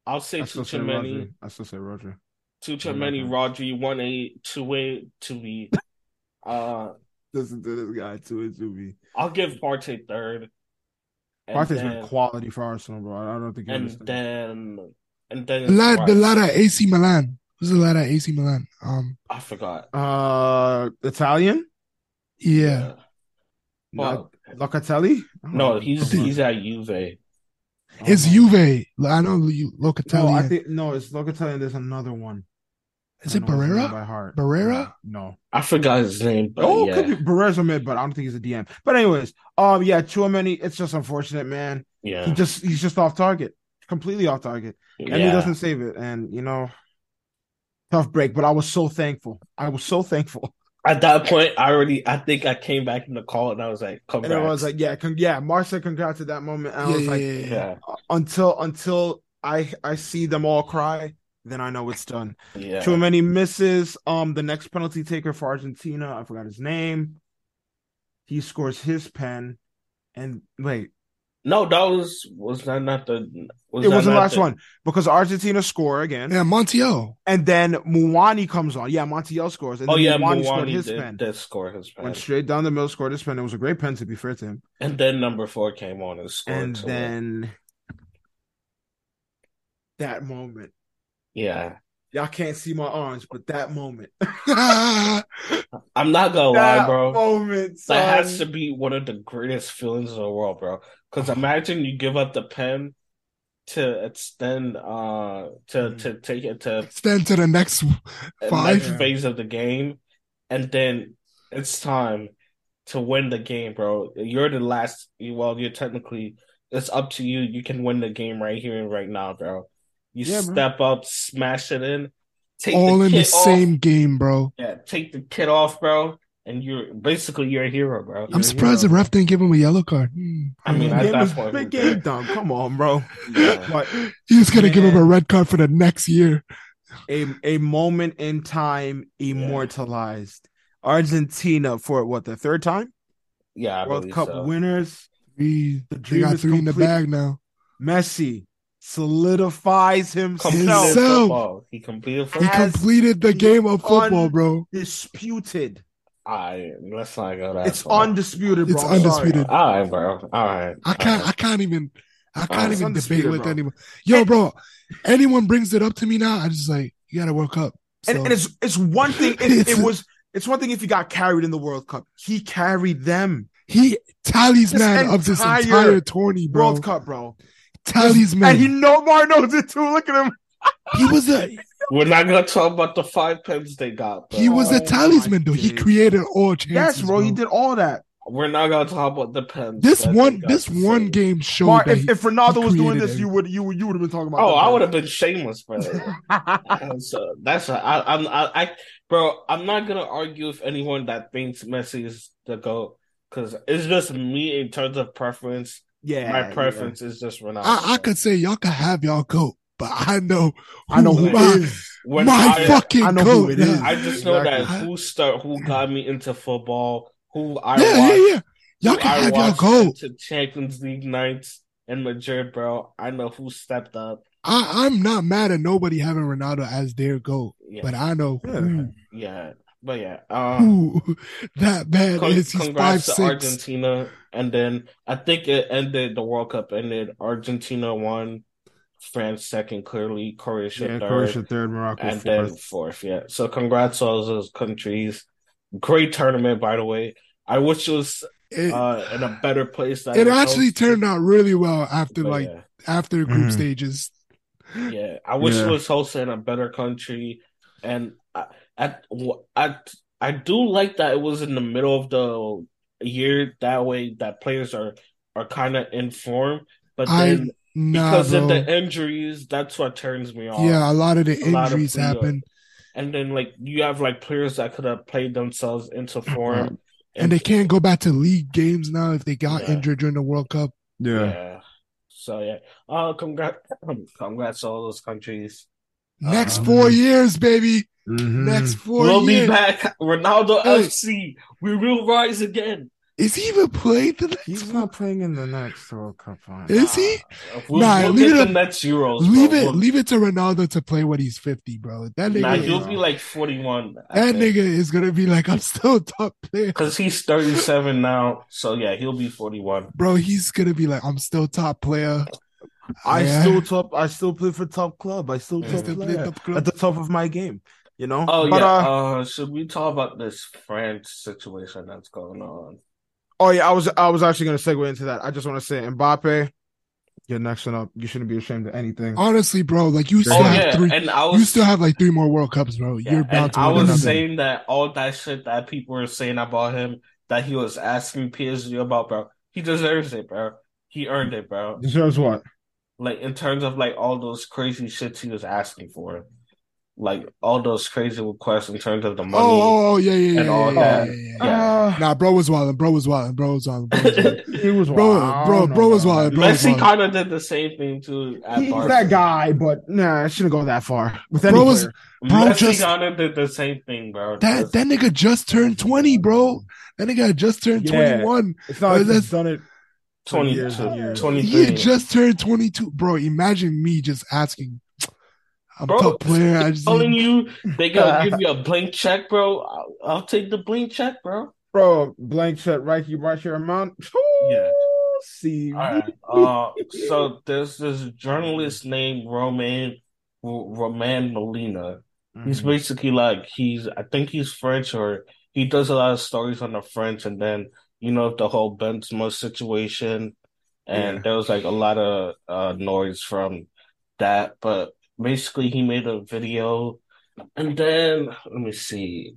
[SPEAKER 2] I'll say
[SPEAKER 1] I still say Roger.
[SPEAKER 2] Tuchemani,
[SPEAKER 1] I still say Roger.
[SPEAKER 2] Tuchemani, Rodri, one eight, two eight, two eight. Uh,
[SPEAKER 1] Listen to this guy too. It's Ubi.
[SPEAKER 2] I'll give Partey third. And
[SPEAKER 1] Partey's
[SPEAKER 2] then-
[SPEAKER 1] been quality for Arsenal, bro. I don't think you
[SPEAKER 2] and
[SPEAKER 1] understand.
[SPEAKER 2] then and then
[SPEAKER 3] The lad, the
[SPEAKER 2] Rice.
[SPEAKER 3] lad at AC Milan. Who's the lad at AC Milan? Um,
[SPEAKER 2] I forgot.
[SPEAKER 1] uh, Italian?
[SPEAKER 3] yeah,
[SPEAKER 1] No,
[SPEAKER 2] Well,
[SPEAKER 1] Locatelli? I don't
[SPEAKER 2] Uh, no,
[SPEAKER 1] know.
[SPEAKER 2] he's
[SPEAKER 1] Come on.
[SPEAKER 2] he's at Juve.
[SPEAKER 1] I don't
[SPEAKER 3] it's
[SPEAKER 1] know.
[SPEAKER 3] Juve. I know you- Locatelli.
[SPEAKER 1] No, I think no, it's Locatelli. and There's another one.
[SPEAKER 3] is
[SPEAKER 1] I
[SPEAKER 3] it
[SPEAKER 1] don't know his name
[SPEAKER 3] Barrera?
[SPEAKER 1] By heart.
[SPEAKER 3] Barrera?
[SPEAKER 1] No.
[SPEAKER 2] I forgot his name, but
[SPEAKER 1] oh,
[SPEAKER 2] yeah,
[SPEAKER 1] could be Barrera's a mid, but I don't think he's a DM. But anyways, um, yeah, Chouamani. It's just unfortunate, man. He
[SPEAKER 2] yeah,
[SPEAKER 1] just he's just off target, completely off target.
[SPEAKER 2] yeah.
[SPEAKER 1] and he doesn't save it. And you know, tough break. But I was so thankful. I was so thankful.
[SPEAKER 2] At that point, I already, I think I came back in the call and I was like, "Come
[SPEAKER 1] And I was like, yeah, con- yeah. Mark said congrats at that moment. And I
[SPEAKER 3] Yeah,
[SPEAKER 1] was
[SPEAKER 3] yeah,
[SPEAKER 1] like, "Uh,
[SPEAKER 3] yeah, yeah.
[SPEAKER 2] yeah,
[SPEAKER 1] until until I I see them all cry, then I know it's done.
[SPEAKER 2] yeah."
[SPEAKER 1] Too many misses. Um, the next penalty taker for Argentina, I forgot his name. He scores his pen, and wait,
[SPEAKER 2] No, that was was that not the was
[SPEAKER 1] it
[SPEAKER 2] that
[SPEAKER 1] was the
[SPEAKER 2] not
[SPEAKER 1] last one because Argentina score again,
[SPEAKER 3] Yeah, Montiel. (laughs)
[SPEAKER 1] and then Muwani comes on. Yeah, Montiel scores, and
[SPEAKER 2] Oh
[SPEAKER 1] then
[SPEAKER 2] yeah,
[SPEAKER 1] Muwani scored
[SPEAKER 2] Mwani
[SPEAKER 1] his
[SPEAKER 2] did,
[SPEAKER 1] pen.
[SPEAKER 2] did score his pen,
[SPEAKER 1] went straight down the middle, scored his pen. It was a great pen to be fair to him.
[SPEAKER 2] and then number four came on and scored.
[SPEAKER 1] and
[SPEAKER 2] to win.
[SPEAKER 1] then that moment,
[SPEAKER 2] yeah,
[SPEAKER 1] y'all can't see my arms, but that moment,
[SPEAKER 2] I'm not gonna lie,
[SPEAKER 1] that
[SPEAKER 2] bro.
[SPEAKER 1] moment, son.
[SPEAKER 2] That has to be one of the greatest feelings in the world, bro. Because imagine you give up the pen to extend, uh, to
[SPEAKER 1] Mhm.
[SPEAKER 2] to take it to
[SPEAKER 3] Stand to the next
[SPEAKER 2] the
[SPEAKER 3] Five.
[SPEAKER 2] next phase of the game, and then it's time to win the game, bro. You're the last. Well, you're technically. It's up to you. You can win the game right here and right now, bro. You
[SPEAKER 1] Yeah, bro.
[SPEAKER 2] step up, smash it in, take
[SPEAKER 3] all in the
[SPEAKER 2] kid off.
[SPEAKER 3] same game, bro.
[SPEAKER 2] Yeah, take the kid off, bro. And you're basically you're a hero, bro.
[SPEAKER 1] You're a
[SPEAKER 3] I'm surprised the
[SPEAKER 1] hero.
[SPEAKER 3] ref didn't give him a yellow card. Hmm.
[SPEAKER 2] I mean, at
[SPEAKER 1] Game
[SPEAKER 2] that
[SPEAKER 1] is-
[SPEAKER 2] point,
[SPEAKER 1] big
[SPEAKER 2] we're
[SPEAKER 1] game dumb. Come on, bro.
[SPEAKER 2] Yeah.
[SPEAKER 3] (gasps)
[SPEAKER 1] But
[SPEAKER 3] He was gonna give him a
[SPEAKER 1] Man.
[SPEAKER 3] red card for the next year.
[SPEAKER 1] a a moment in time immortalized. Argentina for what the third time
[SPEAKER 2] Yeah, I
[SPEAKER 1] World
[SPEAKER 2] believe
[SPEAKER 1] Cup
[SPEAKER 2] so.
[SPEAKER 1] winners.
[SPEAKER 3] Three,
[SPEAKER 1] The
[SPEAKER 3] they
[SPEAKER 1] dream
[SPEAKER 3] got
[SPEAKER 1] is
[SPEAKER 3] three in the
[SPEAKER 1] complete.
[SPEAKER 3] bag now.
[SPEAKER 1] Messi solidifies
[SPEAKER 2] Completed
[SPEAKER 1] himself.
[SPEAKER 3] Himself.
[SPEAKER 2] football. He completed
[SPEAKER 3] He
[SPEAKER 2] football.
[SPEAKER 1] As
[SPEAKER 3] completed the
[SPEAKER 1] the
[SPEAKER 3] game of football,
[SPEAKER 1] un-
[SPEAKER 3] bro.
[SPEAKER 1] Disputed.
[SPEAKER 2] I let's not go that
[SPEAKER 1] It's
[SPEAKER 2] far.
[SPEAKER 1] undisputed, bro.
[SPEAKER 3] It's
[SPEAKER 1] I'm sorry.
[SPEAKER 3] undisputed.
[SPEAKER 2] All right, bro. All right.
[SPEAKER 3] I can't. I can't even. I can't
[SPEAKER 2] it's
[SPEAKER 3] even debate
[SPEAKER 1] Oh. undisputed,
[SPEAKER 3] with
[SPEAKER 1] bro.
[SPEAKER 3] anyone. Yo, bro. Anyone brings it up to me now, I just like you gotta work up.
[SPEAKER 1] And,
[SPEAKER 3] So,
[SPEAKER 1] and it's it's one thing. It,
[SPEAKER 3] (laughs) It's-
[SPEAKER 1] it was it's one thing if you got carried in the World Cup. He carried them
[SPEAKER 3] he tallies
[SPEAKER 1] this
[SPEAKER 3] man of this
[SPEAKER 1] entire
[SPEAKER 3] entire tourney, bro.
[SPEAKER 1] World Cup, bro.
[SPEAKER 3] Tallies man.
[SPEAKER 1] And he no more knows it too. Look at him.
[SPEAKER 3] He was a
[SPEAKER 2] We're not gonna talk about the five pens they got. Bro.
[SPEAKER 3] He was a
[SPEAKER 1] Oh,
[SPEAKER 3] talisman,
[SPEAKER 1] my
[SPEAKER 3] though. He
[SPEAKER 1] days.
[SPEAKER 3] created all chances.
[SPEAKER 1] Yes, bro, he did all that.
[SPEAKER 2] We're not gonna talk about the pens.
[SPEAKER 3] This
[SPEAKER 2] that
[SPEAKER 3] one,
[SPEAKER 2] they got
[SPEAKER 3] this
[SPEAKER 2] to
[SPEAKER 3] one
[SPEAKER 2] save.
[SPEAKER 3] game showed
[SPEAKER 1] Mark,
[SPEAKER 3] that
[SPEAKER 1] if,
[SPEAKER 3] he,
[SPEAKER 1] if Ronaldo was doing
[SPEAKER 3] created
[SPEAKER 1] this, you would you would you would have been talking about.
[SPEAKER 2] Oh,
[SPEAKER 1] that,
[SPEAKER 2] I
[SPEAKER 1] bro.
[SPEAKER 2] would have been shameless, (laughs) bro. so that's a, I, I'm I, I bro. I'm not gonna argue with anyone that thinks Messi is the goat because it's just me in terms of preference.
[SPEAKER 1] yeah,
[SPEAKER 2] My
[SPEAKER 1] yeah.
[SPEAKER 2] preference is just Ronaldo.
[SPEAKER 3] I, I could say y'all can have y'all goat, but I know,
[SPEAKER 1] I know who
[SPEAKER 2] Who
[SPEAKER 3] my,
[SPEAKER 1] it is.
[SPEAKER 2] When
[SPEAKER 3] my
[SPEAKER 2] I-
[SPEAKER 3] fucking
[SPEAKER 1] I know
[SPEAKER 3] goat.
[SPEAKER 1] who it is.
[SPEAKER 3] now.
[SPEAKER 2] I just know that
[SPEAKER 3] Exactly.
[SPEAKER 2] who start who got me into football, who I
[SPEAKER 3] yeah,
[SPEAKER 2] watched,
[SPEAKER 3] yeah, yeah. Y'all
[SPEAKER 2] who
[SPEAKER 3] can
[SPEAKER 2] I
[SPEAKER 3] have y'all
[SPEAKER 2] watched
[SPEAKER 3] goat.
[SPEAKER 2] to Champions League nights in Madrid, bro. I know who stepped up.
[SPEAKER 3] I, I'm not mad at nobody having Ronaldo as their goat,
[SPEAKER 2] Yeah,
[SPEAKER 3] but I know
[SPEAKER 1] Yeah.
[SPEAKER 3] who,
[SPEAKER 2] yeah, but yeah. Um,
[SPEAKER 3] who that man
[SPEAKER 2] con-
[SPEAKER 3] is. He's five
[SPEAKER 2] congrats to
[SPEAKER 3] six.
[SPEAKER 2] Argentina, and then I think it ended the World Cup ended. Argentina won, France second, clearly Croatia
[SPEAKER 1] Yeah,
[SPEAKER 2] third,
[SPEAKER 1] Croatia third, Morocco
[SPEAKER 2] and then
[SPEAKER 1] fourth.
[SPEAKER 2] fourth. Yeah, so congrats to all those countries. Great tournament, by the way. I wish it was
[SPEAKER 3] It,
[SPEAKER 2] uh, in a better place. That
[SPEAKER 3] it actually turned out really well after
[SPEAKER 2] But
[SPEAKER 3] like
[SPEAKER 2] yeah,
[SPEAKER 3] after group
[SPEAKER 1] Mhm.
[SPEAKER 3] stages.
[SPEAKER 2] yeah. I wish
[SPEAKER 1] Yeah.
[SPEAKER 2] it was hosted in a better country, and I, I, I, I do like that it was in the middle of the year. That way, that players are are kind of in form, but
[SPEAKER 3] I-
[SPEAKER 2] then
[SPEAKER 3] Nah,
[SPEAKER 2] because of
[SPEAKER 3] bro.
[SPEAKER 2] the injuries, that's what turns me off.
[SPEAKER 3] yeah, a lot of the
[SPEAKER 2] a lot of
[SPEAKER 3] injuries
[SPEAKER 2] free, uh,
[SPEAKER 3] happened,
[SPEAKER 2] and then like you have like players that could have played themselves into form,
[SPEAKER 3] and they can't go back to league games now if they got
[SPEAKER 2] Yeah.
[SPEAKER 3] injured during the World Cup.
[SPEAKER 1] Yeah.
[SPEAKER 2] So yeah. Uh congrats (clears throat) congrats to all those countries.
[SPEAKER 3] Next
[SPEAKER 2] Um,
[SPEAKER 3] four years, baby.
[SPEAKER 1] Mhm.
[SPEAKER 3] Next 4
[SPEAKER 2] we'll
[SPEAKER 3] years.
[SPEAKER 2] be back. Ronaldo
[SPEAKER 3] Hey.
[SPEAKER 2] FC. We will rise again.
[SPEAKER 3] Is he even playing the next
[SPEAKER 1] He's
[SPEAKER 3] one?
[SPEAKER 1] not playing in the next World Cup final.
[SPEAKER 3] Is he?
[SPEAKER 2] Nah, we'll,
[SPEAKER 3] Nah,
[SPEAKER 2] we'll
[SPEAKER 3] leave
[SPEAKER 2] get
[SPEAKER 3] it-
[SPEAKER 2] the next Euros. bro.
[SPEAKER 3] Leave it,
[SPEAKER 2] We'll-
[SPEAKER 3] leave it to Ronaldo to play when he's fifty, bro. That
[SPEAKER 2] nah,
[SPEAKER 3] nigga,
[SPEAKER 1] you-
[SPEAKER 2] he'll be like 41.
[SPEAKER 3] that nigga is gonna be like, I'm still a top player,
[SPEAKER 2] Because he's 37 now. So yeah, he'll be 41.
[SPEAKER 3] bro. He's gonna be like, I'm still top player.
[SPEAKER 1] I
[SPEAKER 3] Yeah.
[SPEAKER 1] still top. I still play for top club. I still
[SPEAKER 2] Yeah.
[SPEAKER 1] top
[SPEAKER 3] Still play
[SPEAKER 1] player
[SPEAKER 3] top club.
[SPEAKER 1] at the top of my game. You know.
[SPEAKER 2] Oh
[SPEAKER 1] But,
[SPEAKER 2] yeah.
[SPEAKER 1] uh,
[SPEAKER 2] Uh, should we talk about this France situation that's going on?
[SPEAKER 1] Oh yeah, I was I was actually gonna segue into that. I just want to say Mbappe, you're next one up. You shouldn't be ashamed of anything.
[SPEAKER 3] Honestly, bro, like you still
[SPEAKER 2] Oh
[SPEAKER 3] have
[SPEAKER 2] yeah,
[SPEAKER 3] three.
[SPEAKER 2] and I was
[SPEAKER 3] you still have like three more World Cups, bro.
[SPEAKER 2] Yeah,
[SPEAKER 3] You're bound
[SPEAKER 2] and
[SPEAKER 3] to
[SPEAKER 2] I
[SPEAKER 3] win
[SPEAKER 2] was
[SPEAKER 3] another.
[SPEAKER 2] saying that all that shit that people were saying about him, that he was asking PSG about, bro. He deserves it, bro. He earned it, bro.
[SPEAKER 1] Deserves what?
[SPEAKER 2] Like in terms of like all those crazy shits he was asking for, like all those crazy requests in terms of the money. (laughs)
[SPEAKER 3] oh, oh, oh, yeah, yeah, yeah,
[SPEAKER 2] and all
[SPEAKER 3] yeah,
[SPEAKER 2] that.
[SPEAKER 3] yeah, yeah, yeah.
[SPEAKER 2] Yeah.
[SPEAKER 1] Uh,
[SPEAKER 3] Nah, bro was wilding, bro was wilding, bro was wilding, bro was
[SPEAKER 2] (laughs)
[SPEAKER 3] wilding.
[SPEAKER 1] he was
[SPEAKER 3] Bro,
[SPEAKER 1] wild.
[SPEAKER 3] bro,
[SPEAKER 1] I don't
[SPEAKER 3] bro
[SPEAKER 1] know
[SPEAKER 3] was
[SPEAKER 1] about
[SPEAKER 3] wild,
[SPEAKER 1] that.
[SPEAKER 3] bro was
[SPEAKER 2] Messi
[SPEAKER 3] wild.
[SPEAKER 2] kind of did the same thing too at
[SPEAKER 1] He's
[SPEAKER 2] Barca.
[SPEAKER 1] that guy, but nah, I shouldn't go that far. With any
[SPEAKER 3] Bro was-
[SPEAKER 1] player.
[SPEAKER 3] Bro,
[SPEAKER 2] Messi
[SPEAKER 3] just-
[SPEAKER 2] kind of did the same thing, bro.
[SPEAKER 3] That that nigga just turned twenty, bro. That nigga just turned
[SPEAKER 1] Yeah.
[SPEAKER 3] twenty one.
[SPEAKER 1] it's not
[SPEAKER 3] Bro,
[SPEAKER 1] like
[SPEAKER 3] that's-
[SPEAKER 1] he's done it.
[SPEAKER 2] 20,
[SPEAKER 1] years and years.
[SPEAKER 2] 23.
[SPEAKER 3] He just turned twenty two, bro. Imagine me just asking, I'm
[SPEAKER 2] Bro,
[SPEAKER 3] top player. I just
[SPEAKER 2] telling you they
[SPEAKER 3] (laughs)
[SPEAKER 2] gonna give you a blank check, bro. I'll, I'll take the blank check, bro.
[SPEAKER 1] Bro, blank shot, right here, right here, amount.
[SPEAKER 2] Yeah.
[SPEAKER 1] See.
[SPEAKER 2] All right. Uh, so there's this journalist named Roman Roman Molina.
[SPEAKER 1] Mm-hmm.
[SPEAKER 2] He's basically like he's I think he's French or he does a lot of stories on the French, and then you know the whole Benzema situation, and
[SPEAKER 1] Yeah.
[SPEAKER 2] there was like a lot of uh, noise from that. But basically, he made a video, and then let me see.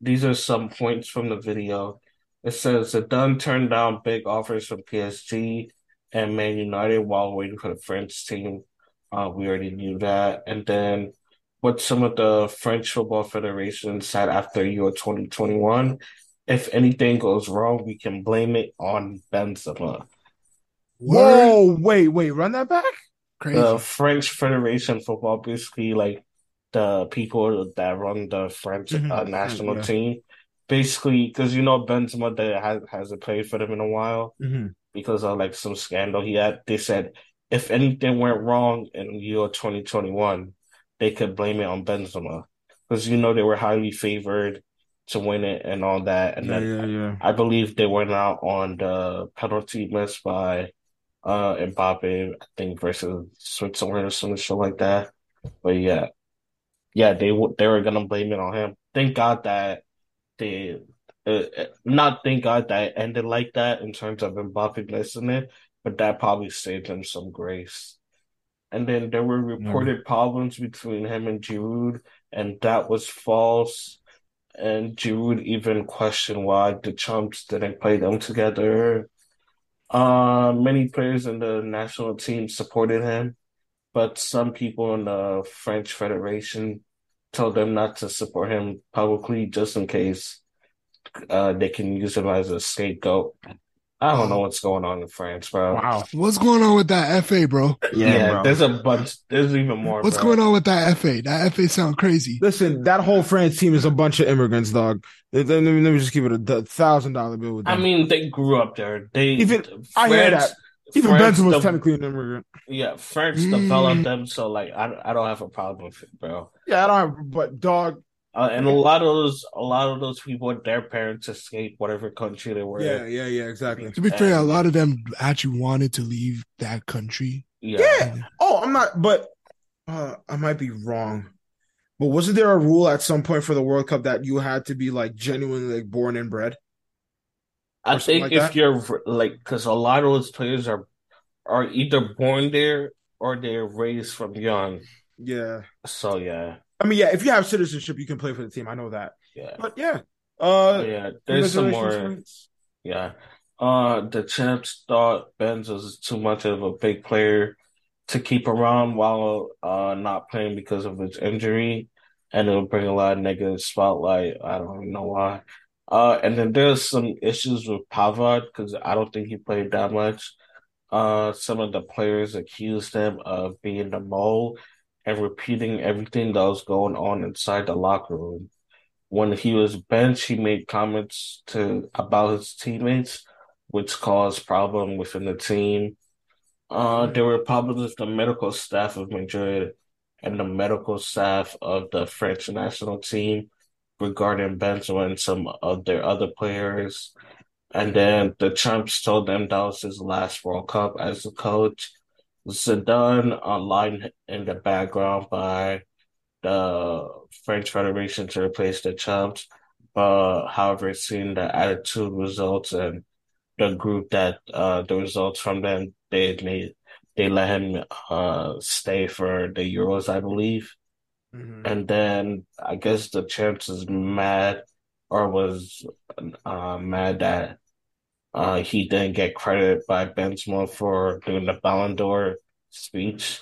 [SPEAKER 2] These are some points from the video. It says Zidane turned down big offers from PSG and Man United while waiting for the French team. Uh, we already knew that. And then what some of the French Football Federation said after Euro 2021 if anything goes wrong, we can blame it on Benzema.
[SPEAKER 3] Word.
[SPEAKER 1] Whoa, wait, wait, run that back.
[SPEAKER 3] crazy.
[SPEAKER 2] The French Federation football, basically, like the people that run the French
[SPEAKER 1] Mhm.
[SPEAKER 2] uh, national
[SPEAKER 1] Yeah.
[SPEAKER 2] team, basically, because you know Benzema that has, hasn't played for them in a while. because of like some scandal he had. They said if anything went wrong in year 2021, they could blame it on Benzema because you know they were highly favored to win it and all that. And
[SPEAKER 1] Yeah,
[SPEAKER 2] then
[SPEAKER 1] yeah, yeah.
[SPEAKER 2] I believe they went out on the penalty miss by uh Mbappe, I think versus Switzerland or some shit like that. But yeah, yeah, they w- they were gonna blame it on him. Thank God that they. Uh, uh, not thank God that it ended like that in terms of Mbappe missing it, but that probably saved him some grace. and then there were reported problems between him and Giroud, and that was false. And Giroud even questioned why the chumps didn't play them together. Uh, many players in the national team supported him, but some people in the French Federation told them not to support him publicly just in case uh, they can use him as a scapegoat. I don't know what's going on in France, bro.
[SPEAKER 1] Wow.
[SPEAKER 3] What's going on with that FA, bro?
[SPEAKER 2] Oh. Yeah, there's a bunch. There's even more.
[SPEAKER 3] What's
[SPEAKER 2] bro.
[SPEAKER 3] going on with that FA? That FA sound crazy.
[SPEAKER 1] Listen, that whole France team is a bunch of immigrants, dog. Let, let me, let me just give it a d- thousand dollar bill with
[SPEAKER 2] I
[SPEAKER 1] them.
[SPEAKER 2] mean, they grew up there. They
[SPEAKER 1] Even- I hear that. even
[SPEAKER 2] France
[SPEAKER 1] Benzema was
[SPEAKER 2] de-
[SPEAKER 1] technically an immigrant.
[SPEAKER 2] yeah, France
[SPEAKER 3] Mm.
[SPEAKER 2] developed them, so like I, I don't have a problem with it, bro.
[SPEAKER 1] Yeah, I don't. Have, but dog,
[SPEAKER 2] Uh, and a lot of those, a lot of those people, their parents escaped whatever country they were.
[SPEAKER 1] yeah,
[SPEAKER 2] in.
[SPEAKER 1] yeah, yeah, exactly.
[SPEAKER 3] To be fair, a lot of them actually wanted to leave that country.
[SPEAKER 2] yeah.
[SPEAKER 1] Yeah. Oh, I'm not. But uh, I might be wrong. But wasn't there a rule at some point for the World Cup that you had to be like genuinely like born and bred?
[SPEAKER 2] I
[SPEAKER 1] or something
[SPEAKER 2] think
[SPEAKER 1] like
[SPEAKER 2] if
[SPEAKER 1] that?
[SPEAKER 2] you're v- like, because a lot of those players are are either born there or they're raised from young.
[SPEAKER 1] Yeah.
[SPEAKER 2] So yeah,
[SPEAKER 1] I mean, yeah. If you have citizenship, you can play for the team. I know that.
[SPEAKER 2] yeah,
[SPEAKER 1] But yeah. Uh,
[SPEAKER 2] yeah. There's some more.
[SPEAKER 1] congratulations, France.
[SPEAKER 2] Yeah. Uh, the champs thought Benz was too much of a big player to keep around while uh not playing because of his injury, and it'll bring a lot of negative spotlight. I don't even know why. Uh, and then there's some issues with Pavard because I don't think he played that much. Uh, some of the players accused him of being the mole and repeating everything that was going on inside the locker room when he was benched, he made comments to about his teammates, which caused problem within the team. Uh, there were problems with the medical staff of Madrid and the medical staff of the French national team regarding Benzema and some of their other players. And then the champs told them that was his last World Cup as a coach. Zidane aligned in the background by the French Federation to replace the champs. But however, seeing the attitude results and the group that uh, the results from them, they made they let him uh, stay for the Euros, I believe.
[SPEAKER 1] Mhm.
[SPEAKER 2] And then I guess the champs is mad or was uh, mad that uh, he didn't get credit by Benzema for doing the Ballon d'Or speech.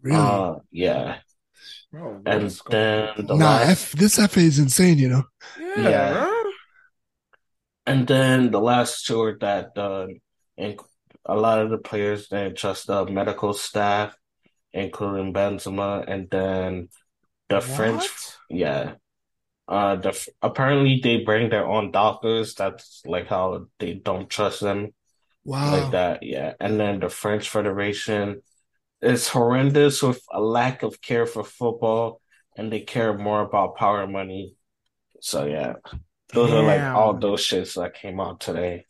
[SPEAKER 3] Really?
[SPEAKER 2] Uh, yeah.
[SPEAKER 1] Bro,
[SPEAKER 2] And
[SPEAKER 1] Oh, let's go.
[SPEAKER 2] then the
[SPEAKER 3] nah,
[SPEAKER 2] last
[SPEAKER 3] F, this FA is insane, you know?
[SPEAKER 1] Yeah.
[SPEAKER 2] Yeah.
[SPEAKER 1] huh?
[SPEAKER 2] And then the last tour that uh, and a lot of the players didn't trust the medical staff, including Benzema, and then the French,
[SPEAKER 1] What?
[SPEAKER 2] yeah. Uh, the apparently they bring their own doctors. That's like how they don't trust them
[SPEAKER 3] Wow.
[SPEAKER 1] Oh.
[SPEAKER 2] like that, yeah. And then the French Federation is horrendous with a lack of care for football, and they care more about power and money. So yeah, those are like
[SPEAKER 1] Damn.
[SPEAKER 2] all those shits that came out today.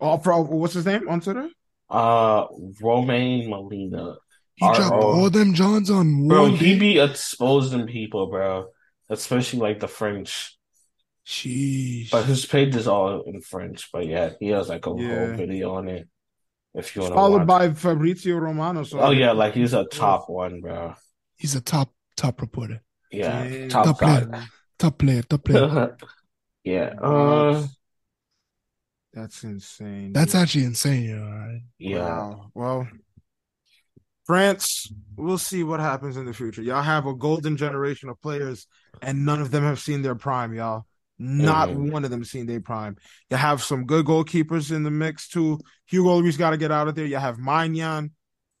[SPEAKER 1] Oh, bro, what's his name on Twitter?
[SPEAKER 2] Uh, Romain Molina,
[SPEAKER 3] He
[SPEAKER 2] Our
[SPEAKER 3] dropped
[SPEAKER 2] own.
[SPEAKER 3] all them Johns on
[SPEAKER 2] bro,
[SPEAKER 3] one
[SPEAKER 2] he
[SPEAKER 3] day.
[SPEAKER 2] be exposing people, bro, especially like the French.
[SPEAKER 3] Sheesh.
[SPEAKER 2] But his page is all in French. But yeah, he has like a
[SPEAKER 1] Yeah.
[SPEAKER 2] whole video on it. If you want to
[SPEAKER 1] Followed
[SPEAKER 2] watch,
[SPEAKER 1] by Fabrizio Romano. So
[SPEAKER 2] oh yeah, like he's a top one, bro.
[SPEAKER 3] He's a top top reporter,
[SPEAKER 2] Yeah,
[SPEAKER 1] Dang.
[SPEAKER 2] top
[SPEAKER 3] Top
[SPEAKER 2] guy.
[SPEAKER 3] top player, top player.
[SPEAKER 2] (laughs) yeah, uh,
[SPEAKER 1] What? That's insane.
[SPEAKER 3] That's
[SPEAKER 1] dude.
[SPEAKER 3] actually insane, you know. Right?
[SPEAKER 2] yeah,
[SPEAKER 1] Wow. Well, France, we'll see what happens in the future. Y'all have a golden generation of players, and none of them have seen their prime, y'all. Not
[SPEAKER 2] Mhm.
[SPEAKER 1] one of them seen their prime. You have some good goalkeepers in the mix too. Hugo Lloris got to get out of there. You have Magnan,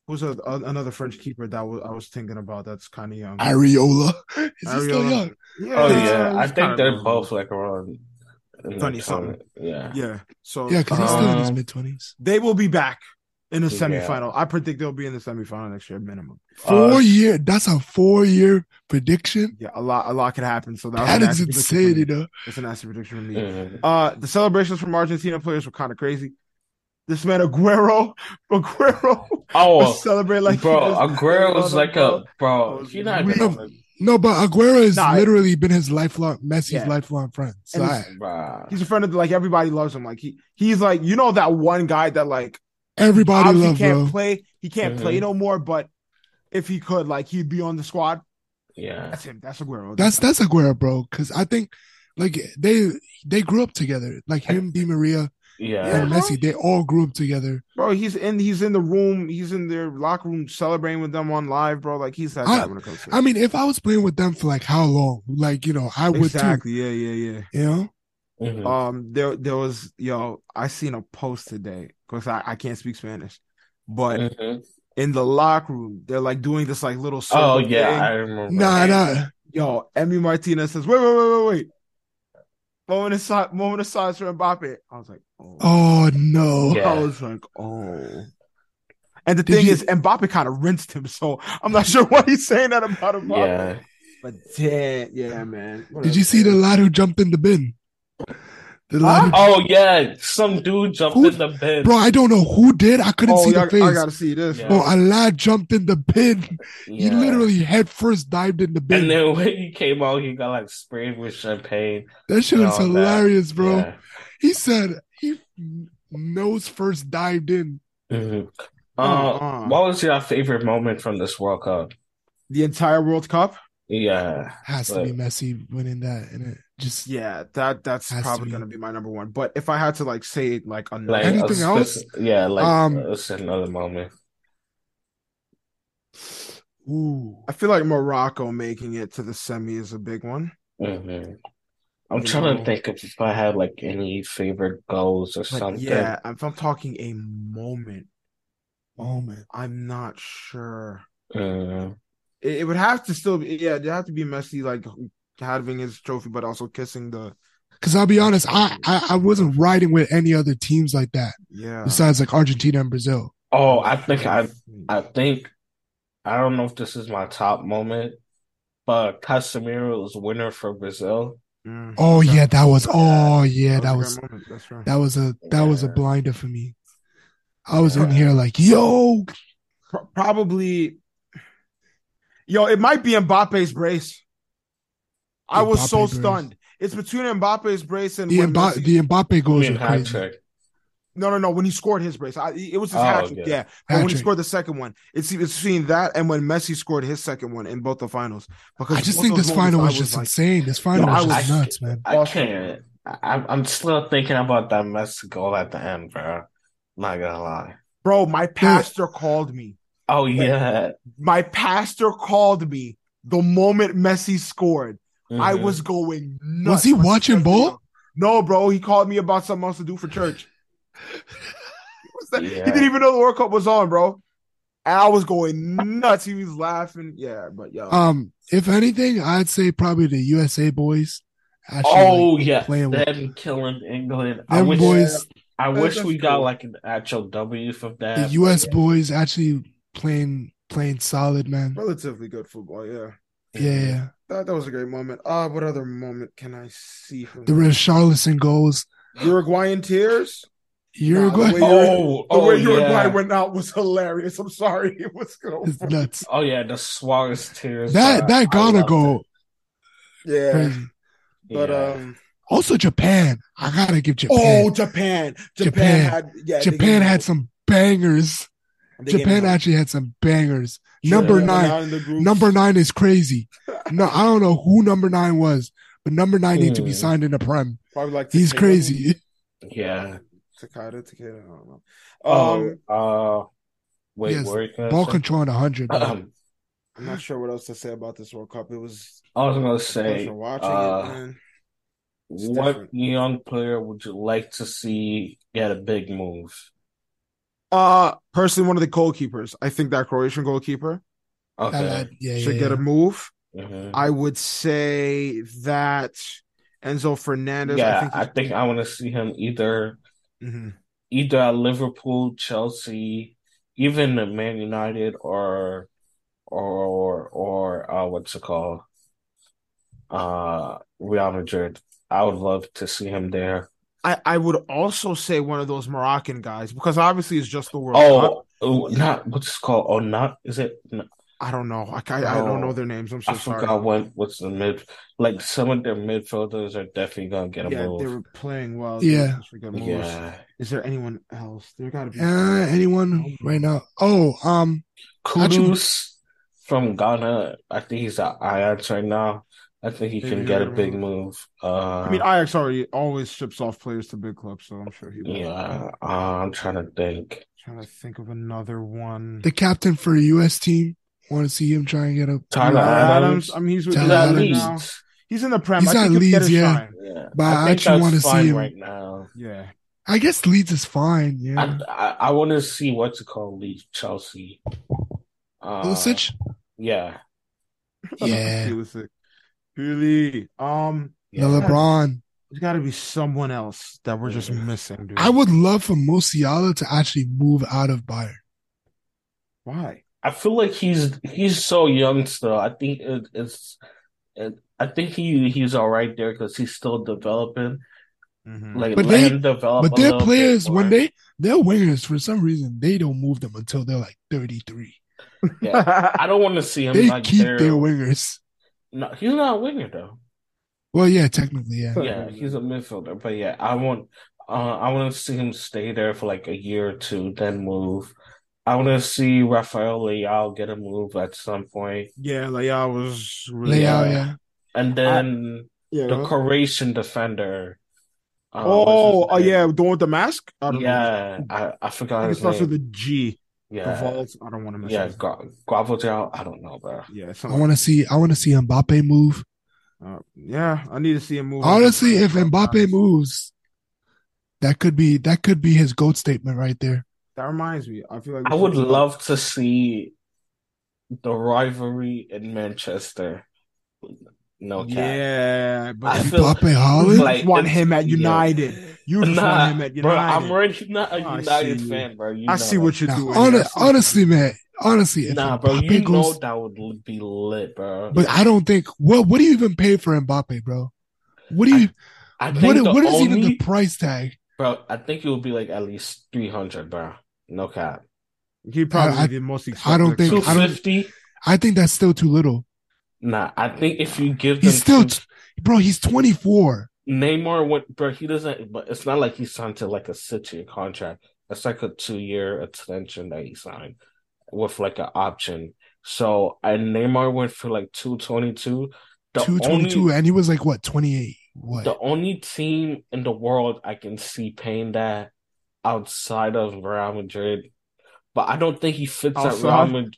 [SPEAKER 1] who's a, a- another French keeper that wa- I was thinking about. That's kind of young.
[SPEAKER 3] Ariola. Is he still
[SPEAKER 1] Ariola.
[SPEAKER 3] young?
[SPEAKER 1] Yeah,
[SPEAKER 2] oh yeah, I
[SPEAKER 1] he's
[SPEAKER 2] think
[SPEAKER 1] kinda
[SPEAKER 2] they're
[SPEAKER 1] young.
[SPEAKER 2] both like around in their
[SPEAKER 1] 20-something.
[SPEAKER 2] 20. Yeah,
[SPEAKER 1] Yeah. So
[SPEAKER 3] Yeah, because he's still
[SPEAKER 1] Uh,
[SPEAKER 3] in his
[SPEAKER 2] Um,
[SPEAKER 3] mid twenties.
[SPEAKER 1] they will be back in the
[SPEAKER 2] Yeah.
[SPEAKER 1] semifinal. I predict they'll be in the semifinal next year, minimum.
[SPEAKER 3] Four
[SPEAKER 2] uh,
[SPEAKER 3] year. That's a four year prediction.
[SPEAKER 1] Yeah, a lot, a lot could happen. So that was an
[SPEAKER 3] That is
[SPEAKER 1] accurate prediction
[SPEAKER 3] insane,
[SPEAKER 1] for me.
[SPEAKER 3] you know.
[SPEAKER 1] That's an nasty prediction for me.
[SPEAKER 2] mhm.
[SPEAKER 1] Uh, the celebrations from Argentina players were kind of crazy. This man Aguero, (laughs) Aguero,
[SPEAKER 2] oh,
[SPEAKER 3] (laughs)
[SPEAKER 1] was celebrate like he
[SPEAKER 2] bro,
[SPEAKER 1] was-
[SPEAKER 2] Aguero was like
[SPEAKER 1] That
[SPEAKER 2] a bro,
[SPEAKER 1] was
[SPEAKER 2] he not
[SPEAKER 1] weird.
[SPEAKER 2] even on the-
[SPEAKER 3] No, but Aguero has
[SPEAKER 1] Nah, I-
[SPEAKER 3] literally been his lifelong Messi's
[SPEAKER 1] Yeah.
[SPEAKER 3] lifelong friend. So
[SPEAKER 1] And
[SPEAKER 3] I-
[SPEAKER 2] bruh.
[SPEAKER 1] He's a friend of like everybody loves him. Like he, he's like you know that one guy that like
[SPEAKER 3] everybody
[SPEAKER 1] obviously
[SPEAKER 3] love
[SPEAKER 1] can't
[SPEAKER 3] bro.
[SPEAKER 1] play. He can't
[SPEAKER 2] Mhm.
[SPEAKER 1] play no more, but if he could, like he'd be on the squad.
[SPEAKER 2] Yeah.
[SPEAKER 1] That's him. That's Aguero.
[SPEAKER 3] That's that's Aguero, bro. Because I think like they they grew up together. Like him, Di Maria,
[SPEAKER 2] Yeah.
[SPEAKER 1] Yeah.
[SPEAKER 3] and Messi, they all grew up together.
[SPEAKER 1] bro. He's in. He's in the room. He's in their locker room celebrating with them on live, bro. Like he's that guy when it comes to.
[SPEAKER 3] I mean, if I was playing with them for like how long, like you know, I would
[SPEAKER 1] exactly. Yeah, yeah, yeah.
[SPEAKER 3] too. You know,
[SPEAKER 2] Mhm.
[SPEAKER 1] Um, there, there was yo. I seen a post today because I, I can't speak Spanish, but
[SPEAKER 2] Mhm.
[SPEAKER 1] in the locker room, they're like doing this like little. circle
[SPEAKER 2] Oh yeah, I
[SPEAKER 1] thing.
[SPEAKER 2] remember.
[SPEAKER 3] nah, nah.
[SPEAKER 1] Yo, Emmy Martinez says, "Wait, wait, wait, wait, wait." Moment of si- moment of silence for Mbappe. I was like, "Oh."
[SPEAKER 3] Oh no, (laughs)
[SPEAKER 2] Yeah.
[SPEAKER 1] I was like, "Oh." And the
[SPEAKER 3] Did
[SPEAKER 1] thing
[SPEAKER 3] you-
[SPEAKER 1] is, Mbappe kind of rinsed him, so I'm not (laughs) sure why he's saying that about Mbappe.
[SPEAKER 2] Yeah.
[SPEAKER 1] But damn, yeah, man.
[SPEAKER 3] did you see the lad who jumped in the bin? The lad, who-
[SPEAKER 2] Oh yeah, some dude jumped
[SPEAKER 3] Who-
[SPEAKER 2] in the bed.
[SPEAKER 3] bro, I don't know who did. I couldn't
[SPEAKER 1] Oh,
[SPEAKER 3] see
[SPEAKER 1] yeah,
[SPEAKER 3] the face.
[SPEAKER 1] I gotta see this.
[SPEAKER 2] Yeah.
[SPEAKER 3] Bro, a lad jumped in the bin. He
[SPEAKER 2] Yeah.
[SPEAKER 3] literally head first dived in the bin.
[SPEAKER 2] And then (laughs) when he came out, he got like sprayed with champagne.
[SPEAKER 3] that shit
[SPEAKER 2] and
[SPEAKER 3] is
[SPEAKER 2] all that.
[SPEAKER 3] hilarious, bro.
[SPEAKER 2] Yeah.
[SPEAKER 3] He said he n- nose first dived in.
[SPEAKER 2] Mhm.
[SPEAKER 1] Uh-uh.
[SPEAKER 3] Uh-huh.
[SPEAKER 2] Uh, what was your favorite moment from this World Cup?
[SPEAKER 1] The entire World Cup.
[SPEAKER 2] Yeah.
[SPEAKER 3] Has to
[SPEAKER 2] Right.
[SPEAKER 3] be Messi winning that, and it just
[SPEAKER 1] Yeah, that that's
[SPEAKER 3] Has to
[SPEAKER 1] probably
[SPEAKER 3] be.
[SPEAKER 1] gonna be my number one. But if I had to like say like a
[SPEAKER 2] Like uh,
[SPEAKER 3] Anything
[SPEAKER 2] a spec-
[SPEAKER 3] else?
[SPEAKER 2] Yeah, like
[SPEAKER 3] Um,
[SPEAKER 2] it's another moment.
[SPEAKER 3] ooh.
[SPEAKER 1] I feel like Morocco making it to the semi is a big one.
[SPEAKER 2] Mhm. I'm
[SPEAKER 1] You
[SPEAKER 2] trying
[SPEAKER 1] know.
[SPEAKER 2] to think if I had like any favorite goals or
[SPEAKER 1] But
[SPEAKER 2] something.
[SPEAKER 1] yeah, if I'm talking a moment,
[SPEAKER 3] Moment.
[SPEAKER 1] I'm not sure.
[SPEAKER 2] Mm.
[SPEAKER 1] It, it would have to still be yeah, it'd have to be Messi like having his trophy, but also kissing the
[SPEAKER 3] Because I'll be honest, I, I I wasn't riding with any other teams like that
[SPEAKER 1] yeah.
[SPEAKER 3] besides like Argentina and Brazil.
[SPEAKER 2] Oh, I think I I think I don't know if this is my top moment, but Casemiro's winner for Brazil.
[SPEAKER 1] Mm.
[SPEAKER 3] Oh
[SPEAKER 1] Okay.
[SPEAKER 3] yeah, that was. Oh yeah,
[SPEAKER 1] That
[SPEAKER 3] that
[SPEAKER 1] was
[SPEAKER 3] was
[SPEAKER 1] a great moment. That's right.
[SPEAKER 3] that was a that was a
[SPEAKER 2] Yeah.
[SPEAKER 3] blinder for me. I was in here like, yo,
[SPEAKER 1] Pro- probably yo, it might be Mbappe's brace. I was so
[SPEAKER 3] Mbappe brace.
[SPEAKER 1] stunned. It's between Mbappe's brace and
[SPEAKER 3] the
[SPEAKER 1] when
[SPEAKER 3] Mba-
[SPEAKER 1] Messi-
[SPEAKER 3] the Mbappe
[SPEAKER 2] I
[SPEAKER 3] goals
[SPEAKER 2] mean,
[SPEAKER 3] were
[SPEAKER 2] hat
[SPEAKER 3] crazy.
[SPEAKER 2] trick.
[SPEAKER 1] No, no, no. When he scored his brace, I, it was his
[SPEAKER 2] Oh,
[SPEAKER 1] hat trick.
[SPEAKER 2] yeah.
[SPEAKER 1] Yeah, but when he
[SPEAKER 3] Hat-trick.
[SPEAKER 1] scored the second one, it's it's between that and when Messi scored his second one in both the finals. Because
[SPEAKER 3] I just
[SPEAKER 1] both
[SPEAKER 3] think
[SPEAKER 1] those
[SPEAKER 3] this
[SPEAKER 1] moments,
[SPEAKER 3] final
[SPEAKER 1] I
[SPEAKER 3] was just insane. This final
[SPEAKER 1] Yo,
[SPEAKER 3] was
[SPEAKER 1] I
[SPEAKER 3] just
[SPEAKER 2] was-
[SPEAKER 3] nuts, man.
[SPEAKER 2] I
[SPEAKER 1] Awesome.
[SPEAKER 2] can't. I, I'm I'm still thinking about that Messi goal at the end, bro. Not gonna lie.
[SPEAKER 1] bro, my pastor called me.
[SPEAKER 2] Oh yeah,
[SPEAKER 1] My pastor called me the moment Messi scored. I
[SPEAKER 2] Mhm.
[SPEAKER 1] was going nuts.
[SPEAKER 3] Was he
[SPEAKER 1] when
[SPEAKER 3] watching
[SPEAKER 1] scored.
[SPEAKER 3] ball?
[SPEAKER 1] No, bro. He called me about something else to do for church. He was like- He
[SPEAKER 2] Yeah.
[SPEAKER 1] didn't even know the World Cup was on, bro. And I was going nuts. He was laughing. Yeah, but yo.
[SPEAKER 3] Um, if anything, I'd say probably the USA boys. Actually,
[SPEAKER 2] Oh
[SPEAKER 3] like,
[SPEAKER 2] yeah,
[SPEAKER 3] playing with-
[SPEAKER 2] them killing England. I
[SPEAKER 3] them
[SPEAKER 2] wish
[SPEAKER 3] boys,
[SPEAKER 2] I
[SPEAKER 1] That-
[SPEAKER 2] wish
[SPEAKER 1] that's
[SPEAKER 2] we got
[SPEAKER 1] cool.
[SPEAKER 2] like an actual W from that.
[SPEAKER 3] the
[SPEAKER 2] but
[SPEAKER 3] US
[SPEAKER 2] yeah.
[SPEAKER 3] boys, actually playing playing solid, man.
[SPEAKER 1] relatively good football. Yeah,
[SPEAKER 3] Yeah, yeah.
[SPEAKER 1] that that was a great moment. Ah, what other moment can I see from
[SPEAKER 3] the Richarlison goals.
[SPEAKER 1] Uruguayan tears?
[SPEAKER 3] Uruguay
[SPEAKER 1] the way-
[SPEAKER 2] Oh,
[SPEAKER 1] The
[SPEAKER 2] oh
[SPEAKER 1] way Uruguay
[SPEAKER 2] yeah.
[SPEAKER 1] went out was hilarious. I'm sorry, (laughs) it was cool.
[SPEAKER 3] is nuts.
[SPEAKER 2] Oh yeah, the Suarez tears.
[SPEAKER 3] That
[SPEAKER 2] bro. I
[SPEAKER 3] that Ghana
[SPEAKER 2] loved
[SPEAKER 3] goal,
[SPEAKER 1] Yeah,
[SPEAKER 3] crazy.
[SPEAKER 2] it.
[SPEAKER 1] but
[SPEAKER 2] Yeah.
[SPEAKER 1] um,
[SPEAKER 3] Also Japan. I gotta give Japan.
[SPEAKER 1] oh, Japan, Japan,
[SPEAKER 3] Japan.
[SPEAKER 1] had yeah, they
[SPEAKER 3] Japan
[SPEAKER 1] gave-
[SPEAKER 3] had some bangers.
[SPEAKER 1] they gave
[SPEAKER 3] Japan
[SPEAKER 1] them-
[SPEAKER 3] actually had some bangers.
[SPEAKER 2] Sure.
[SPEAKER 3] Number
[SPEAKER 1] they went
[SPEAKER 3] nine.
[SPEAKER 1] out in the group.
[SPEAKER 3] Number nine
[SPEAKER 1] (laughs)
[SPEAKER 3] is crazy. No, I don't know who number nine was, but number nine needs to be
[SPEAKER 2] Mm.
[SPEAKER 3] signed in the prem.
[SPEAKER 1] probably like
[SPEAKER 3] He's
[SPEAKER 1] Takeda.
[SPEAKER 3] crazy.
[SPEAKER 2] yeah.
[SPEAKER 1] Takeda, Takeda, I don't know. Um,
[SPEAKER 2] Oh, uh, wait,
[SPEAKER 3] Yes,
[SPEAKER 2] what were you gonna
[SPEAKER 3] (laughs) Ball
[SPEAKER 2] say? (clears throat)
[SPEAKER 3] control in hundred.
[SPEAKER 2] Um,
[SPEAKER 1] I'm not sure what else to say about this World Cup. It was
[SPEAKER 2] I was gonna
[SPEAKER 1] a
[SPEAKER 2] say,
[SPEAKER 1] pleasure watching
[SPEAKER 2] uh,
[SPEAKER 1] it, man. It's
[SPEAKER 2] what
[SPEAKER 1] different.
[SPEAKER 2] young player would you like to see get a big move?
[SPEAKER 1] Uh, personally, one of the goalkeepers. I think that Croatian goalkeeper
[SPEAKER 3] That
[SPEAKER 2] Okay.
[SPEAKER 3] lad, yeah, yeah,
[SPEAKER 1] should get
[SPEAKER 3] yeah.
[SPEAKER 1] a move.
[SPEAKER 2] Mhm.
[SPEAKER 1] I would say that Enzo Fernandez.
[SPEAKER 2] Yeah,
[SPEAKER 1] I think.
[SPEAKER 2] I want to see him either
[SPEAKER 1] he's- Mhm.
[SPEAKER 2] either at Liverpool, Chelsea, even at Man United, or or or uh, what's it called? Uh, Real Madrid. I would love to see him there.
[SPEAKER 1] I, I would also say one of those Moroccan guys because obviously it's just the World Cup.
[SPEAKER 2] Oh, oh, not what's it called? Oh, not is it? no,
[SPEAKER 1] I don't know. I, I, I
[SPEAKER 2] Oh.
[SPEAKER 1] don't know their names. I'm so
[SPEAKER 2] I
[SPEAKER 1] sorry.
[SPEAKER 2] forgot what what's the mid. Like some of their midfielders are definitely gonna get a
[SPEAKER 1] yeah,
[SPEAKER 2] move.
[SPEAKER 1] they were playing well.
[SPEAKER 3] Yeah.
[SPEAKER 1] They got moves.
[SPEAKER 2] Yeah,
[SPEAKER 1] Is there anyone else? There got to be.
[SPEAKER 3] Uh, anyone right now? Oh, um,
[SPEAKER 2] kudos. from Ghana. I think he's at Ajax right now. I think he can get a big move. Uh,
[SPEAKER 1] I mean, Ajax already always ships off players to big clubs, so I'm sure he will.
[SPEAKER 2] yeah, uh, I'm trying to think.
[SPEAKER 1] Trying to think of another one.
[SPEAKER 3] The captain for a U.S. team. Want to see him try and get a
[SPEAKER 2] Tyler
[SPEAKER 1] Adams.
[SPEAKER 2] Adams.
[SPEAKER 1] I mean, he's with
[SPEAKER 2] He's
[SPEAKER 3] Tyler
[SPEAKER 1] Leeds
[SPEAKER 2] at
[SPEAKER 3] Adams.
[SPEAKER 1] now.
[SPEAKER 2] Leeds.
[SPEAKER 1] He's in the Prem.
[SPEAKER 3] He's
[SPEAKER 1] I think
[SPEAKER 3] at
[SPEAKER 1] he'll get
[SPEAKER 3] Leeds,
[SPEAKER 1] his
[SPEAKER 3] yeah.
[SPEAKER 1] shine.
[SPEAKER 2] Yeah,
[SPEAKER 3] But I
[SPEAKER 2] think
[SPEAKER 3] actually
[SPEAKER 2] that's
[SPEAKER 3] wanna see
[SPEAKER 2] fine
[SPEAKER 3] him.
[SPEAKER 2] right now.
[SPEAKER 1] Yeah. (laughs)
[SPEAKER 3] I guess Leeds is fine. Yeah.
[SPEAKER 2] I I, I want to see what's it called, leave Chelsea. Uh,
[SPEAKER 3] Pulisic.
[SPEAKER 2] Yeah,
[SPEAKER 3] Yeah.
[SPEAKER 1] Pulisic. Really. Um,
[SPEAKER 3] The
[SPEAKER 2] yeah.
[SPEAKER 3] LeBron.
[SPEAKER 1] there's got to be someone else that we're just missing, dude.
[SPEAKER 3] I would love for Musiala to actually move out of Bayern.
[SPEAKER 1] Why?
[SPEAKER 2] I feel like he's he's so young still. I think it, it's, it, I think he he's all right there because he's still developing.
[SPEAKER 1] Mhm. (laughs)
[SPEAKER 2] Like
[SPEAKER 3] But
[SPEAKER 2] let
[SPEAKER 3] they-
[SPEAKER 2] him develop.
[SPEAKER 3] but
[SPEAKER 2] a
[SPEAKER 3] their
[SPEAKER 2] little bit
[SPEAKER 3] players, when
[SPEAKER 2] more.
[SPEAKER 3] they their wingers, for some reason, they don't move them until they're like 33.
[SPEAKER 2] I don't want to see him
[SPEAKER 3] They
[SPEAKER 2] like
[SPEAKER 3] keep
[SPEAKER 2] there.
[SPEAKER 3] their wingers.
[SPEAKER 2] No, he's not a winger though.
[SPEAKER 3] Well, yeah, technically, yeah.
[SPEAKER 1] But-
[SPEAKER 2] Yeah, he's a midfielder, but yeah, I want uh, I want to see him stay there for like a year or two, then move. I want to see Rafael Leao get a move at some point,
[SPEAKER 1] yeah, Leao was really
[SPEAKER 3] Leao,
[SPEAKER 2] Yeah.
[SPEAKER 3] yeah.
[SPEAKER 2] and then
[SPEAKER 1] Yeah.
[SPEAKER 2] the Croatian defender. uh,
[SPEAKER 1] oh,
[SPEAKER 2] what's
[SPEAKER 1] oh
[SPEAKER 2] his
[SPEAKER 1] yeah,
[SPEAKER 2] name?
[SPEAKER 1] the one with the mask. I don't know.
[SPEAKER 2] yeah, I, I
[SPEAKER 1] I
[SPEAKER 2] forgot
[SPEAKER 1] think it
[SPEAKER 2] his
[SPEAKER 1] starts
[SPEAKER 2] name.
[SPEAKER 1] with a G. The
[SPEAKER 2] yeah,
[SPEAKER 1] vault. I don't want to miss
[SPEAKER 2] yeah,
[SPEAKER 1] it.
[SPEAKER 2] Gra- Gravel I don't know, bro.
[SPEAKER 1] Yeah,
[SPEAKER 3] I
[SPEAKER 1] something
[SPEAKER 3] want to
[SPEAKER 1] like
[SPEAKER 3] see. I want to see Mbappe move.
[SPEAKER 1] that. Uh, yeah, I need to see him move.
[SPEAKER 3] Honestly, if Mbappe
[SPEAKER 1] uh,
[SPEAKER 3] moves, that could be that could be his goat statement right there.
[SPEAKER 1] that reminds me. I feel like
[SPEAKER 2] I would love to see the rivalry in Manchester. No cap.
[SPEAKER 1] Yeah,
[SPEAKER 2] I
[SPEAKER 1] but you
[SPEAKER 2] feel
[SPEAKER 3] Mbappe Holland.
[SPEAKER 1] like- just want
[SPEAKER 2] it's-
[SPEAKER 1] him at
[SPEAKER 2] yeah.
[SPEAKER 1] United. you just
[SPEAKER 2] Nah,
[SPEAKER 1] want him at United.
[SPEAKER 2] bro, I'm already (laughs) not
[SPEAKER 3] Oh,
[SPEAKER 2] a
[SPEAKER 1] I see
[SPEAKER 2] United
[SPEAKER 1] you.
[SPEAKER 2] fan, bro. You
[SPEAKER 1] I
[SPEAKER 2] know
[SPEAKER 1] see
[SPEAKER 2] that.
[SPEAKER 1] what you're
[SPEAKER 3] Now,
[SPEAKER 1] doing.
[SPEAKER 3] hon-
[SPEAKER 1] I see what
[SPEAKER 3] honestly, man. Honestly, if
[SPEAKER 2] Nah,
[SPEAKER 3] nah,
[SPEAKER 2] bro,
[SPEAKER 3] Mbappe
[SPEAKER 2] you know
[SPEAKER 3] goes,
[SPEAKER 2] that would be lit, bro.
[SPEAKER 3] but I don't think. What What do you even pay for Mbappe, bro? What do you?
[SPEAKER 2] I think
[SPEAKER 3] What
[SPEAKER 2] the
[SPEAKER 3] What is
[SPEAKER 2] only,
[SPEAKER 3] even the price tag?
[SPEAKER 2] (laughs) bro? I think it would be like at least three hundred, bro. No cap,
[SPEAKER 1] you're- He probably
[SPEAKER 3] I-
[SPEAKER 1] be the most.
[SPEAKER 3] I don't
[SPEAKER 1] expensive
[SPEAKER 2] two
[SPEAKER 3] think- I don't-
[SPEAKER 2] fifty.
[SPEAKER 3] I think that's still too little,
[SPEAKER 2] Nah, I think if you give them
[SPEAKER 3] He's still
[SPEAKER 2] two-
[SPEAKER 3] bro. He's twenty four.
[SPEAKER 2] Neymar went, bro. He doesn't, but it's not like he signed to like a six-year contract. It's like a two-year extension that he signed with like an option. So, and Neymar went for like two twenty-two. The
[SPEAKER 3] Two twenty
[SPEAKER 2] only
[SPEAKER 3] two, and he was like what twenty eight? What?
[SPEAKER 2] The only team in the world I can see paying that outside of Real Madrid, but I don't think he fits at Real
[SPEAKER 1] Outside?
[SPEAKER 2] Madrid.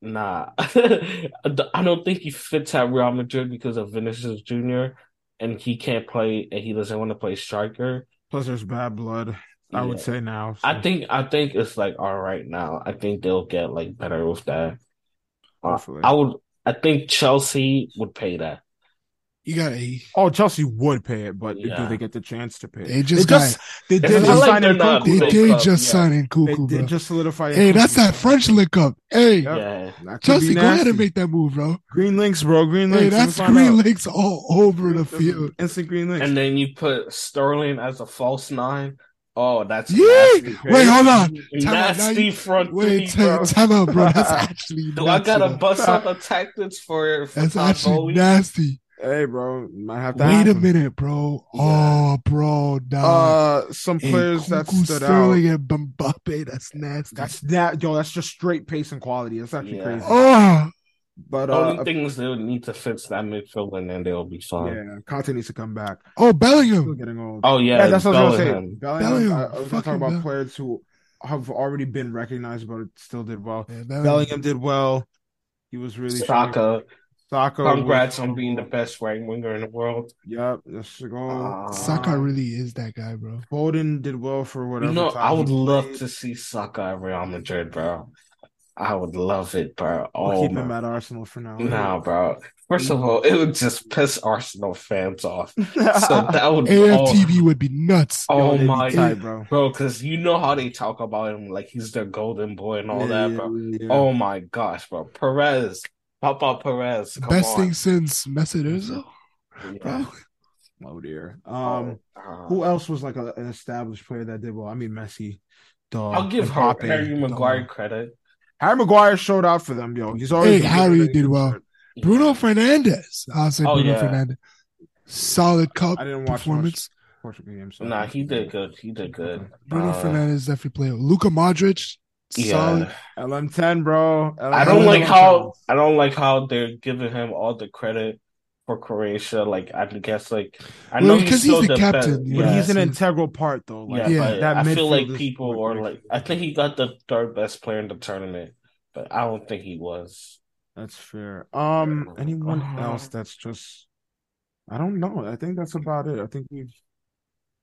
[SPEAKER 2] Nah, (laughs) I don't think he fits at Real Madrid because of Vinicius Junior, and he can't play, and he doesn't want to play striker.
[SPEAKER 1] Plus, there's bad blood. I would
[SPEAKER 2] Yeah.
[SPEAKER 1] say now.
[SPEAKER 2] I think I think it's like all right now. I think they'll get like better with that. Uh,
[SPEAKER 1] Hopefully.
[SPEAKER 2] I would. I think Chelsea would pay that.
[SPEAKER 3] You got a.
[SPEAKER 1] Oh, Chelsea would pay it, but
[SPEAKER 2] Yeah.
[SPEAKER 1] do they get the chance to pay? It?
[SPEAKER 3] They just
[SPEAKER 1] they just, they
[SPEAKER 2] It's
[SPEAKER 1] did
[SPEAKER 2] not
[SPEAKER 1] just
[SPEAKER 2] like
[SPEAKER 1] sign
[SPEAKER 2] they're
[SPEAKER 1] in
[SPEAKER 2] not
[SPEAKER 1] Kunku.
[SPEAKER 3] They
[SPEAKER 2] Big
[SPEAKER 3] did
[SPEAKER 2] club,
[SPEAKER 3] just
[SPEAKER 2] yeah.
[SPEAKER 3] sign in
[SPEAKER 1] They
[SPEAKER 3] Cuckoo, bro.
[SPEAKER 1] did just solidify.
[SPEAKER 3] Hey, that's
[SPEAKER 1] Nkunku.
[SPEAKER 3] that French lick up. Hey,
[SPEAKER 1] Yep.
[SPEAKER 2] Yeah.
[SPEAKER 1] That could
[SPEAKER 3] Chelsea,
[SPEAKER 1] be
[SPEAKER 3] go ahead
[SPEAKER 1] nasty.
[SPEAKER 3] and make that move, bro.
[SPEAKER 1] green links, bro. Green links.
[SPEAKER 3] Hey,
[SPEAKER 1] Let me
[SPEAKER 3] that's
[SPEAKER 1] find out.
[SPEAKER 3] green links all over the
[SPEAKER 1] That's
[SPEAKER 3] field.
[SPEAKER 1] Instant green links.
[SPEAKER 3] (laughs)
[SPEAKER 2] And then you put Sterling as a false nine. Oh, that's
[SPEAKER 3] Yeah.
[SPEAKER 2] nasty.
[SPEAKER 3] Wait, hold on. Time out. Now
[SPEAKER 2] Nasty
[SPEAKER 3] you-
[SPEAKER 2] front three,
[SPEAKER 3] Wait,
[SPEAKER 2] bro.
[SPEAKER 3] time, time out, bro.
[SPEAKER 2] (laughs)
[SPEAKER 3] That's actually
[SPEAKER 2] Do I
[SPEAKER 3] nuts,
[SPEAKER 2] gotta
[SPEAKER 3] you know.
[SPEAKER 2] bust out the tactics for, for
[SPEAKER 3] That's
[SPEAKER 2] Todd
[SPEAKER 3] actually
[SPEAKER 2] Bowley?
[SPEAKER 3] nasty.
[SPEAKER 1] hey, bro, might have to.
[SPEAKER 3] Wait a
[SPEAKER 1] happen.
[SPEAKER 3] minute, bro.
[SPEAKER 2] Yeah.
[SPEAKER 3] Oh, bro, nah.
[SPEAKER 1] Uh, some
[SPEAKER 3] Hey,
[SPEAKER 1] players that
[SPEAKER 3] Cuckoo,
[SPEAKER 1] stood out.
[SPEAKER 3] Sterling and Mbappe. That's nasty.
[SPEAKER 1] That's that, yo. That's just straight pace and quality. That's actually
[SPEAKER 2] Yeah.
[SPEAKER 1] crazy.
[SPEAKER 3] oh,
[SPEAKER 1] But
[SPEAKER 2] The
[SPEAKER 1] uh,
[SPEAKER 2] only thing is they'll need to fix that midfield and then they'll be fine.
[SPEAKER 1] yeah, Conte needs to come back.
[SPEAKER 3] oh,
[SPEAKER 1] Still
[SPEAKER 3] Bellingham.
[SPEAKER 1] getting old.
[SPEAKER 2] uh, Oh yeah,
[SPEAKER 1] yeah, that's what I was gonna say.
[SPEAKER 2] Bellingham.
[SPEAKER 1] Bellingham,
[SPEAKER 3] Bellingham,
[SPEAKER 1] I, I was gonna
[SPEAKER 3] fucking
[SPEAKER 1] talk about
[SPEAKER 3] Bell-
[SPEAKER 1] players who have already been recognized, but still did well.
[SPEAKER 3] Yeah,
[SPEAKER 1] Bellingham did well. He was really
[SPEAKER 2] Saka.
[SPEAKER 1] Saka. was-
[SPEAKER 2] Congrats on being the best right winger in the world.
[SPEAKER 1] Yep, let's go.
[SPEAKER 2] Ah.
[SPEAKER 3] Saka
[SPEAKER 1] Uh,
[SPEAKER 3] really is that guy, bro.
[SPEAKER 1] Foden did well for whatever.
[SPEAKER 2] You know,
[SPEAKER 1] time
[SPEAKER 2] I would
[SPEAKER 1] he
[SPEAKER 2] love
[SPEAKER 1] played.
[SPEAKER 2] to see Saka at Real Madrid, bro. I would love it, bro.
[SPEAKER 1] We'll
[SPEAKER 2] Oh
[SPEAKER 1] keep
[SPEAKER 2] my
[SPEAKER 1] him at Arsenal for now.
[SPEAKER 2] No,
[SPEAKER 1] (laughs)
[SPEAKER 2] bro. First of all, it would just piss Arsenal fans off. So
[SPEAKER 1] (laughs) so
[SPEAKER 2] that would
[SPEAKER 3] AFTV would be nuts.
[SPEAKER 2] Oh, oh my
[SPEAKER 1] tight, bro.
[SPEAKER 2] bro, because you know how they talk about him, like he's their golden boy and all that, bro. Oh my gosh, bro. Perez, Papa Perez, come
[SPEAKER 3] Best
[SPEAKER 2] on.
[SPEAKER 3] thing since Mesut Ozil,
[SPEAKER 2] Yeah.
[SPEAKER 3] bro.
[SPEAKER 1] Oh dear.
[SPEAKER 2] Oh,
[SPEAKER 1] Um,
[SPEAKER 2] uh,
[SPEAKER 1] who else was like a, an established player that did well? I mean, Messi. Dog.
[SPEAKER 2] I'll give her
[SPEAKER 1] Mbappe,
[SPEAKER 2] Harry
[SPEAKER 1] dog.
[SPEAKER 2] Maguire credit.
[SPEAKER 1] Harry Maguire showed out for them, yo. He's always
[SPEAKER 3] Hey,
[SPEAKER 1] been
[SPEAKER 3] Harry
[SPEAKER 1] really
[SPEAKER 3] did
[SPEAKER 1] good
[SPEAKER 3] well.
[SPEAKER 1] for it.
[SPEAKER 3] Bruno Fernandez. I'll say
[SPEAKER 2] Oh,
[SPEAKER 3] Bruno
[SPEAKER 2] yeah.
[SPEAKER 3] Fernandez. Solid cup
[SPEAKER 1] I didn't watch
[SPEAKER 3] performance.
[SPEAKER 1] much Portugal game. So
[SPEAKER 2] Nah, he did good. He did good.
[SPEAKER 3] Bruno
[SPEAKER 2] Uh,
[SPEAKER 3] Fernandez definitely played. Luka Modric
[SPEAKER 2] Yeah.
[SPEAKER 3] Solid.
[SPEAKER 1] LM10, bro. LM10.
[SPEAKER 2] I don't like how I don't like how they're giving him all the credit for Croatia. Like I guess like I
[SPEAKER 3] Well,
[SPEAKER 2] know
[SPEAKER 3] because he's
[SPEAKER 2] still
[SPEAKER 3] the captain,
[SPEAKER 1] But
[SPEAKER 2] Yeah, yeah,
[SPEAKER 1] he's an
[SPEAKER 3] Yeah.
[SPEAKER 1] integral part, though. Like,
[SPEAKER 3] Yeah,
[SPEAKER 2] but
[SPEAKER 1] that
[SPEAKER 2] I feel like
[SPEAKER 1] midfield is
[SPEAKER 2] people
[SPEAKER 1] important.
[SPEAKER 2] are like I think he got the third best player in the tournament, but I don't think he was.
[SPEAKER 1] That's fair. Um,
[SPEAKER 2] Uh,
[SPEAKER 1] anyone
[SPEAKER 2] uh-huh.
[SPEAKER 1] else that's just, I don't know. I think that's about it. I think we've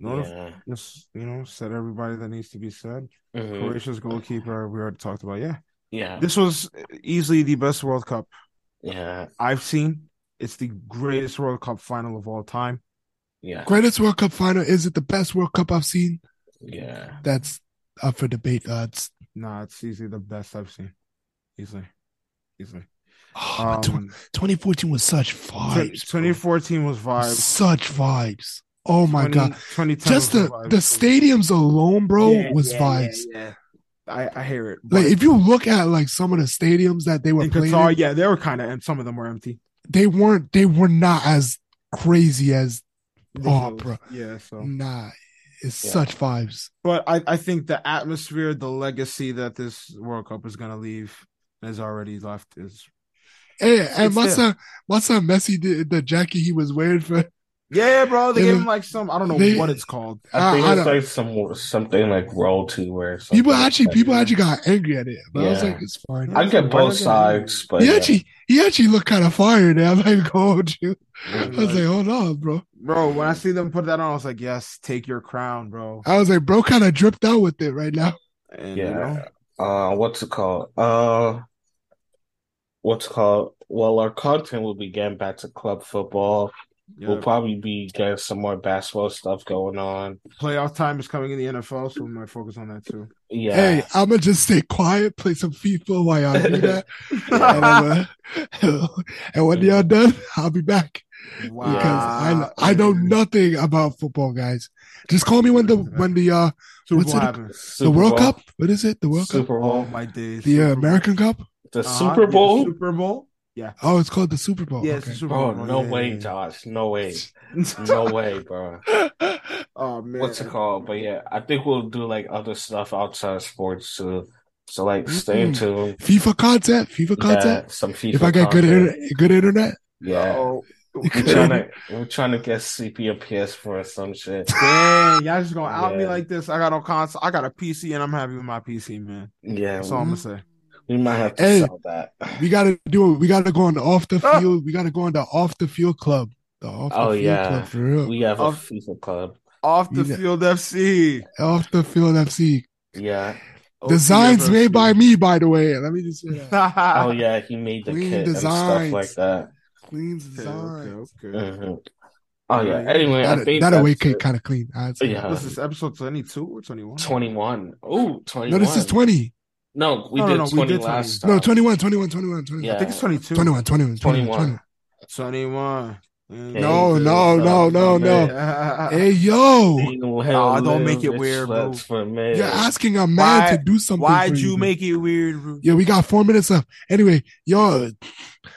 [SPEAKER 1] notif-
[SPEAKER 2] Yeah.
[SPEAKER 1] just, you know, said everybody that needs to be said.
[SPEAKER 2] Mhm.
[SPEAKER 1] Croatia's goalkeeper, we already talked about. Yeah,
[SPEAKER 2] Yeah.
[SPEAKER 1] this was easily the best World Cup
[SPEAKER 2] Yeah.
[SPEAKER 1] I've seen. It's the greatest World Cup final of all time.
[SPEAKER 2] Yeah.
[SPEAKER 3] Greatest World Cup final. Is it the best World Cup I've seen?
[SPEAKER 2] Yeah.
[SPEAKER 3] That's up for debate. Uh, it's,
[SPEAKER 1] Nah, it's easily the best I've seen. Easily, easily.
[SPEAKER 3] oh, but tw-
[SPEAKER 1] Um,
[SPEAKER 3] 2014 was such
[SPEAKER 1] tw-
[SPEAKER 3] vibes. bro.
[SPEAKER 1] 2014 was vibes.
[SPEAKER 3] Such vibes. Oh my
[SPEAKER 1] 20-
[SPEAKER 3] god.
[SPEAKER 1] 2010
[SPEAKER 3] Just
[SPEAKER 1] was
[SPEAKER 3] the
[SPEAKER 1] vibes.
[SPEAKER 3] the stadiums alone, bro,
[SPEAKER 1] Yeah,
[SPEAKER 3] was
[SPEAKER 1] yeah, yeah,
[SPEAKER 3] vibes.
[SPEAKER 1] yeah. I, I hear it.
[SPEAKER 3] Like
[SPEAKER 1] but-
[SPEAKER 3] if you look at like some of the stadiums that they were
[SPEAKER 1] in
[SPEAKER 3] playing,
[SPEAKER 1] Qatar,
[SPEAKER 3] in,
[SPEAKER 1] yeah, they were kind of, and some of them were empty.
[SPEAKER 3] they weren't they were not as crazy as
[SPEAKER 1] The
[SPEAKER 3] Oh,
[SPEAKER 1] hills,
[SPEAKER 3] bro.
[SPEAKER 1] yeah. So,
[SPEAKER 3] nah. It's
[SPEAKER 2] Yeah.
[SPEAKER 3] such vibes.
[SPEAKER 1] but I, I think the atmosphere, the legacy that this World Cup is gonna leave, has already left. Is
[SPEAKER 3] And, and
[SPEAKER 1] It's
[SPEAKER 3] my
[SPEAKER 1] there.
[SPEAKER 3] son, my son Messi did the jacket he was wearing for.
[SPEAKER 1] yeah, bro. They
[SPEAKER 3] They
[SPEAKER 1] gave
[SPEAKER 3] were-
[SPEAKER 1] him like some, I don't know
[SPEAKER 3] they-
[SPEAKER 1] what it's called.
[SPEAKER 2] I think
[SPEAKER 3] I- I
[SPEAKER 2] it's
[SPEAKER 3] don't-
[SPEAKER 2] like some something like roll to or something.
[SPEAKER 3] People
[SPEAKER 2] like
[SPEAKER 3] actually,
[SPEAKER 2] that.
[SPEAKER 3] people actually got angry at it, but I was
[SPEAKER 2] Yeah.
[SPEAKER 3] like, it's fine.
[SPEAKER 1] Yeah.
[SPEAKER 2] I get
[SPEAKER 1] Why
[SPEAKER 2] both
[SPEAKER 1] does it matter?
[SPEAKER 2] sides, but
[SPEAKER 3] he
[SPEAKER 2] yeah.
[SPEAKER 3] actually, he actually looked kind of fired. I'm not even (laughs) gonna hold you. I
[SPEAKER 1] Mhm.
[SPEAKER 3] was like, hold on, bro.
[SPEAKER 1] Bro, when I see them put that on, I was like, yes, take your crown, bro.
[SPEAKER 3] I was like, bro, kind of dripped out with it right now.
[SPEAKER 1] And,
[SPEAKER 2] Yeah.
[SPEAKER 1] you know,
[SPEAKER 2] uh what's it called? Uh what's it called? Well, our content will be getting back to club football. We'll
[SPEAKER 1] yeah.
[SPEAKER 2] probably be getting some more basketball stuff going on.
[SPEAKER 1] playoff time is coming in the NFL, so we might focus on that
[SPEAKER 3] (laughs)
[SPEAKER 1] too.
[SPEAKER 2] Yeah.
[SPEAKER 3] Hey, I'm gonna just stay quiet, play some FIFA while y'all do that, and, I'm, uh, (laughs) and when y'all done, I'll be back
[SPEAKER 1] (laughs) Wow.
[SPEAKER 3] because I I know
[SPEAKER 2] Ah.
[SPEAKER 3] nothing about football, guys. Just call me when the when the uh
[SPEAKER 1] Super
[SPEAKER 3] what's
[SPEAKER 1] Bowl
[SPEAKER 3] it-
[SPEAKER 1] happens.
[SPEAKER 3] the
[SPEAKER 2] Super
[SPEAKER 3] World
[SPEAKER 2] Bowl,
[SPEAKER 3] Cup. What is it? The World Cup.
[SPEAKER 2] Super
[SPEAKER 1] Oh
[SPEAKER 2] Bowl,
[SPEAKER 1] my days.
[SPEAKER 3] The
[SPEAKER 1] Super
[SPEAKER 3] uh,
[SPEAKER 1] Bowl.
[SPEAKER 3] American Cup.
[SPEAKER 2] the
[SPEAKER 1] Uh-huh,
[SPEAKER 2] Super
[SPEAKER 1] yeah,
[SPEAKER 2] Bowl.
[SPEAKER 1] Super Bowl. Yeah.
[SPEAKER 3] Oh, it's called the Super Bowl.
[SPEAKER 1] Yeah, it's
[SPEAKER 3] okay.
[SPEAKER 1] the Super
[SPEAKER 2] Bro,
[SPEAKER 1] Bowl.
[SPEAKER 2] no
[SPEAKER 1] yeah,
[SPEAKER 2] way,
[SPEAKER 1] yeah, yeah.
[SPEAKER 2] Josh.
[SPEAKER 1] (laughs)
[SPEAKER 2] No way. No way, bro.
[SPEAKER 1] Oh man,
[SPEAKER 2] What's it called? But yeah, I think we'll do like other stuff outside sports too. So like stay
[SPEAKER 3] Mhm.
[SPEAKER 2] tuned.
[SPEAKER 3] (laughs) FIFA content, FIFA
[SPEAKER 2] Yeah,
[SPEAKER 3] content.
[SPEAKER 2] some
[SPEAKER 3] if
[SPEAKER 2] FIFA
[SPEAKER 3] I got good
[SPEAKER 2] content.
[SPEAKER 3] internet, good internet, (laughs)
[SPEAKER 2] Yeah.
[SPEAKER 1] Oh,
[SPEAKER 2] We're trying to we're trying to get CP a PS4 or some shit.
[SPEAKER 1] dang, y'all just gonna out me
[SPEAKER 2] Yeah.
[SPEAKER 1] like this? I got no console. I got a PC, and I'm happy with my PC, man.
[SPEAKER 2] Yeah,
[SPEAKER 1] That's all I'm gonna
[SPEAKER 3] Mm-hmm.
[SPEAKER 1] say.
[SPEAKER 2] we might have to
[SPEAKER 3] Hey.
[SPEAKER 2] sell that.
[SPEAKER 3] we gotta do it. We gotta go on the off the
[SPEAKER 1] Ah.
[SPEAKER 3] field. We gotta go on the off the field club. The off the
[SPEAKER 2] Oh,
[SPEAKER 3] field
[SPEAKER 2] yeah.
[SPEAKER 3] club for real.
[SPEAKER 2] We have a
[SPEAKER 1] Of-
[SPEAKER 2] FIFA club.
[SPEAKER 1] Off the
[SPEAKER 3] Yeah.
[SPEAKER 1] field FC
[SPEAKER 3] off the field FC.
[SPEAKER 2] Yeah.
[SPEAKER 3] Designs
[SPEAKER 1] OTFC.
[SPEAKER 3] made
[SPEAKER 1] (laughs)
[SPEAKER 3] by me, by the way. Let me just say that.
[SPEAKER 2] Oh yeah, he made the
[SPEAKER 3] Clean
[SPEAKER 2] kit and stuff
[SPEAKER 3] designs.
[SPEAKER 2] like that.
[SPEAKER 3] Clean
[SPEAKER 1] Okay,
[SPEAKER 3] design.
[SPEAKER 1] okay, okay.
[SPEAKER 2] hmm Oh yeah. Anyway, I
[SPEAKER 3] That,
[SPEAKER 2] think
[SPEAKER 3] that away
[SPEAKER 2] that's
[SPEAKER 3] kick
[SPEAKER 2] it.
[SPEAKER 3] kind of clean. I'd say.
[SPEAKER 2] Yeah.
[SPEAKER 1] What's this episode 22 or 21?
[SPEAKER 2] 21. Ooh,
[SPEAKER 3] No,
[SPEAKER 2] 21.
[SPEAKER 3] this is 20.
[SPEAKER 2] No, we
[SPEAKER 1] No, no,
[SPEAKER 2] did
[SPEAKER 1] no, we
[SPEAKER 2] 20
[SPEAKER 1] did
[SPEAKER 2] last time.
[SPEAKER 3] No, 21, 21, 21, 21.
[SPEAKER 1] I
[SPEAKER 2] Yeah.
[SPEAKER 1] think it's 22.
[SPEAKER 3] 21, 21, 21,
[SPEAKER 2] 21.
[SPEAKER 1] 21. Mm.
[SPEAKER 3] No, no, no, no, no.
[SPEAKER 1] (laughs)
[SPEAKER 2] Uh,
[SPEAKER 3] Hey, yo.
[SPEAKER 1] Aw, don't make it weird, bro.
[SPEAKER 2] That's for me.
[SPEAKER 3] You're asking a man
[SPEAKER 1] Why-
[SPEAKER 3] to do something.
[SPEAKER 1] Why'd
[SPEAKER 3] for
[SPEAKER 1] you
[SPEAKER 3] bro.
[SPEAKER 1] make it weird, Ru?
[SPEAKER 3] Yeah, we got four minutes left. Anyway, yo,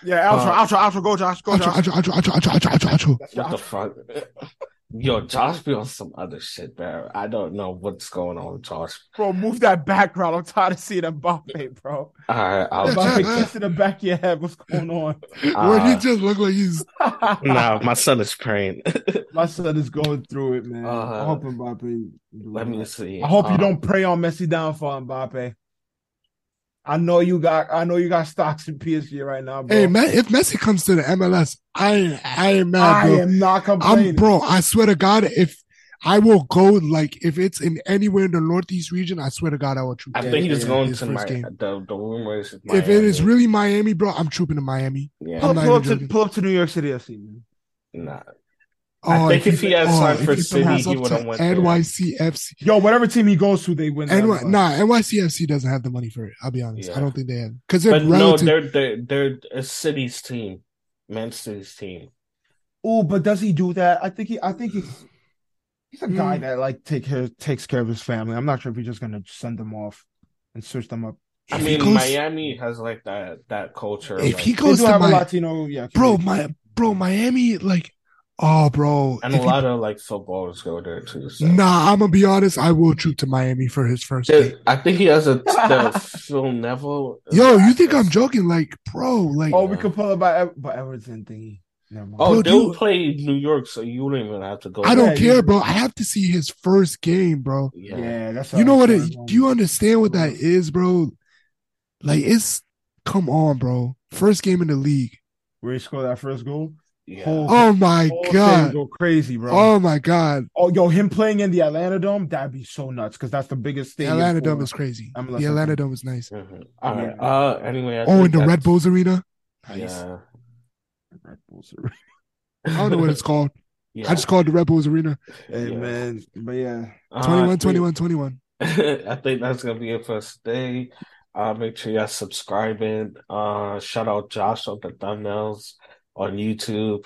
[SPEAKER 1] Yeah, outro,
[SPEAKER 2] Uh,
[SPEAKER 1] outro, outro. Go, Josh. Go,
[SPEAKER 3] outro,
[SPEAKER 1] Josh.
[SPEAKER 3] outro, outro, outro, outro, outro, outro.
[SPEAKER 1] That's your
[SPEAKER 2] What the fuck? Yo, Josh be on some other shit, bro. I don't know what's going on with Josh.
[SPEAKER 1] Bro, move that background. I'm tired of seeing Mbappe, bro.
[SPEAKER 2] All right, I'll
[SPEAKER 1] Mbappe
[SPEAKER 2] take
[SPEAKER 1] gets in the back of your head. What's going on?
[SPEAKER 3] Where he
[SPEAKER 2] Uh,
[SPEAKER 3] just look like he's
[SPEAKER 2] (laughs) nah, my son is praying.
[SPEAKER 1] My son is going through it, man. I
[SPEAKER 2] Uh,
[SPEAKER 1] hope Mbappe.
[SPEAKER 2] Let me see.
[SPEAKER 1] I hope you
[SPEAKER 2] Uh,
[SPEAKER 1] don't prey on Messi downfall, Mbappe. I know you got. I know you got stocks in PSG right now, bro.
[SPEAKER 3] hey man. If Messi comes to the MLS, I ain't, I ain't mad,
[SPEAKER 1] I
[SPEAKER 3] bro.
[SPEAKER 1] am not
[SPEAKER 3] I'm
[SPEAKER 1] complaining.
[SPEAKER 3] bro. I swear to God, if I will go, like if it's in anywhere in the northeast region, I swear to God, I will troop.
[SPEAKER 2] I
[SPEAKER 1] Yeah,
[SPEAKER 2] think
[SPEAKER 1] yeah,
[SPEAKER 2] he's
[SPEAKER 1] yeah,
[SPEAKER 2] going
[SPEAKER 3] his
[SPEAKER 2] to my
[SPEAKER 3] first game.
[SPEAKER 2] the the rumors. is
[SPEAKER 3] If it is
[SPEAKER 2] Miami.
[SPEAKER 3] really Miami, bro, I'm trooping to Miami.
[SPEAKER 1] pull,
[SPEAKER 2] yeah,
[SPEAKER 3] I'm not
[SPEAKER 1] pull up
[SPEAKER 3] even
[SPEAKER 1] to
[SPEAKER 3] joking.
[SPEAKER 1] pull up to New York City FC, man.
[SPEAKER 2] nah.
[SPEAKER 3] Oh,
[SPEAKER 2] I think if he had signed
[SPEAKER 3] if
[SPEAKER 2] for
[SPEAKER 3] he
[SPEAKER 2] City,
[SPEAKER 3] comes
[SPEAKER 2] he
[SPEAKER 3] up
[SPEAKER 2] would've
[SPEAKER 3] to
[SPEAKER 2] went there.
[SPEAKER 3] NYCFC.
[SPEAKER 1] Yo, whatever team he goes to, they win. the
[SPEAKER 3] NY,
[SPEAKER 1] MLS.
[SPEAKER 3] nah, NYCFC doesn't have the money for it. I'll be honest.
[SPEAKER 2] Yeah.
[SPEAKER 3] I don't think they have because they're
[SPEAKER 2] but no,
[SPEAKER 3] relative.
[SPEAKER 2] they're they're they're a City's team, Man City's team.
[SPEAKER 1] Oh, but does he do that? I think he. I think he's he's a guy
[SPEAKER 3] Mm.
[SPEAKER 1] that like take care takes care of his family. I'm not sure if he's just gonna send them off and switch them up.
[SPEAKER 2] I
[SPEAKER 3] If he
[SPEAKER 2] mean,
[SPEAKER 3] goes-
[SPEAKER 2] Miami has like that that culture. of,
[SPEAKER 3] if
[SPEAKER 2] like,
[SPEAKER 3] he
[SPEAKER 1] They
[SPEAKER 3] goes
[SPEAKER 1] do
[SPEAKER 3] to
[SPEAKER 1] have a
[SPEAKER 3] Miami,
[SPEAKER 1] Latino, yeah,
[SPEAKER 3] bro,
[SPEAKER 1] community.
[SPEAKER 3] my bro, Miami, like Oh, bro.
[SPEAKER 2] And
[SPEAKER 3] if
[SPEAKER 2] a
[SPEAKER 3] he-
[SPEAKER 2] lot of like footballers go there too. So.
[SPEAKER 3] nah, I'm gonna be honest. I will shoot to Miami for his first
[SPEAKER 2] Dude,
[SPEAKER 3] date.
[SPEAKER 2] I think he has a the
[SPEAKER 3] (laughs)
[SPEAKER 2] Phil Neville. uh,
[SPEAKER 3] Yo, you think I'm joking? Like, bro, like,
[SPEAKER 1] Oh, we could pull it by, by Everton thingy. Never mind.
[SPEAKER 2] Oh,
[SPEAKER 3] Bro,
[SPEAKER 2] they'll
[SPEAKER 3] dude.
[SPEAKER 2] play New York, so you don't even have to go.
[SPEAKER 3] I don't
[SPEAKER 1] yeah,
[SPEAKER 3] care,
[SPEAKER 1] you-
[SPEAKER 3] bro. I have to see his first game, bro.
[SPEAKER 2] Yeah.
[SPEAKER 1] yeah. that's
[SPEAKER 3] you know
[SPEAKER 1] how
[SPEAKER 3] what?
[SPEAKER 1] it's
[SPEAKER 3] It,
[SPEAKER 1] going.
[SPEAKER 3] do you understand what that is, bro? Like, it's come on, bro. First game in the league.
[SPEAKER 1] where he scored that first goal?
[SPEAKER 2] yeah.
[SPEAKER 1] Whole-
[SPEAKER 3] Oh my
[SPEAKER 1] Whole thing
[SPEAKER 3] god.
[SPEAKER 1] go crazy, bro.
[SPEAKER 3] Oh my god.
[SPEAKER 1] Oh, yo, him playing in the Atlanta Dome, that'd be so nuts because that's the biggest
[SPEAKER 3] The
[SPEAKER 1] thing.
[SPEAKER 3] Atlanta Dome is crazy.
[SPEAKER 1] I'm
[SPEAKER 3] The
[SPEAKER 1] listening.
[SPEAKER 3] Atlanta Dome is nice.
[SPEAKER 2] Mhm. All right. Uh, anyway. I
[SPEAKER 3] Oh,
[SPEAKER 2] think
[SPEAKER 3] in the
[SPEAKER 2] that's-
[SPEAKER 3] Red Bulls Arena. Nice.
[SPEAKER 2] Yeah.
[SPEAKER 3] I don't know
[SPEAKER 2] (laughs)
[SPEAKER 3] what it's called.
[SPEAKER 2] Yeah.
[SPEAKER 3] I just called the Red Bulls Arena.
[SPEAKER 1] Hey,
[SPEAKER 2] Yeah.
[SPEAKER 1] man. But yeah,
[SPEAKER 2] Uh, I
[SPEAKER 3] 21,
[SPEAKER 2] think-
[SPEAKER 3] 21, 21.
[SPEAKER 2] (laughs) I think that's gonna be it for us today. Uh, make sure y'all subscribing. Uh, shout out Josh on the thumbnails on YouTube.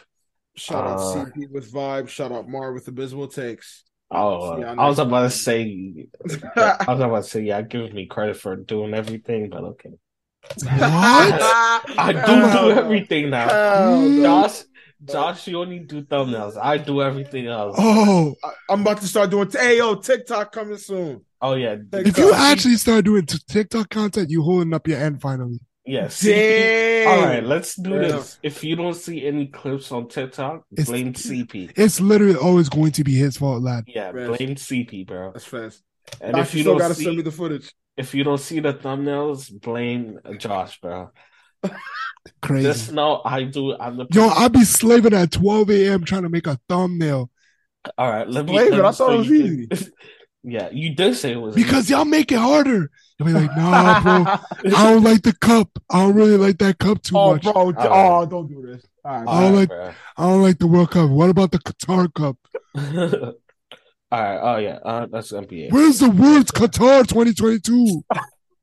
[SPEAKER 1] shout out
[SPEAKER 2] Uh,
[SPEAKER 1] CP with Vibe. Shout out Mar with Abysmal Takes.
[SPEAKER 2] Oh,
[SPEAKER 1] See y'all
[SPEAKER 2] I was
[SPEAKER 1] next
[SPEAKER 2] about to
[SPEAKER 1] time.
[SPEAKER 2] say,
[SPEAKER 1] (laughs)
[SPEAKER 2] I
[SPEAKER 3] (laughs)
[SPEAKER 2] was about to say, yeah, give me credit for doing everything, but okay, (laughs)
[SPEAKER 3] What?
[SPEAKER 2] I do
[SPEAKER 3] Uh,
[SPEAKER 2] do everything now. Josh, Josh, you only do thumbnails. I do everything else.
[SPEAKER 3] Oh,
[SPEAKER 1] I- I'm about to start doing. Hey, yo, TikTok coming soon.
[SPEAKER 2] Oh yeah,
[SPEAKER 3] if you
[SPEAKER 1] God.
[SPEAKER 3] actually start doing t- TikTok content, you holding up your end finally.
[SPEAKER 2] yeah. CP.
[SPEAKER 1] Dang.
[SPEAKER 2] All right, let's do
[SPEAKER 1] Fair
[SPEAKER 2] this.
[SPEAKER 1] enough.
[SPEAKER 2] If you don't see any clips on TikTok,
[SPEAKER 3] It's-
[SPEAKER 2] blame CP.
[SPEAKER 3] It's literally always going to be his fault, lad.
[SPEAKER 2] Yeah,
[SPEAKER 1] Rest.
[SPEAKER 2] blame CP, bro.
[SPEAKER 1] That's fast.
[SPEAKER 2] And
[SPEAKER 1] Doc,
[SPEAKER 2] if
[SPEAKER 1] you
[SPEAKER 2] you
[SPEAKER 1] still
[SPEAKER 2] don't
[SPEAKER 1] gotta
[SPEAKER 2] see,
[SPEAKER 1] send me the footage.
[SPEAKER 2] if you don't see the thumbnails, blame Josh, bro.
[SPEAKER 3] Crazy.
[SPEAKER 2] Just know I do. I'm the
[SPEAKER 3] Yo, I be slaving at 12 a.m. trying to make a thumbnail
[SPEAKER 2] All right, let me.
[SPEAKER 1] Blame
[SPEAKER 2] let
[SPEAKER 1] it. I
[SPEAKER 2] me-
[SPEAKER 1] thought it was
[SPEAKER 2] you did- (laughs) yeah, you did say it was
[SPEAKER 3] because y'all make it harder. You'll be like, nah, Oh,
[SPEAKER 1] (laughs)
[SPEAKER 3] bro, I don't like the cup. I don't really like that cup too
[SPEAKER 1] oh,
[SPEAKER 3] much.
[SPEAKER 1] bro. d-
[SPEAKER 2] right.
[SPEAKER 1] Oh, don't do this. All
[SPEAKER 3] I
[SPEAKER 1] right.
[SPEAKER 3] don't
[SPEAKER 2] All
[SPEAKER 3] like-
[SPEAKER 2] (laughs)
[SPEAKER 3] I don't like the World Cup. What about the Qatar Cup?
[SPEAKER 2] bro. All right. Oh yeah. Uh, that's gonna be it.
[SPEAKER 3] Where's the World Qatar 2022?